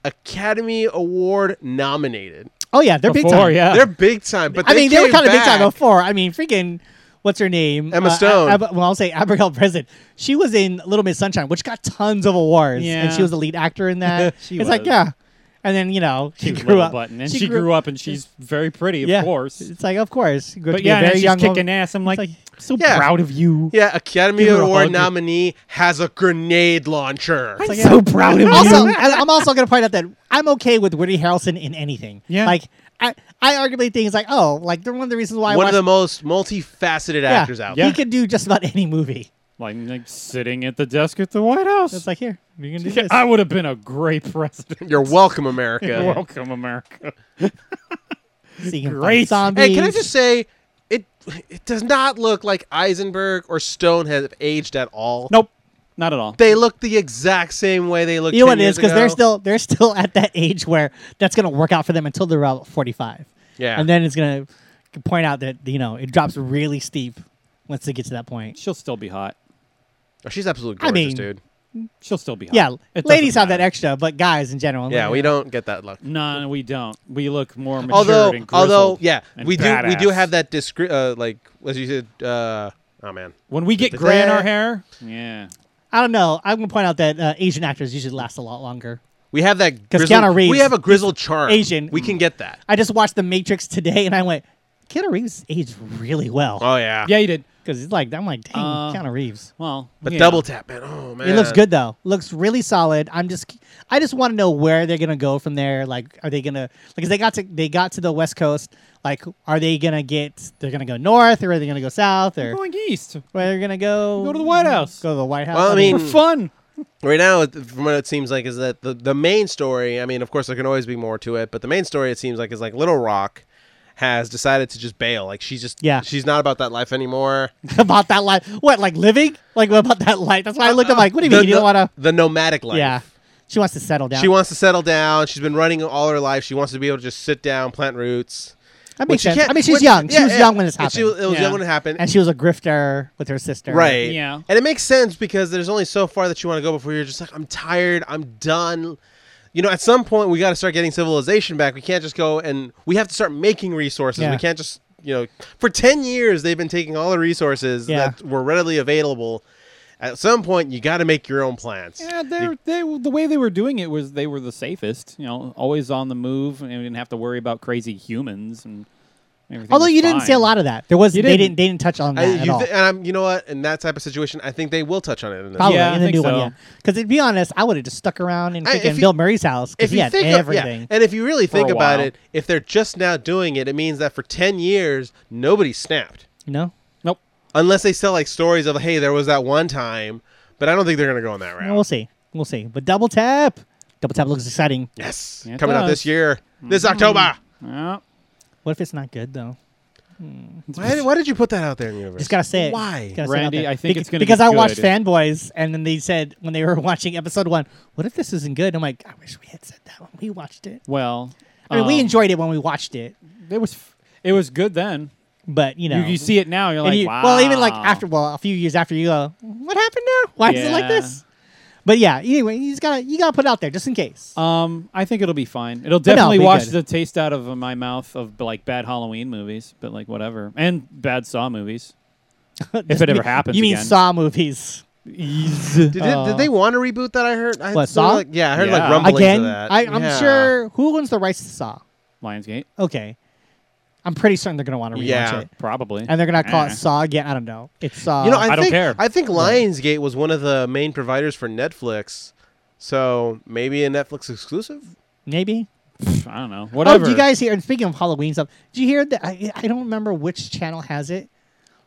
C: Academy Award nominated.
A: Oh yeah, they're big
D: Before,
A: time.
D: yeah.
C: They're big time, but
A: I mean, they were
C: came
A: kind of big time
C: back.
A: before. I mean, freaking, what's her name?
C: Emma
A: Uh,
C: Stone.
A: Ab- well, I'll say Abigail Breslin. She was in Little Miss Sunshine, which got tons of awards, and
D: Yeah.
A: she was the lead actor in that.
D: She
A: it's like
D: was.
A: yeah, and then you know she,
D: She
A: grew up,
D: Button. And she, grew, up, and she's very pretty, of
A: yeah,
D: course.
A: It's like of course, she grew up
D: But
A: to be a
D: yeah, and
A: very
D: she's
A: young
D: kicking
A: woman.
D: ass. I'm like,
A: It's
D: so
C: Yeah.
D: proud of you.
C: Yeah, Academy
D: Give her a
C: Award
D: hug.
C: nominee has a grenade launcher.
A: It's like,
D: so
A: yeah.
D: proud of
A: also,
D: you.
A: and I'm also going to point out that I'm okay with Woody Harrelson in anything.
D: Yeah.
A: like I, I arguably think it's like oh, like they're one of the reasons why I
C: One of
A: watch-
C: the most multifaceted
A: yeah,
C: actors out.
A: He
C: there.
A: could do just about any movie.
D: Like, like sitting at the desk at the White House.
A: It's like here, you can do
D: Yeah,
A: this.
D: I would have been a great president.
C: You're welcome, America.
D: Welcome, America.
A: So you can fight
D: Great.
A: zombies.
C: Hey, can I just say it? It does not look like Eisenberg or Stone have aged at all.
D: Nope, not at all.
C: They look the exact same way they looked.
A: You know what
C: 10
A: it is
C: years
A: because they're
C: ago.
A: still they're still at that age where that's gonna work out for them until they're about forty five.
C: Yeah.
A: and then it's gonna point out that you know it drops really steep once they get to that point.
D: She'll still be hot.
C: Oh, she's absolutely
A: I
C: gorgeous,
A: mean,
C: dude.
D: She'll still be hot.
A: Yeah,
D: It doesn't
A: ladies have that
D: matter.
A: extra, but guys in general,
C: Yeah,
A: like,
C: we don't get that luck.
D: No, we don't. We look more mature
C: Although,
D: and grizzled
C: although, yeah,
D: and
C: we do. We do
D: badass.
C: have that discre- uh, like as you said. Uh, oh man,
D: When we get gray in our hair, yeah,
A: I don't know. I'm gonna point out that uh, Asian actors usually last a lot longer.
C: we have that.
A: 'Cause
C: grizzled-
A: Keanu Reeves-
C: we have a grizzled charm.
A: Asian.
C: We can get that.
A: I just watched The Matrix today, and I went, Keanu Reeves aged really well
C: Oh yeah,
D: yeah, you did.
A: because it's like I'm like, dang,
D: Uh,
A: Keanu Reeves.
D: Well,
C: But
D: yeah.
C: double tap, man. Oh man,
A: It looks good though. Looks really solid. I'm just I just want to know where they're gonna go from there. Like, are they gonna because they got to they got to the West Coast. Like, are they gonna get? They're gonna go north, or are they gonna go south,
D: We're
A: or
D: going east
A: where they're gonna go?
D: Go to the White House.
A: Go to the White House.
C: Well, I
D: for
C: mean-
D: fun.
C: Right now, it- from what it seems like, is that the the main story. I mean, of course, there can always be more to it, but the main story it seems like is like Little Rock has decided to just bail. Like she's just
A: Yeah.
C: she's not about that life anymore.
A: about that life. What like living? Like what about that life? That's why I looked
D: Uh-uh.
A: at like, what do you
C: the,
A: mean you don't want to?
C: the nomadic life.
A: Yeah, she wants to settle down.
C: She wants to settle down. She's been running all her life. She wants to be able to just sit down, plant roots.
A: That
C: Which
A: makes
C: she
A: sense.
C: can't-
A: I mean, she was
C: which-
A: young. She
C: yeah,
A: was
C: yeah.
A: young when this
C: And
A: happened.
C: She was, it was
D: Yeah.
C: young when it happened.
A: and she was a grifter with her sister.
C: Right.
D: Yeah.
C: And it makes sense because there's only so far that you want to go before you're just like, I'm tired. I'm done. You know, at some point we got to start getting civilization back. We can't just go and we have to start making resources.
A: Yeah.
C: We can't just, you know, for 10 years they've been taking all the resources
A: Yeah.
C: that were readily available. At some point you got to make your own plans.
D: Yeah, they they the way they were doing it was they were the safest. You know, always on the move, and we didn't have to worry about crazy humans and everything.
A: Although
D: was
A: you didn't
D: fine.
A: see a lot of that. There was
D: You
A: they
D: didn't.
A: didn't they didn't touch on
C: I,
A: that at
C: you
A: all.
C: thi- and I'm, you know what? In that type of situation, I think they will touch on it. In this
A: Probably
D: Yeah, I
A: in the
D: think
A: new one,
D: so.
A: yeah. Because to be honest, I would have just stuck around and
C: I- if
A: freaking
C: you-
A: Bill Murray's house because
C: if
A: he
C: you
A: had
C: think
A: everything.
C: Of, yeah, and if you really think
D: a
C: about
D: while.
C: it, if they're just now doing it, it means that for ten years nobody snapped,
A: You know,
D: Nope.
C: unless they sell like stories of hey, there was that one time, but I don't think they're gonna go on that route.
A: And we'll see, we'll see. But double tap, double tap looks exciting.
C: yes,
D: It
C: coming out
D: does.
C: this year,
A: Mm-hmm.
C: this October.
D: Yeah.
A: What if it's not good though?
C: Why, why did you put that out there in the universe?
A: Just gotta say it.
C: Why?
A: Just gotta say it out
D: Randy,
A: there.
D: I think
A: Bec-
D: it's gonna be
A: because I watched
D: good.
A: Fanboys, and then they said when they were watching episode one, "What if this isn't good?" I'm like, I wish we had said that when we watched it.
D: Well,
A: I mean, we
D: um,
A: enjoyed it when we watched it,
D: It was f- it was good then.
A: but you know,
D: You, you see it now, you're
A: And
D: like,
A: you-
D: wow.
A: Well, even like after, well, a few years after, you go, what happened now? Why is it like
D: Yeah.
A: this? But yeah, anyway, you just gotta you gotta put it out there just in case.
D: Um, I think it'll be fine.
A: no,
D: It'll definitely
A: it'll be
D: wash
A: good.
D: the taste out of uh, my mouth of like bad Halloween movies, but like whatever, and bad Saw movies. if it ever happens
A: you mean
D: again.
A: Saw movies
C: Did, it- did they want to reboot that? I heard.
A: Uh,
C: I,
A: What,
C: they were
A: Saw?
C: Like, yeah, I heard
D: Yeah.
C: like rumblings
A: again?
C: of that.
A: I, I'm
C: Yeah.
A: sure who owns the rights to Saw?
D: Lionsgate,
A: Okay, I'm pretty certain they're gonna want to rewatch
C: Yeah.
A: it,
D: probably.
A: and they're gonna call
D: Eh.
A: it Saw again. I don't know. It's uh, Saw.
C: You know, I,
D: Um, I
C: think,
D: don't care.
C: I think Lionsgate was one of the main providers for Netflix, so maybe a Netflix exclusive.
A: maybe.
D: I don't know.
A: Oh,
D: Whatever.
A: do you guys hear? And speaking of Halloween stuff, did you hear that? I, I don't remember which channel has it,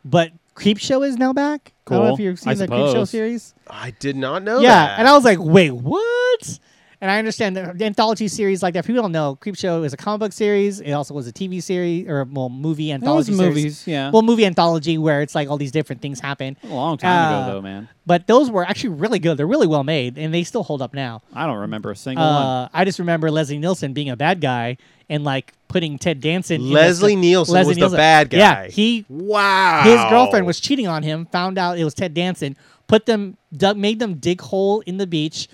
A: but Creep Show is now back. I don't know
D: Cool.
A: if you've
D: I
A: seen the Creep Show
D: suppose.
A: series.
C: I did not know
A: yeah,
C: that.
A: and I was like, wait, what? And I understand that the anthology series like that. If people don't know, Creepshow is a comic book series. It also was a TV series or well, movie
D: those
A: anthology. series.
D: movies? Yeah.
A: Well, movie anthology where it's like all these different things happen.
D: a long time
A: uh,
D: ago, though, man.
A: But those were actually really good. They're really well made, and they still hold up now.
D: I don't remember a single one.
A: Uh, I just remember Leslie Nielsen being a bad guy and like putting Ted Danson. in as
C: Leslie
A: the-
C: Nielsen
A: Leslie
C: was the
A: Nielsen.
C: bad guy.
A: Yeah, he
C: wow.
A: his girlfriend was cheating on him. Found out it was Ted Danson. Put them, dug, made them dig hole in the beach.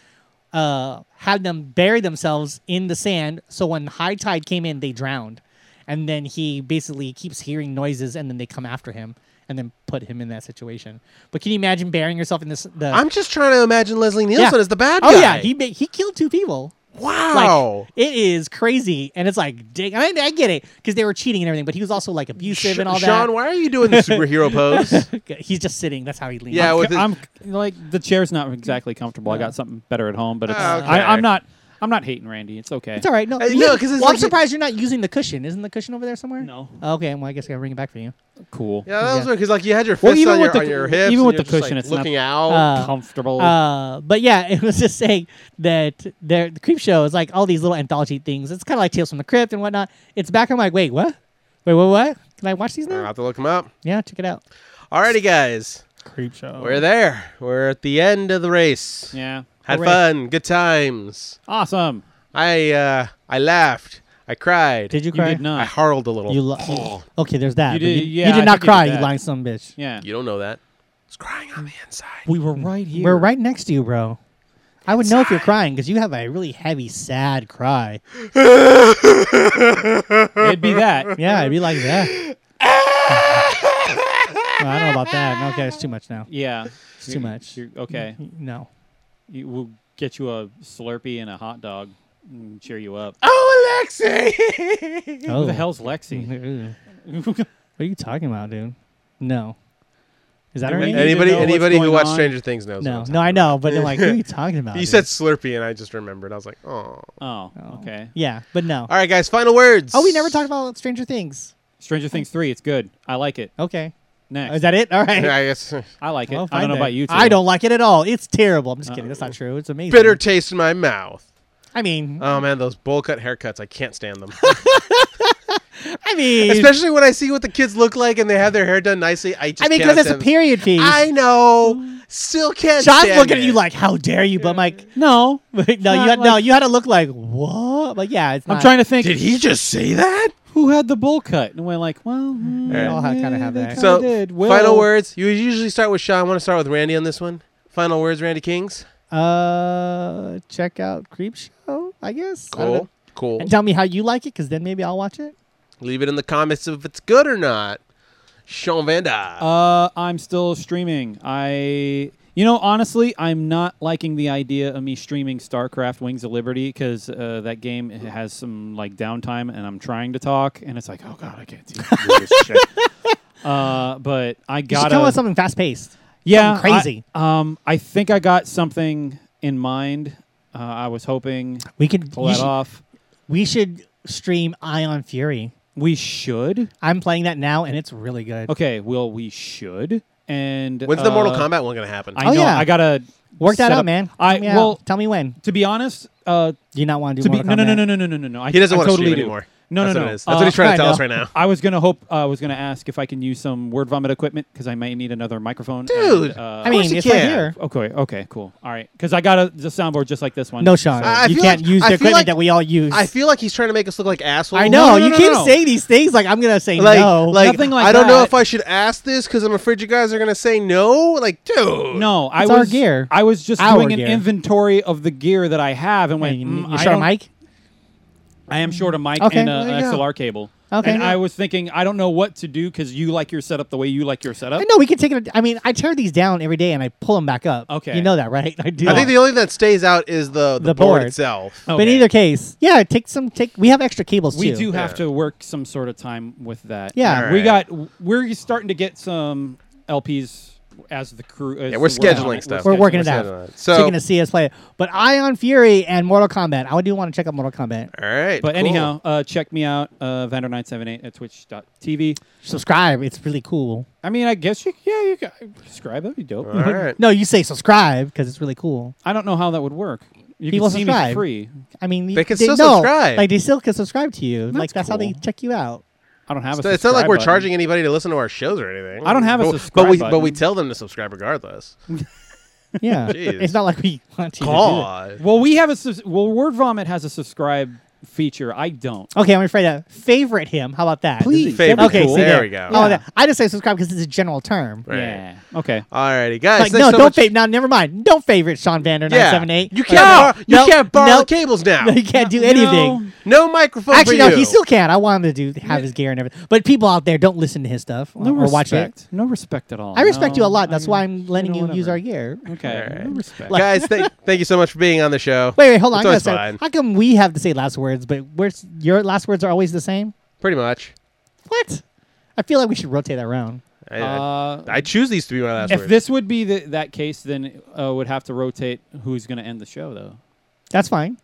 A: Uh, had them bury themselves in the sand. So when high tide came in, they drowned. And then he basically keeps hearing noises, and then they come after him, and then put him in that situation. But can you imagine burying yourself in this? The,
C: I'm just trying to imagine Leslie
A: Yeah.
C: Nielsen as the bad
A: Oh
C: guy.
A: yeah, he ma- he killed two people.
C: wow.
A: Like it is crazy, and it's like, dang, I, I get it because they were cheating and everything, but he was also like abusive
C: Sh-
A: and all
C: Sean, why are you doing the superhero pose?
A: that. He's just sitting. That's how he leans.
C: Yeah,
D: I'm,
C: with
D: co-
C: it-
D: I'm like the chair's not exactly comfortable. I got something better at home, but it's,
C: Ah, okay.
D: I, I'm not. I'm not hating Randy. It's okay.
A: It's all right. No,
C: Uh,
A: you-
C: no, 'cause it's
A: well, I'm
C: like-
A: surprised you're not using the cushion. Isn't the cushion over there somewhere?
D: No.
A: Oh, okay, well, I guess I gotta bring it back for you.
D: Cool.
C: yeah, that was
A: Yeah.
C: weird because like you had your fist
D: Well, even
C: on, your,
D: with the
C: on
D: cu-
C: your hips,
D: even
C: and
D: with
C: you're
D: the
C: just, like,
D: cushion, it's not-
C: looking out.
A: Uh,
D: Comfortable.
A: Uh, but yeah, it was just saying that there, the creep show is like all these little anthology things. It's kind of like Tales from the Crypt and whatnot. It's back. I'm like, wait, what? Wait, what? What? Can I watch these
C: I'll
A: now?
C: have to look him up.
A: Yeah, check it out.
C: Alrighty, guys,
A: Creep show.
C: we're there. We're at the end of the race.
D: yeah.
C: Had
A: Hooray.
C: fun, good times.
D: Awesome.
C: I uh, I laughed, I cried,
A: Did you
D: You
A: cry?
D: did
C: I
D: not. Oh.
C: harled a little.
A: You lo- okay, there's that.
D: You
A: but
D: did-
A: you,
D: yeah,
A: you
D: I
A: did not
D: think you
A: cry,
D: did
A: you
D: that.
A: lying son of a bitch.
D: yeah.
C: you don't know that. It's crying on the inside.
D: We were right here.
A: We're right next to you, bro. I would know if you're crying because you have a really heavy, sad cry.
D: It'd be that.
A: Yeah, it'd be like that. Well, I don't know about that. Okay, it's too much now.
D: Yeah.
A: It's too much.
D: You're, okay.
A: No.
D: You, we'll get you a Slurpee and a hot dog and cheer you up.
C: Oh, Alexi!
A: Oh.
D: Who the hell's Lexi?
A: what are you talking about, dude? No. Is that
D: Do
A: her
D: we-
A: name?
D: Any-
C: anybody
D: know what's
C: anybody who
D: going
C: watched
D: on.
C: Stranger Things knows. what
A: No,
C: I'm
A: no, I
C: talking
A: know, but then like, what are you talking about?
C: about. You
A: dude?
C: said Slurpee, and I just remembered. I was like, oh. All
D: Oh, okay.
A: yeah, but no.
C: right, guys. Final words.
A: Oh, we never talked about Stranger Things.
D: Stranger Things 3, it's good. I like it.
A: Okay,
D: Next.
A: is that it? All right.
C: I guess
D: I like it.
A: Well, fine
D: I don't know
A: then.
D: about you two.
A: I don't like it at all. It's terrible. I'm just kidding. That's not true. It's amazing.
C: bitter taste in my mouth.
A: I mean,
C: Oh man, those bowl cut haircuts. I can't stand them.
A: I mean,
C: Especially when I see what the kids look like and they have their hair done nicely. I just
A: I mean,
C: because
A: because it's a period piece. Mm.
C: I know. Still can't.
A: John's
C: stand
A: looking at
C: it.
A: you like, "How dare you?" But I'm like,
D: No.
A: no, you
D: not
A: had, no,
D: like-
A: you had to look like what? But yeah, it's.
D: I'm
A: not-
D: trying to think.
C: Did he just say that?
D: who had the bowl cut, and we're like, well, hmm,
C: All right.
A: all ha-
D: yeah,
A: kinda have
D: they
A: that.
D: kinda
C: So,
D: did. Will-
C: final words. You usually start with Sean. I want to start with Randy on this one. Final words, Randy Kings.
A: Uh, check out Creep Show, I guess. I don't know.
C: Cool. Cool.
A: And tell me how you like it, because then maybe I'll watch it.
C: Leave it in the comments if it's good or not. Sean Vanda.
D: Uh, I'm still streaming. I, you know, honestly, I'm not liking the idea of me streaming StarCraft Wings of Liberty because uh, that game has some like downtime, and I'm trying to talk, and it's like, oh god, I can't do this shit. Uh, but I
A: You should
D: gotta
A: come up with something fast paced.
D: yeah
A: something crazy.
D: I, um, I think I got something in mind. Uh, I was hoping
A: We could
D: pull
A: you
D: that
A: should-
D: off.
A: We should stream Ion Fury.
D: We should.
A: I'm playing that now, and it's really good.
D: Okay, well, we should. And
C: When's the Mortal
D: uh,
C: Kombat one going to happen?
D: I
A: Oh,
D: know.
A: yeah.
D: I gotta
A: Work that
D: set
A: out,
D: up-
A: man.
D: I
A: Tell me out.
D: well,
A: tell me when.
D: to be honest, uh,
A: Do you not want to do
D: to be
A: Mortal
D: no, no, no,
A: Kombat?
D: no, no, no, no, no, no. I,
C: he doesn't
D: I
C: want to
D: totally
C: stream
D: do.
C: anymore.
D: No,
C: That's
D: no,
C: what
D: no.
C: it is. That's what he's
D: Uh,
C: trying to
A: I
C: tell us
A: know.
C: right now.
D: I was gonna hope. uh, I was gonna ask if I can use some word vomit equipment because I may need another microphone. and,
C: Dude.
D: uh,
A: I
C: course
A: mean,
C: you
A: it's right
C: can.
A: here.
D: okay, okay, cool. All right, because I got a the soundboard just like this one.
A: No, Sean,
D: So-
C: I- I
A: you
C: feel
A: can't
C: like-
A: use
C: I
A: the
C: feel
A: equipment
C: like-
A: that we all use.
C: I feel like he's trying to make us look like assholes.
A: I know
D: no,
A: you
D: no,
A: keep
D: no.
A: saying these things like I'm gonna say
C: Like,
A: no.
C: like,
D: Nothing like
C: I don't know
D: that.
C: if I should ask this because I'm afraid you guys are going to say no. Like, dude.
D: no, I
A: It's
D: was
A: our gear.
D: I was just
A: Our
D: doing an
A: gear.
D: inventory of the gear that I have and
A: Hey,
D: went.
A: you,
D: mm,
A: you
D: I
A: sure,
D: don't-
A: Mike?
D: I am short a mic
A: Okay,
D: and uh, a,
C: there
D: an
C: you go.
D: XLR cable.
A: Okay.
D: And I was thinking, I don't know what to do because you like your setup the way you like your setup.
A: No, we can take it. I mean, I tear these down every day and I pull them back up.
D: Okay.
A: you know that, right? I do.
C: I think the only thing that stays out is the, the,
A: The
C: board,
A: board.
C: itself.
A: But in either case, yeah, take some. Take we have extra cables
D: Oh, we
A: too.
D: do have
C: Yeah.
D: to work some sort of time with that.
A: Yeah.
C: All
D: we
C: right.
D: got. We're starting to get some LPs as the crew. As
C: Yeah, we're
D: the work on
C: scheduling
D: it.
C: stuff.
A: We're working it
C: We're
A: out.
C: scheduling it.
A: So
C: So-
A: you're gonna see us play it. But Ion Fury and Mortal Kombat. I do want to check out Mortal Kombat.
C: All right.
D: But
C: cool.
D: anyhow, uh, check me out, uh, Vander978 at twitch.tv.
A: Subscribe. It's really cool.
D: I mean, I guess you, yeah, you can subscribe. That'd be dope.
C: All right.
A: No, you say subscribe because it's really cool.
D: I don't know how that would work. You
A: People
D: can see me
A: subscribe.
D: for free.
A: I mean,
C: They can still
A: no,
C: subscribe.
A: Like they still can subscribe to you. like that's how they
D: cool.
A: check you out.
D: I don't have a.
C: So it's not like
D: subscribe
C: we're
D: button.
C: charging anybody to listen to our shows or anything.
D: I don't have a
C: but,
D: subscribe
C: but we but
D: button.
C: we tell them to subscribe regardless.
A: Yeah,
C: Jeez.
A: it's not like we want you to. do it.
C: God.
D: Well, we have a. subs- Well, Word Vomit has a subscribe feature. I don't.
A: Okay, I'm afraid to favorite him. How about that?
D: Please.
C: Favorite.
A: Okay,
D: cool.
A: see
C: there
A: that.
C: we go.
A: Oh, that- I just say subscribe because it's a general term.
C: Right.
D: Yeah. Okay.
C: Alrighty, guys.
A: Like,
C: thanks
A: no,
C: so
A: don't
C: much-
A: favorite. Now, never mind. Don't favorite Sean Vander
C: Yeah.
A: 978.
C: You
A: Like,
C: can't.
A: no,
C: borrow, you
A: no,
C: can't borrow
A: no,
C: the cables now.
A: No, you can't do
D: You know,
A: anything.
C: No microphone.
A: Actually,
C: for
A: no,
C: you.
A: he still can. I want him to do have his gear and everything. But people out there don't listen to his stuff
D: No
A: or
D: respect.
A: watch it.
D: No respect at all.
A: I respect
D: No,
A: you a lot. That's
D: I-
A: why I'm letting you,
D: know,
A: use
D: whatever.
A: our gear.
D: Okay.
C: All
D: No
C: right.
D: respect.
A: Like-
C: guys. thank, thank you so much for being on the show.
A: Wait, wait, hold on. I
C: It's
A: gotta
C: always
A: say,
C: fine.
A: how come we have to say last words, but we your last words are always the same?
C: Pretty much.
A: What? I feel like we should rotate that around.
C: I, I-
D: Uh,
C: I choose these to be my last
D: if
C: words.
D: this would be the, that case, then uh, would have to rotate who's going to end the show, though.
A: That's fine.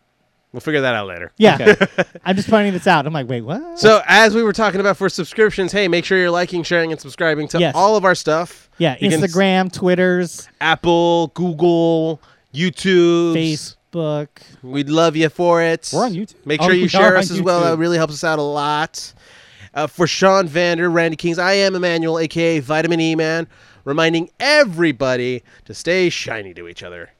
C: we'll figure that out later.
A: Yeah,
D: Okay.
A: I'm just pointing this out. I'm like, wait, what?
C: So as we were talking about for subscriptions, hey, make sure you're liking, sharing, and subscribing to
A: Yes.
C: all of our stuff.
A: yeah,
C: You can s-
A: Instagram, Twitter's,
C: Apple, Google, YouTube.
A: Facebook.
C: We'd love you for it.
D: We're on YouTube.
C: Make
D: Oh,
C: sure you
D: we
C: share
D: are
C: us
D: on
C: as well.
D: YouTube.
C: That really helps us out a lot. Uh, for Sean Vander, Randy Kings, I am Emmanuel, aka Vitamin E Man, reminding everybody to stay shiny to each other.